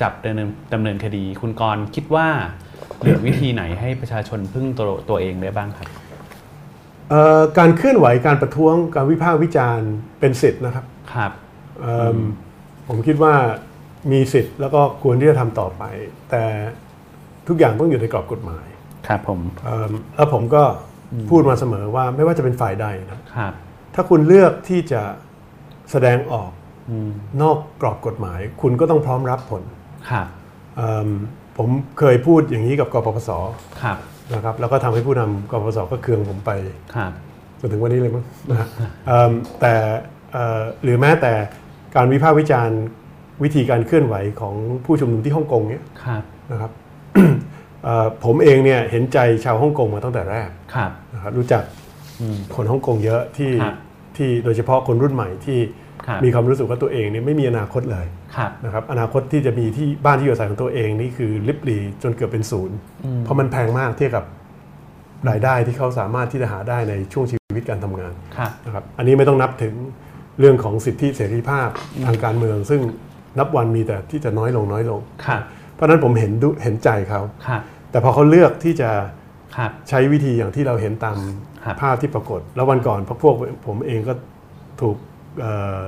จับดำเนินดำเนินคดี คุณกรณ์คิดว่าเหลือวิธีไหนให้ประชาชนพึ่งตัวตัวเองได้บ้างครับ เอ่อการเคลื่อนไหวการประท้วงการวิพากษ์วิจารณ์เป็นสิทธิ์นะครับ ครับ เอิ่มผมคิดว่ามีสิทธิ์แล้วก็ควรที่จะทำต่อไป แต่ทุกอย่างต้องอยู่ในกรอบกฎหมาย ครับผม เอิ่มแล้วผมก็พูดมาเสมอว่าไม่ว่าจะเป็นฝ่ายใดนะครับ ครับ ถ้าคุณเลือกที่จะแสดงออก อืม นอกกรอบกฎหมาย คุณก็ต้องพร้อมรับผล ครับ เอิ่มผมเคยพูดอย่างนี้กับกปปส ครับ นะครับแล้วก็ทำให้ผู้นำกปศก็เคืองผมไป ครับ จนถึงวันนี้เลยมั้งนะฮะเอิ่มแต่เอ่อหรือแม้แต่การวิพากษ์วิจารณ์วิธีการเคลื่อนไหวของผู้ชุมนุมที่ฮ่องกงเนี่ย ครับ นะครับ เอ่อผมเองเนี่ยเห็นใจชาวฮ่องกงมาตั้งแต่แรก ครับ นะครับรู้จัก อืม คนฮ่องกงเยอะที่ ครับ ที่โดยเฉพาะคนรุ่นใหม่ที่ ครับ มีความรู้สึกว่าตัวเองเนี่ยไม่มีอนาคตเลย ครับ นะครับอนาคตที่จะมีที่บ้านที่อยู่อาศัยของตัวเองนี่คือลิบหลีจนเกือบเป็นศูนย์ อืม เพราะมันแพงมากเทียบกับรายได้ที่เขาสามารถที่จะหาได้ในช่วงชีวิตการทำงาน ครับ นะครับ อันนี้ไม่ต้องนับถึงเรื่องของสิทธิเสรีภาพทางการเมือง ซึ่งนับวันมีแต่ที่จะน้อยลงน้อยลง ครับ เพราะฉะนั้นผมเห็นดูเห็นใจเขา ครับ แต่พอเขาเลือกที่จะ ครับ ใช้วิธีอย่างที่เราเห็นตาม ครับ ภาพที่ปรากฏ แล้ววันก่อนพวกพวกผมเองก็ถูกเอ่อ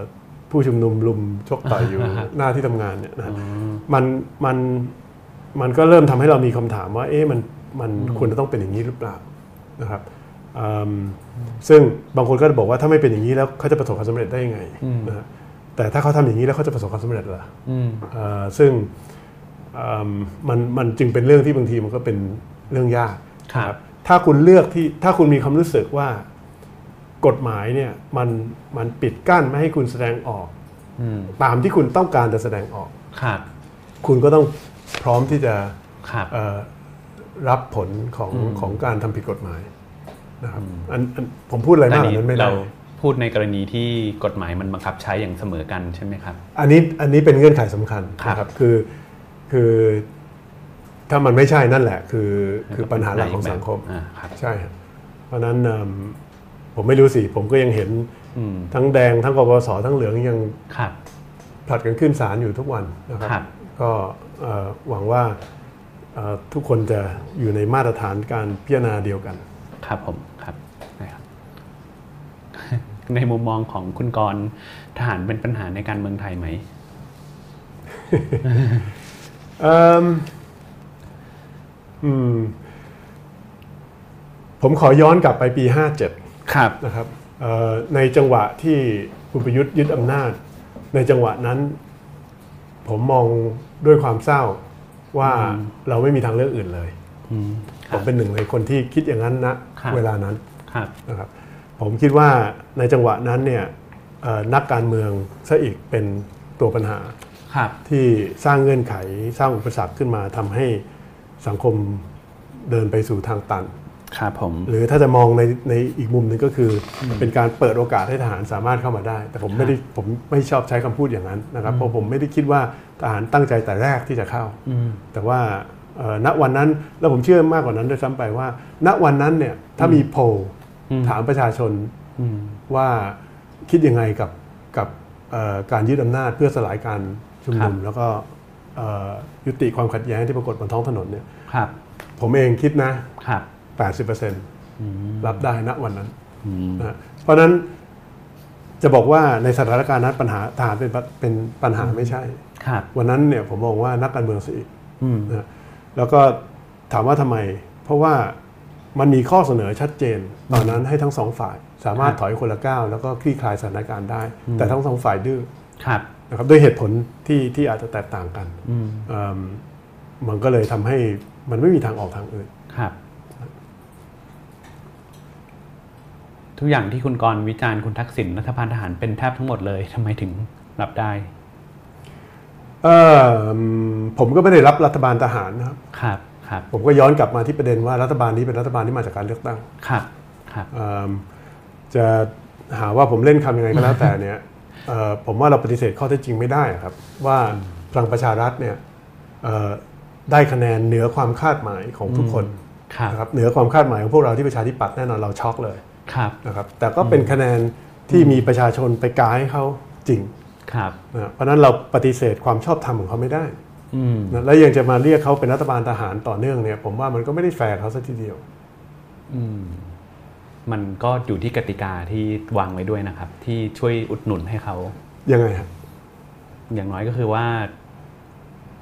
ผู้ชุมนุมลุมชกต่อยอยู่ หน้าที่ทำงานเนี่ยนะฮะ อืม มันมันมันก็เริ่มทำให้เรามีคำถามว่า เอ๊ะมันมันควรจะต้องเป็นอย่างนี้หรือเปล่านะครับอืมซึ่งบางคนก็จะบอกว่าถ้าไม่เป็นอย่างนี้แล้วเขาจะประสบความสำเร็จได้ยังไง อืม นะฮะแต่ถ้าเขาทำอย่างนี้แล้วเขาจะประสบความสำเร็จเหรอ อืม เอ่อซึ่งอืมมันมันจึงเป็นเรื่องที่บางทีมันก็เป็นเรื่องยาก ครับ นะถ้าคุณเลือกที่ถ้าคุณมีความรู้สึกว่า กฎหมายเนี่ยมันมันปิดกั้นไม่ให้คุณแสดงออก อืม ตามที่คุณต้องการจะแสดงออก ครับ คุณก็ต้องพร้อมที่จะ ครับ เอ่อรับผลของ อืม ของการทำผิดกฎหมายนะครับอันอันผมพูดอะไรมากกว่านั้นไม่ได้ เราพูดในกรณีที่กฎหมายมันบังคับใช้อย่างเสมอกันใช่ไหมครับ อันนี้อันนี้เป็นเงื่อนไขสำคัญนะ ค ค รั รั บบ คือคือถ้ามันไม่ใช่นั่นแหละ คือคือปัญหาหลักของสังคม อ่าครับ ใช่ครับเพราะฉะนั้นเอิ่มผมไม่รู้สิ ผมก็ยังเห็น อืม ทั้งแดงทั้งกบสทั้งเหลืองยัง ครับ ผลัดกันขึ้นศาลอยู่ทุกวันนะค ครั รับ บก็เอ่อหวังว่าเอ่อทุกคนจะอยู่ในมาตรฐานการพิจารณาเดียวกัน ครับผม ครับนะครับ ในมุมมองของคุณกรณ์ทหารเป็นปัญหาในการเมืองไทยไหม เอิ่มอืมผมขอย้อนกลับไปปี 57 ครับ นะครับเอ่อในจังหวะที่คุณประยุทธ์ยึดอำนาจ ในจังหวะนั้น ผมมองด้วยความเศร้าว่าเราไม่มีทางเลือกอื่นเลย อืมค ผ รั ม บ เป็นหนึ่งในคนที่คิดอย่างนั้นนะครับ เวลานั้น ครับ นะครับผมคิดว่าในจังหวะนั้นเนี่ยเอ่อนักการเมืองซะอีกเป็นตัวปัญหา ครับ ที่สร้างเงื่อนไขสร้างอุปสรรคขึ้นมาทำให้สังคมเดินไปสู่ทางตัน ครับผม หรือถ้าจะมองในในอีกมุมหนึ่งก็คืออเป็นการเปิดโอกาสให้ทหารสามารถเข้ามาได้ แต่ผมไม่ได้ผมไม่ชอบใช้คำพูดอย่างนั้นนะครับเพราะผมไม่ได้คิดว่าทหารตั้งใจแต่แรกที่จะเข้า อืม แต่ว่าเอ่อณวันนั้นแล้วผมเชื่อมากกว่านั้นด้วยซ้ำไปว่า ณวันนั้นเนี่ยถ้ามีโพล อืม ถามประชาชน อืม ว่าคิดยังไงกับกับเอ่อการยึดอำนาจเพื่อสลายการชุมนุม แล้วก็เอ่อยุติความขัดแย้งที่ปรากฏบนท้องถนนเนี่ย ครับ ผมเองคิดนะ ครับ 80% อืม รับได้ณวันนั้น อืม นะเพราะฉะนั้นจะบอกว่าในสถานการณ์นั้นปัญหาทหารเป็นเป็นปัญหาไม่ใช่ ครับ วันนั้นเนี่ยผมมองว่านักการเมืองสิอีก อืม นะแล้วก็ถามว่าทำไม เพราะว่ามันมีข้อเสนอชัดเจน ตอนนั้นให้ทั้งสองฝ่าย สามารถถอยคนละก้าวแล้วก็คลี่คลายสถานการณ์ได้ แต่ทั้งสองฝ่ายดื้อ ครับ นะครับด้วยเหตุผลที่ที่อาจจะแตกต่างกัน อืม เอิ่มมันก็เลยทำให้มันไม่มีทางออกทางอื่น ครับ ทุกอย่างที่คุณกรณ์วิจารณ์คุณทักษิณรัฐบาลทหารเป็นแทบทั้งหมดเลยทำไมถึงรับได้ เอิ่มผมก็ไม่ได้รับรัฐบาลทหารนะครับ ครับ ครับ ผมก็ย้อนกลับมาที่ประเด็นว่ารัฐบาลนี้เป็นรัฐบาลที่มาจากการเลือกตั้ง ครับ ครับ เอิ่มจะหาว่าผมเล่นคำยังไงก็แล้วแต่เนี่ยเอ่อผมว่าเราปฏิเสธข้อเท็จจริงไม่ได้ครับ ว่าพลังประชารัฐเนี่ยเอ่อได้คะแนนเหนือความคาดหมายของทุกคน ครับ นะครับเหนือความคาดหมายของพวกเราที่ประชาธิปัตย์แน่นอนเราช็อกเลย ครับ นะครับแต่ก็เป็นคะแนนที่มีประชาชนไปกาให้เขาจริง ครับ นะเพราะฉะนั้นเราปฏิเสธความชอบธรรมของเขาไม่ได้ อืม นะและยังจะมาเรียกเขาเป็นรัฐบาลทหารต่อเนื่องเนี่ยผมว่ามันก็ไม่ได้แฟร์เขาสัทีเดียว อืม มันก็อยู่ที่กติกาที่วางไว้ด้วยนะครับ ที่ช่วยอุดหนุนให้เขา ยังไงฮะ อย่างน้อยก็คือว่า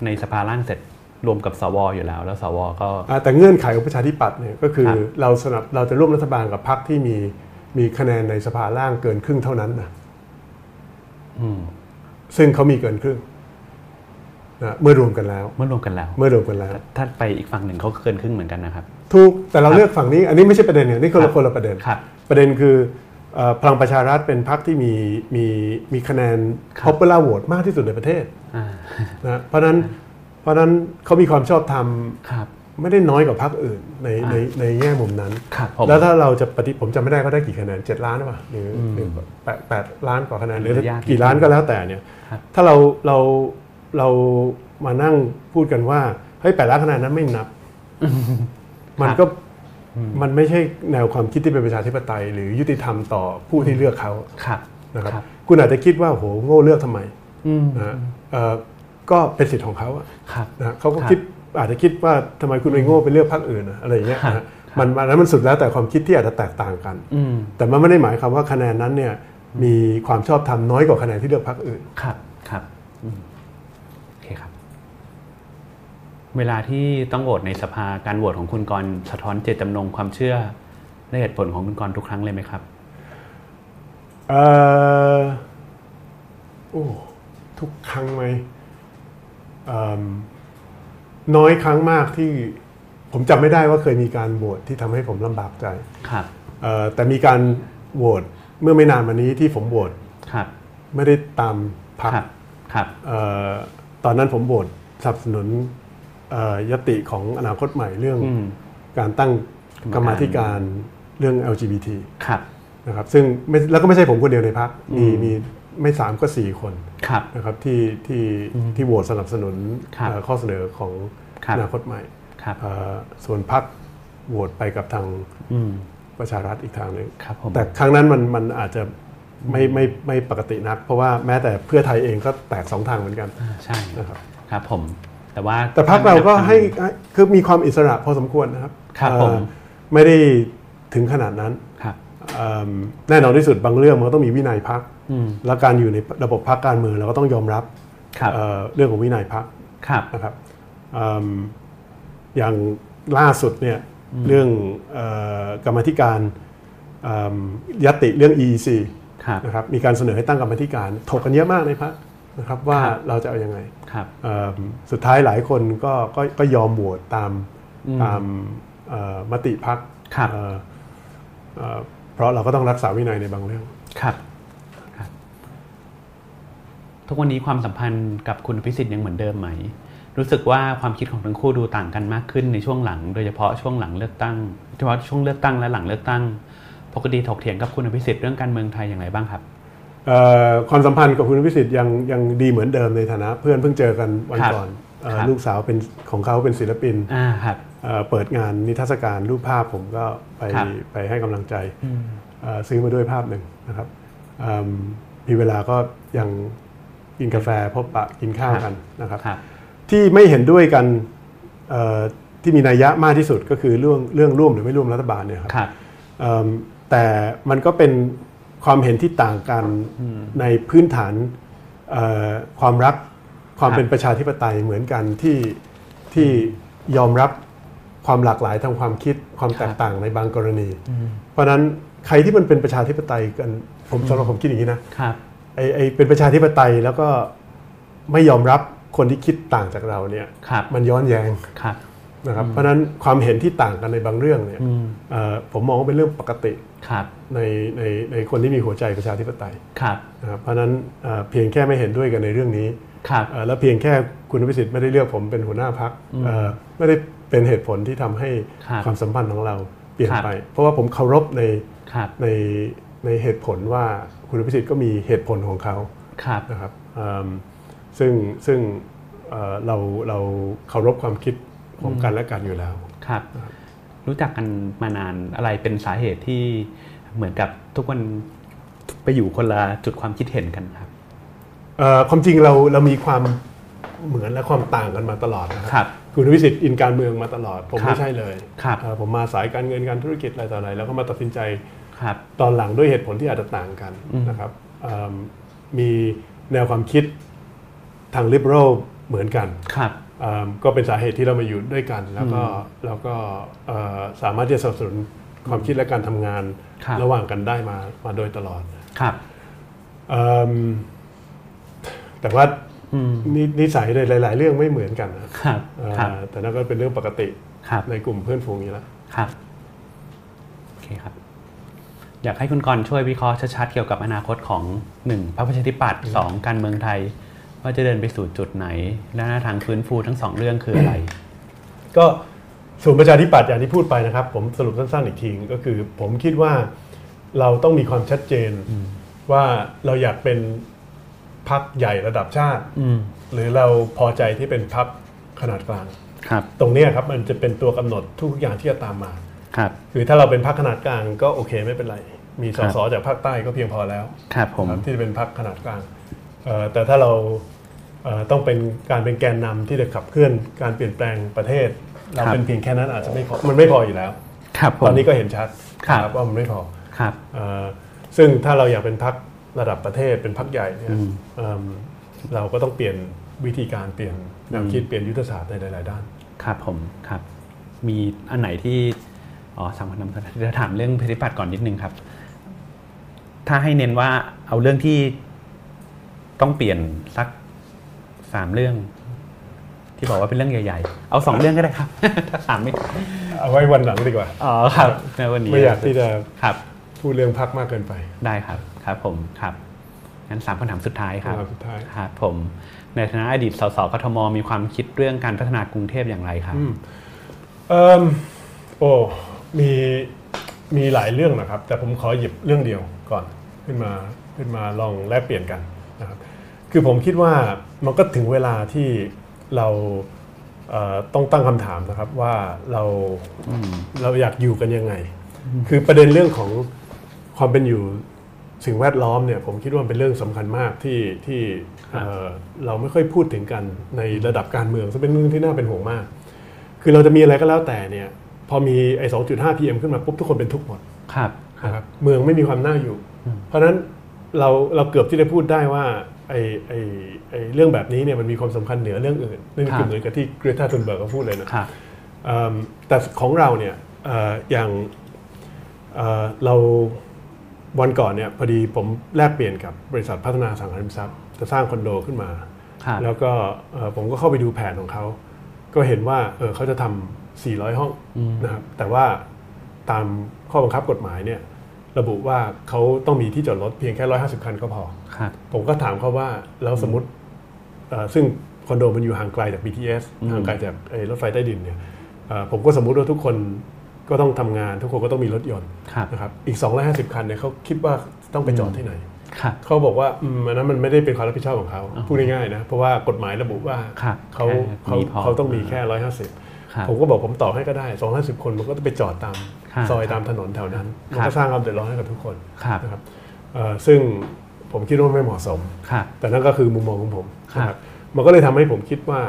ในสภาร่างเสร็จรวมกับสวอยู่แล้ว แล้วสวก็ อ่าแต่เงื่อนไขของประชาธิปัตย์เนี่ยก็คือ ครับ เราสนับเราจะร่วมรัฐบาลกับพรรคที่มีมีคะแนนในสภาล่างเกินครึ่งเท่านั้นนะ อืม ซึ่งเขามีเกินครึ่งนะเมื่อรวมกันแล้ว เมื่อรวมกันแล้ว เมื่อรวมกันแล้ว ถ้าไปอีกฝั่งหนึ่งเขาเกินครึ่งเหมือนกันนะครับ ถูกแต่เรา ครับ เลือกฝั่งนี้ อันนี้ไม่ใช่ประเด็นเนี่ยนี่คน ครั ละ บ คนละประเด็น ครับ ประเด็นคือเอ่อพลังประชารัฐเป็นพรรคที่มีมีมีคะแนน ครับ popular vote มากที่สุดในประเทศ อ่า นะเพราะฉะนั้นเพราะฉะนั้นเขามีความชอบธรรม ครับ ไม่ได้น้อยกว่าพรรคอื่นใน อ่า ในในแง่มุมนั้น ครับผม แล้วถ้าเราจะปฏิผมจำไม่ได้เขาได้กี่คะแนน 7 ล้านหรือเปล่าหรือหรือแปดแปดล้านกว่าคะแนนหรือกี่ล้านก็แล้วแต่เนี่ย ครับ ถ้าเราเราเรามานั่งพูดกันว่าเฮ้ยแปดล้านคะแนนนั้นไม่นับ มันก็มันไม่ใช่แนวความคิดที่เป็นประชาธิปไตย หรือยุติธรรมต่อผู้ที่เลือกเขา ครับ นะครับ ครับ คุณอาจจะคิดว่าโอ้โหโง่เลือกทำไม อืม นะฮะเอ่อก็เป็นสิทธิ์ของเขาอะ ครับ นะเขาก็ ครับ คิดอาจจะคิดว่าทำไมคุณไปโง่ไปเลือกพรรคอื่นนะอะไรอย่างเงี้ย ครับ นะมันมันอันนั้นมันสุดแล้วแต่ความคิดที่อาจจะแตกต่างกัน อืม แต่มันไม่ได้หมายความว่าคะแนนนั้นเนี่ยมีความชอบธรรมน้อยกว่าคะแนนที่เลือกพรรคอื่น ครับครับอืมโอเคครับ เวลาที่ต้องโหวตในสภาการโหวตของคุณกรณ์สะท้อนเจตจำนงความเชื่อและเหตุผลของคุณกรณ์ทุกครั้งเลยไหมครับ เออโอ้ทุกครั้งไหมเอิ่มน้อยครั้งมากที่ผมจำไม่ได้ว่าเคยมีการโหวตที่ทำให้ผมลำบากใจ ครับ เอ่อแต่มีการโหวตเมื่อไม่นานมานี้ที่ผมโหวต ครับ ไม่ได้ตามพรรค ครับครับ เอ่อตอนนั้นผมโหวตสนับสนุนเอ่อยติของอนาคตใหม่เรื่อง อืม การตั้งก กร รร ร มา มา ธิ ธิ กา การ ร เรื่อง LGBT ครับ นะครับซึ่งไม่แล้วก็ไม่ใช่ผมคนเดียวในพักมี อืม มีไม่สามก็สี่คน ครับ นะครับที่ที่ที่โหวตสนับสนุน ครับ เอ่อข้อเสนอของ ครับ อนาคตใหม่ ครับ เอ่อส่วนพักโหวตไปกับทาง อืม ประชารัฐอีกทางหนึ่ง ครับผม แต่ครั้งนั้นมันมันอาจจะไม่ไม่ไม่ปกตินัก เพราะว่าแม้แต่เพื่อไทยเองก็แตกสองทางเหมือนกัน อ่าใช่ นะครับ ครับผม แต่ว่า แต่พักเราก็ให้ให้คือมีความอิสระพอสมควรนะครับ ครับ เอ่อ ผม ไม่ได้ถึงขนาดนั้น ครับ เอิ่มแน่นอนที่สุดบางเรื่องมันก็ต้องมีวินัยพัก อืม และการอยู่ในระบบพักการเมืองเราก็ต้องยอมรับ ครับ เอ่อเรื่องของวินัยพัก ครับ นะครับเอิ่มอย่างล่าสุดเนี่ยเรื่องเอ่อกรรมาธิการเอิ่มยติเรื่อง EEC ครับ นะครับมีการเสนอให้ตั้งกรรมาธิการถกกันเยอะมากในพักนะครับว่าเราจะเอาอยัางไง ครับ เอิ่มสุดท้ายหลายคนก็ก็ก็ยอมโหวตตาม อืม ตามเอ่อมติพัก ครับ เพราะเราก็ต้องรักษาวินัยในบางเรื่อง ครับครับ ทุกวันนี้ความสัมพันธ์กับคุณพิสิทธิ์ยังเหมือนเดิมไหม รู้สึกว่าความคิดของทั้งคู่ดูต่างกันมากขึ้นในช่วงหลัง โดยเฉพาะช่วงหลังเลือกตั้งโดยเฉพาะช่วงเลือกตั้งและหลังเลือกตั้ง ปกติถกเถียงกับคุณพิสิทธิ์เรื่องการเมืองไทยอย่างไรบ้างครับ เอ่อความสัมพันธ์กับคุณพิสิทธิ์ยังยังดีเหมือนเดิมในฐานะ เพื่อนเพิ่งเจอกันวัน ครับ ก่อนเอ่อ ครับ ลูกสาวเป็นของเขาเป็นศิลปิน อ่าครับ เอ่อเปิดงานนิทรรศการรูปภาพผมก็ไป ครับ ไปให้กำลังใจ อืม เอ่อซื้อมาด้วยภาพหนึ่งนะครับอืมมีเวลาก็ยังกินกาแฟพบปะกินข้าวกันนะครับ ครับ ที่ไม่เห็นด้วยกันเอ่อที่มีนัยยะมากที่สุดก็คือเรื่องเรื่องร่วมหรือไม่ร่วมรัฐบาลเนี่ยครับ ครับ เอิ่มแต่มันก็เป็นความเห็นที่ต่างกันในพื้นฐานเอ่อความรักความ ครับ เป็นประชาธิปไตยเหมือนกันที่ที่ยอมรับความหลากหลายทางความคิดความแตกต่างในบางกรณี เพราะฉะนั้นใครที่มันเป็นประชาธิปไตยกันผมสำหรับผมคิดอย่างนี้นะ ครับ ไอไอเป็นประชาธิปไตยแล้วก็ไม่ยอมรับคนที่คิดต่างจากเราเนี่ย ครับ มันย้อนแย้ง ครับ นะครับเพราะฉะนั้นความเห็นที่ต่างกันในบางเรื่องเนี่ย อืม เอ่อผมมองว่าเป็นเรื่องปกติ ครับ ในในในคนที่มีหัวใจประชาธิปไตย ครับ นะครับเพราะฉะนั้นเอ่อเพียงแค่ไม่เห็นด้วยกันในเรื่องนี้ ครับ เอ่อแล้วเพียงแค่คุณวิสิทธิ์ไม่ได้เลือกผมเป็นหัวหน้าพักไม่ได้เป็นเหตุผลที่ทำให้ ครับ ความสัมพันธ์ของเราเปลี่ยน ครับ ไป เพราะว่าผมเคารพใน ครับ ในในเหตุผลว่าคุณวิสิทธิ์ก็มีเหตุผลของเขา ครับ นะครับเอิ่มซึ่งซึ่งเอ่อเราเราเคารพความคิดของกันและกันอยู่แล้ว ครับ รู้จักกันมานานอะไรเป็นสาเหตุที่เหมือนกับทุกคนไปอยู่คนละจุดความคิดเห็นกันครับ เอ่อความจริงเราเรามีความเหมือนและความต่างกันมาตลอดนะค ครับรับ คุณวิสิทธิ์อินการเมืองมาตลอด ผม ครั ไม่ บ ใช่เลย ครับ เอ่อผมมาสายการเงินการธุรกิจอะไรต่ออะไรแล้วก็มาตัดสินใจ ครับ ตอนหลังด้วยเหตุผลที่อาจจะต่างกัน อืม นะครับเอิ่มมีแนวความคิดทางลิเบอรัลเหมือนกัน ครับ เอิ่มก็เป็นสาเหตุที่เรามาอยู่ด้วยกัน แล้วก็แล้วก็เอ่อสามารถที่จะสนับสนุนความคิดและการทำงาน ครับ ระหว่างกันได้มามาโดยตลอด ครับ เอิ่มแต่ว่า อืม นินิสัยในหลาย ๆ เรื่องไม่เหมือนกันนะครับ เอ่อ ครับ แต่นั่นก็เป็นเรื่องปกติ ครับ ในกลุ่มเพื่อนฝูงนี้แล้ว ครับโอเคครับ อยากให้คุณกรณ์ช่วยวิเคราะห์ชัดๆเกี่ยวกับอนาคตของ 1. พรรคประชาธิปัตย์ 2. การเมืองไทย ว่าจะเดินไปสู่จุดไหน และหน้าทางฟื้นฟูทั้งสองเรื่องคืออะไร ก็ส่วนประชาธิปัตย์อย่างที่พูดไปนะครับ ผมสรุปสั้นๆอีกทีก็คือ ผมคิดว่าเราต้องมีความชัดเจนว่าเราอยากเป็นพรรคใหญ่ระดับชาติ อืม หรือเราพอใจที่เป็นพับขนาดกลาง ครับ ตรงเนี้ยครับมันจะเป็นตัวกำหนดทุกอย่างที่จะตามมา ครับ คือถ้าเราเป็นพักขนาดกลางก็โอเคไม่เป็นไร มีคสรับ สจากภาคใต้ก็เพียงพอแล้ว ครับผม ครับที่จะเป็นพักขนาดกลางเอ่อแต่ถ้าเราเอ่อต้องเป็นการเป็นแกนนำที่จะขับเคลื่อนการเปลี่ยนแปลงประเทศ เรา ครับ เป็นเพียงแค่นั้นอาจจะไม่พอมันไม่พออยู่แล้ว ครับผม ตอนนี้ก็เห็นชัด ครับ ว่ามันไม่พอ ครับ เอ่อซึ่งถ้าเราอยากเป็นพักระดับประเทศเป็นพักใหญ่เนี่ยเอิ่มเราก็ต้องเปลี่ยนวิธีการเปลี่ยนแนวคิดเปลี่ยนยุทธศาสตร์ในหลาย ๆ ด้าน ครับผมครับ มีอันไหนที่ อ๋อสำคัญสำคัญเดี๋ยวถามเรื่องปฏิปัติก่อนนิดนึงครับ ถ้าให้เน้นว่าเอาเรื่องที่ต้องเปลี่ยนสักสามเรื่อง ที่บอกว่าเป็นเรื่องใหญ่ ๆ เอาสองเรื่องก็ได้ครับ ถ้าสามไม่ เอาไว้วันหลังดีกว่า อ๋อครับในวันนี้ ไม่อยากที่จะ ครับ พูดเรื่องพักมากเกินไป ได้ครับครับผมครับงั้นสามคำถามสุดท้ายครับ คำถามสุดท้าย ครับผมในฐานะอดีตสสกทมมีความคิดเรื่องการพัฒนากรุงเทพอย่างไรครับ เอิ่มโอ้มีมีหลายเรื่องนะครับ แต่ผมขอหยิบเรื่องเดียวก่อนขึ้นมาขึ้นมาลองแลกเปลี่ยนกันนะครับคือผมคิดว่ามันก็ถึงเวลาที่เราเอ่อต้องตั้งคำถามนะครับว่าเราเราอยากอยู่กันยังไง คือประเด็นเรื่องของความเป็นอยู่สิ่งแวดล้อมเนี่ยผมคิดว่ามันเป็นเรื่องสำคัญมากที่ที่เอ่อเราไม่ค่อยพูดถึงกันในระดับการเมืองซึ่งเป็นเรื่องที่น่าเป็นห่วงมาก คือเราจะมีอะไรก็แล้วแต่เนี่ย พอมีไอ้สองจุดห้าพีเอ็มขึ้นมาปุ๊บทุกคนเป็นทุกข์หมด ครับ นะครับเมืองไม่มีความน่าอยู่ เพราะฉะนั้นเราเราเกือบที่ได้พูดได้ว่าไอ้ไอ้ไอ้เรื่องแบบนี้เนี่ยมันมีความสำคัญเหนือเรื่องอื่นนั่น ครั คือบ เหมือนกับที่เกรตาทุนเบิร์กเขาพูดเลยนะ ครับ เอิ่มแต่ของเราเนี่ยเอ่ออย่างเอ่อเราวันก่อนเนี่ยพอดีผมแลกเปลี่ยนกับบริษัทพัฒนาสังหาริมทรัพย์ จะสร้างคอนโดขึ้นมา ครับ แล้วก็เอ่อผมก็เข้าไปดูแผนของเขา ก็เห็นว่าเออเขาจะทำ 400 ห้อง อืม นะครับแต่ว่าตามข้อบังคับกฎหมายเนี่ยระบุว่าเขาต้องมีที่จอดรถเพียงแค่ 150 คันก็พอ ครับ ผมก็ถามเขาว่าแล้วสมมติเอ่อซึ่งคอนโดมันอยู่ห่างไกลจาก BTS อืม ห่างไกลจากไอ้รถไฟใต้ดินเนี่ยเอ่อผมก็สมมุติว่าทุกคนก็ต้องทำงาน ทุกคนก็ต้องมีรถยนต์ ครับ นะครับอีก 250 คันเนี่ยเขาคิดว่าต้องไปจอดที่ไหน ครับ เขาบอกว่าอืมอันนั้นมันไม่ได้เป็นความรับผิดชอบของเขา อ๋อ พูดง่ายๆนะเพราะว่ากฎหมายระบุว่า ครับ เขา แค่ เขา มีพอ เขาต้องมีแค่ ครับ 150 ผมก็บอกผมต่อให้ก็ได้ 250 คนมันก็ต้องไปจอดตาม ครับ ซอยตามถนนแถวนั้น ครับ มันก็สร้างความเดือดร้อนให้กับทุกคน ครับ นะครับเอ่อซึ่งผมคิดว่าไม่เหมาะสม ครับ แต่นั่นก็คือมุมมองของผม ครับ นะมันก็เลยทำให้ผมคิดว่า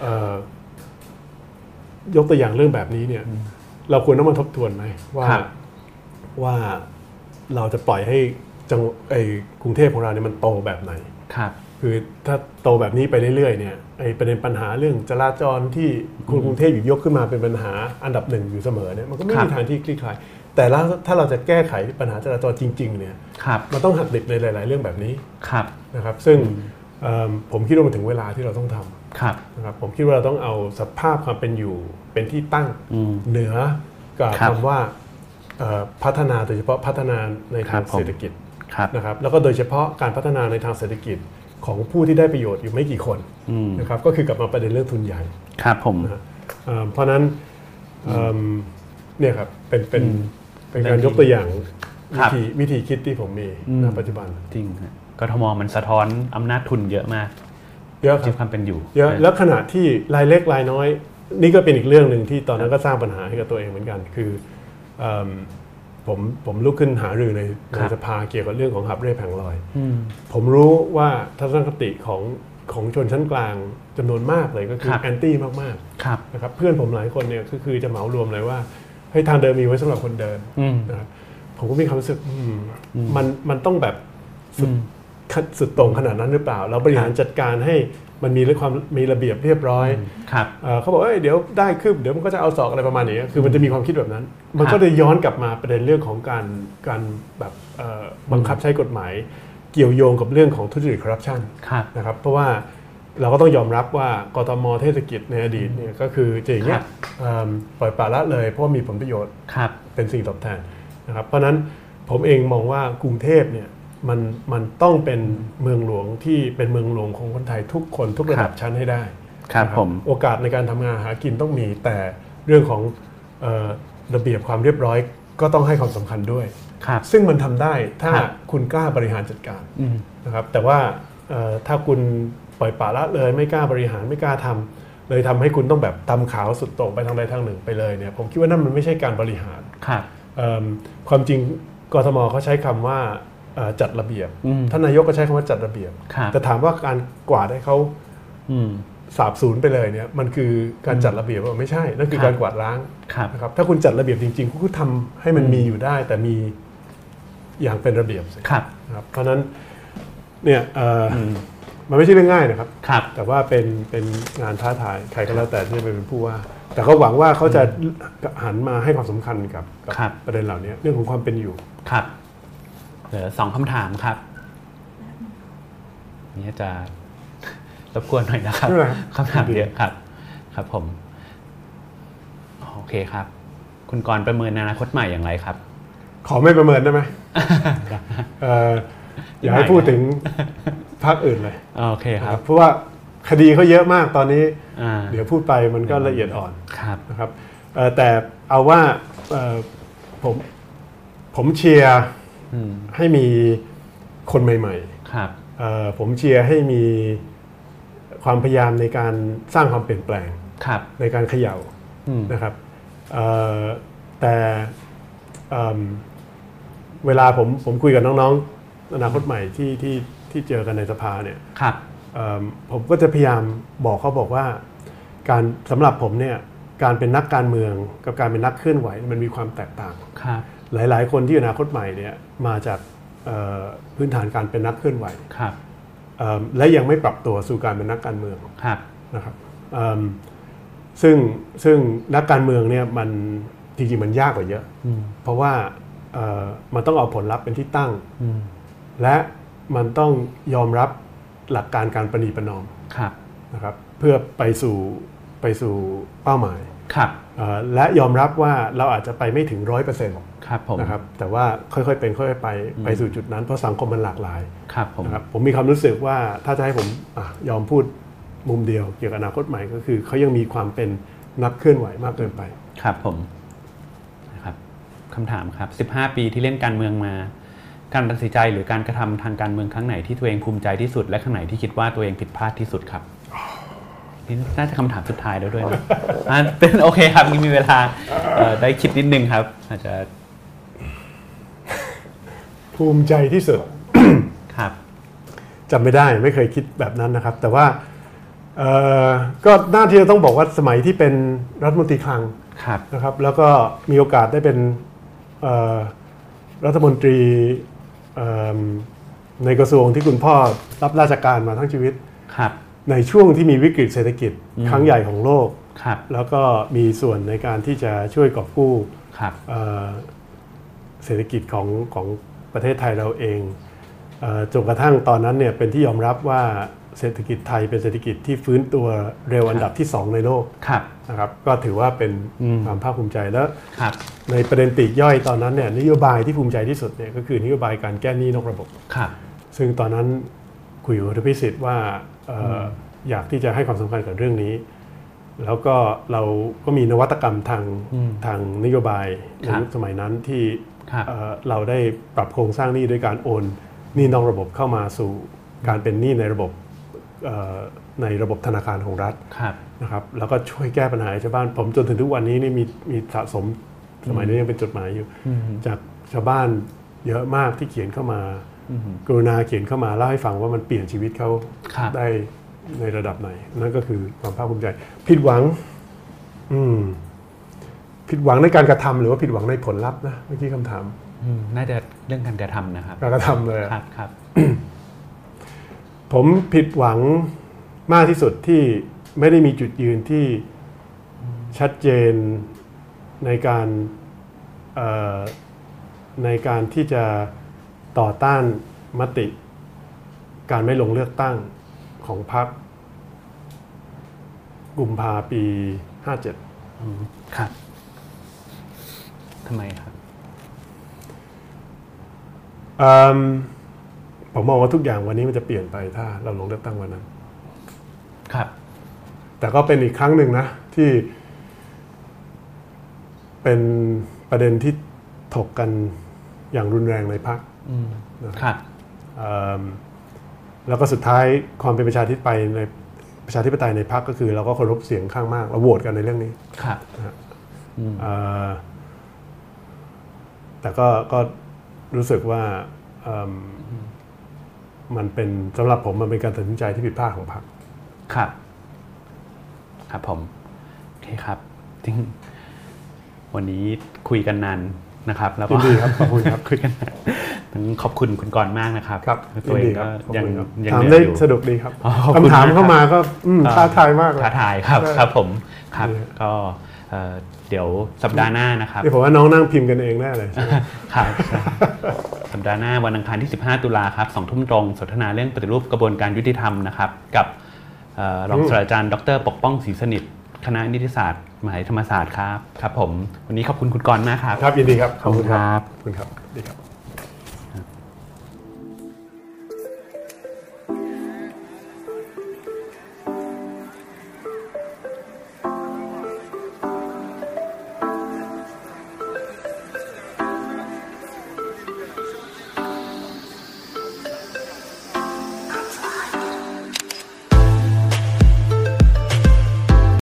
เอ่อยกตัวอย่างเรื่องแบบนี้เนี่ย เราควรต้องมาทบทวนไหมว่า ครับ ว่าเราจะปล่อยให้จังหวไอ้กรุงเทพของเราเนี่ยมันโตแบบไหน ครับ คือถ้าโตแบบนี้ไปเรื่อยๆเนี่ยไอ้ประเด็นปัญหาเรื่องจราจรที่คนกรุงเทพอยู่ยกขึ้นมาเป็นปัญหาอันดับหนึ่งอยู่เสมอเนี่ยมันก็ไม่มีทางที่คลี่คลายแต่ละถ้าเราจะแก้ไขปัญหาจราจรจริง ๆ เนี่ย ครับ มันต้องหักดิบในหลาย ๆ เรื่องแบบนี้ ครับ นะครับซึ่งเอิ่มผมคิดว่ามันถึงเวลาที่เราต้องท ครับ ำนะครับผมคิดว่าเราต้องเอาสภาพความเป็นอยู่เป็นที่ตั้ง อืม เหนือกับ ครับ คำว่าเอ่อพัฒนาโดยเฉพาะพัฒนาในคทางรับผม เศรษฐกิจ ครับ นะครับแล้วก็โดยเฉพาะการพัฒนาในทางเศรษฐกิจของผู้ที่ได้ประโยชน์อยู่ไม่กี่คน อืม นะครับก็คือกลับมาประเด็นเรื่องทุนใหญ่ ครับผม นะฮะเอิ่มเพราะฉะนั้นเอิ่มเนี่ยครับเป็นเป็นเป็นการยกตัวอย่าง ค วิ รับ ธีวิธีคิดที่ผมมี อืม ณปัจจุบัน จริงฮะกทมมันสะท้อนอำนาจทุนเยอะมาก เยอะครับ จีความเป็นอยู่ เยอะแล้วขนาดที่รายเล็กรายน้อย นี่ก็เป็นอีกเรื่องหนึ่งที่ตอนนั้นก็สร้างปัญหาให้กับตัวเองเหมือนกัน คือเอิ่มผมผมลุกขึ้นหารือในในสภาเกี่ยวกับเรื่องของหับเร่แผงลอย อืม ผมรู้ว่าทัศนคติของของชนชั้นกลางจำนวนมากเลยก็คือ ครับ แอนตี้มาก ครับ ๆนะครับเพื่อนผมหลายคนเนี่ยก็คือจะเหมารวมเลยว่าให้ยทางเดินมีไว้สำหรับคนเดิน อืม นะครับผมก็มีความรู้สึกอืมมันมันต้องแบบ อืม ขั้นสุดโตรงขนาดนั้นหรือเปล่า เราบริหารจัดการให้มันมีเรื่องความมีระเบียบเรียบร้อย ครับ เอ่อเขาบอกเอ้ยเดี๋ยวได้คืบเดี๋ยวมันก็จะเอาศอกอะไรประมาณนี้คือมันจะมีความคิดแบบนั้น มันก็เลยย้อนกลับมาประเด็นเรื่องของการการแบบเอ่อบังคับใช้กฎหมาย เกี่ยวโยงกับเรื่องของทุจริตคอร์รัปชัน ครับ นะครับเพราะว่าเราก็ต้องยอมรับว่ากทมเทศกิจในอดีตเนี่ยก็คือจะอย่างเงี้ ค ย รับ เอิ่มปล่อยปละละเลยเพราะว่ามีผลประโยชน์ ครับ เป็นสิ่งตอบแทนนะครับเพราะฉะนั้นผมเองมองว่ากรุงเทพเนี่ยมันมันต้องเป็นเมืองหลวงที่เป็นเมืองหลวงของคนไทยทุกคนทุกระดับชั้นให้ได้ ครับ นะ ผม โอกาสในการทำงานหากินต้องมีแต่เรื่องของเอ่อระเบียบความเรียบร้อย ก็ต้องให้ความสำคัญด้วย ครับ ซึ่งมันทำได้ถ้า ครับ คุณกล้าบริหารจัดการ อืม นะครับแต่ว่าเอ่อถ้าคุณปล่อยปละละเลยไม่กล้าบริหารไม่กล้าทำเลยทำให้คุณต้องแบบตำขาวสุดโต่งไปทางใดทางหนึ่งไปเลยเนี่ยผมคิดว่านั่นมันไม่ใช่การบริหาร ครับ เอิ่มความจริงกทมเขาใช้คำว่าเอ่อจัดระเบียบ อืม ท่านนายกก็ใช้คำว่าจัดระเบียบ ครับ แต่ถามว่าการกวาดให้เขา อืม สาบสูญไปเลยเนี่ยมันคือการจัดระเบียบหรือเปล่าไม่ใช่นั่นคือ ครับ การกวาดล้าง ครับ นะครับถ้าคุณจัดระเบียบจริงๆคุณก็ทำให้มันมีอยู่ได้ แต่มีอย่างเป็นระเบียบสิ ครับ นะครับเพราะฉะนั้นเนี่ยเอ่ออ อืม มันไม่ใช่เรื่องง่ายนะครับ ครับ แต่ว่าเป็นเป็นงานท้าทายใครก็แล้วแต่ที่จะเป็นผู้ว่า แต่ก็หวังว่าเขาจะหันมาให้ความสำคัญกับกั ครับ ประเด็นเหล่านี้เรื่องของความเป็นอยู่ ครับ เหลือสองคำถามครับนี่จะรบกวนหน่อยนะครับ ไม่เป็นไรครับ คำถามเยอะครับ ครับผม โอเคครับ คุณกรณ์ประเมินอนาคตใหม่อย่างไรครับ ขอไม่ประเมินได้ไหมเอ่ออย่าให้พูดถึงพรรคอื่นเลย โอเคครับ เพราะว่าคดีเขาเยอะมากตอนนี้ อ่า เดี๋ยวพูดไปมันก็ละเอียดอ่อน ครับ นะครับเอ่อแต่เอาว่าเอ่อผมผมเชียร์ อืม ให้มีคนใหม่ ๆ ครับ เอ่อผมเชียร์ให้มีความพยายามในการสร้างความเปลี่ยนแปลง ครับ ในการเขย่า อืม นะครับเอ่อแต่เอิ่มเวลาผมผมคุยกับน้องๆอนาคตใหม่ที่ที่ที่เจอกันในสภาเนี่ย ครับ เอิ่มผมก็จะพยายามบอกเขาบอกว่า การสำหรับผมเนี่ยการเป็นนักการเมืองกับการเป็นนักเคลื่อนไหวมันมีความแตกต่าง ครับ หลาย ๆ คนที่อนาคตใหม่เนี่ยมาจากเอ่อพื้นฐานการเป็นนักเคลื่อนไหว ครับ เอิ่มและยังไม่ปรับตัวสู่การเป็นนักการเมือง ครับ นะครับเอิ่มซึ่งซึ่งนักการเมืองเนี่ยมันจริงๆมันยากกว่าเยอะ อืม เพราะว่าเอ่อมันต้องเอาผลลัพธ์เป็นที่ตั้ง อืม และมันต้องยอมรับหลักการการประนีประนอม ครับ นะครับเพื่อไปสู่ไปสู่เป้าหมาย ครับ เอ่อและยอมรับว่าเราอาจจะไปไม่ถึงร้อยเปอร์เซ็นต์ ครับผม นะครับแต่ว่าค่อยๆเป็นค่อยๆไปไปสู่จุดนั้นเพราะสังคมมันหลากหลาย ครับผม นะครับผมมีความรู้สึกว่าถ้าจะให้ผมอะยอมพูดมุมเดียวเกี่ยวกับอนาคตใหม่ก็คือเขายังมีความเป็นนักเคลื่อนไหวมากเกินไป ครับผมนะครับคำถามครับ 15 ปีที่เล่นการเมืองมา การตัดสินใจหรือการกระทำทางการเมืองครั้งไหนที่ตัวเองภูมิใจที่สุด และครั้งไหนที่คิดว่าตัวเองผิดพลาดที่สุดครับนี่น่าจะคำถามสุดท้ายแล้วด้วยนะอ่ะเป็นโอเคครับมีเวลาเอ่อได้คิดนิดนึงครับ อาจจะ ภูมิใจที่สุด ครับ จำไม่ได้ไม่เคยคิดแบบนั้นนะครับ แต่ว่าเอ่อก็หน้าที่จะต้องบอกว่าสมัยที่เป็นรัฐมนตรีคลัง ครับ นะครับ แล้วก็มีโอกาสได้เป็นเอ่อรัฐมนตรีเอิ่มในกระทรวงที่คุณพ่อรับราชการมาทั้งชีวิต ครับ ในช่วงที่มีวิกฤตเศรษฐกิจครั้งใหญ่ของโลก ครับ แล้วก็มีส่วนในการที่จะช่วยกอบกู้ ครับ เอ่อเศรษฐกิจของของประเทศไทยเราเองเอ่อจนกระทั่งตอนนั้นเนี่ยเป็นที่ยอมรับว่าเศรษฐกิจไทยเป็นเศรษฐกิจที่ฟื้นตัวเร็วอันดับที่ 2 ในโลก ครับ นะครับก็ถือว่าเป็น อืม ความภาคภูมิใจแล้ว ครับ ในประเด็นปลีกย่อยตอนนั้นเนี่ยนโยบายที่ภูมิใจที่สุดเนี่ยก็คือนโยบายการแก้หนี้นอกระบบ ครับ ซึ่งตอนนั้นคุยกับคุณพิสิทธิ์ว่าเอ่อออยากที่จะให้ความสำคัญกับเรื่องนี้ แล้วก็เราก็มีนวัตกรรมทาง อืม ทางนโยบายใน ครับ ยุคสมัยนั้นที่ ครับ เอ่อเราได้ปรับโครงสร้างหนี้ด้วยการโอนหนี้นอกระบบเข้ามาสู่การเป็นหนี้ในระบบเอ่อในระบบธนาคารของรัฐ ครับ นะครับ แล้วก็ช่วยแก้ปัญหาให้ชาวบ้าน ผมจนถึงทุกวันนี้นี่มีมีสะสมสมัยนี้ยังเป็นจดหมายอยู่ อืม จากชาวบ้านเยอะมากที่เขียนเข้ามา อืม กรุณาเขียนเข้ามาเล่าให้ฟังว่ามันเปลี่ยนชีวิตเขา ครับ ได้ในระดับไหน นั่นก็คือความภาคภูมิใจ ผิดหวัง อืม ผิดหวังในการกระทำหรือว่าผิดหวังในผลลัพธ์นะเมื่อกี้คำถาม อืมน่าจะเรื่องการกระทำนะครับ การกระทำเลยอะ ครับครับ ผมผิดหวังมากที่สุดที่ไม่ได้มีจุดยืนที่ชัดเจนในการเอ่อในการที่จะต่อต้านมติ การไม่ลงเลือกตั้งของพรรคกุมภาปี 57 อืมครับทำไมครับ เอิ่มผมมองว่าทุกอย่างวันนี้มันจะเปลี่ยนไปถ้าเราลงเลือกตั้งวันนั้น ครับ แต่ก็เป็นอีกครั้งหนึ่งนะ ที่เป็นประเด็นที่ถกกันอย่างรุนแรงในพรรค อืม นะครับ ครับ เอิ่มแล้วก็สุดท้ายความเป็นประชาธิปไตยในประชาธิปไตยในพรรคก็คือ เราก็เคารพเสียงข้างมากเราโหวตกันในเรื่องนี้ ครับ เอ่อแต่ก็ก็รู้สึกว่าเอิ่มมันเป็นสำหรับผมมันเป็นการตัดสินใจที่ผิดพลาดของพรรค ครับ ครับผม โอเคครับจริงวันนี้คุยกันนานนะครับ แล้วก็ ยินดีครับ ขอบคุณครับ คุยกันนานต้องขอบคุณคุณกรณ์มากนะครับตั ยิ วนเอ ดี ง ครั ก็ บขอบ ยัง คุณครับ ยัง ถาม เหนื่ ได้ อยอยู่ สะดวกดีครับ อ๋อขอบคุณ คำถาม มาก เข้ามาก็อืม เอ่อ ท้าทายมากเลย ท้าทายครับ ได้ ครับผมครับก็เอ่อเดี๋ยวสัปดาห์หน้านะครับ เดี๋ยวผมว่าน้องนั่งพิมพ์กันเองแน่เลยใช่ไหม ครับ สัปดาห์หน้าวันอังคารที่ 15 ตุลาครับสองทุ่มตรง สนทนาเรื่องปฏิรูปกระบวนการยุติธรรมนะครับกับเอ่อรอง อืม ศาสตราจารย์ดรปกป้องศรีสนิท คณะนิติศาสตร์มหาวิทยาลัยธรรมศาสตร์ครับครับผมวันนี้ขอบคุณคุณกรณ์มากครับ ครับยินดีครับ ขอบคุณครับ ขอบคุณครับดีครับ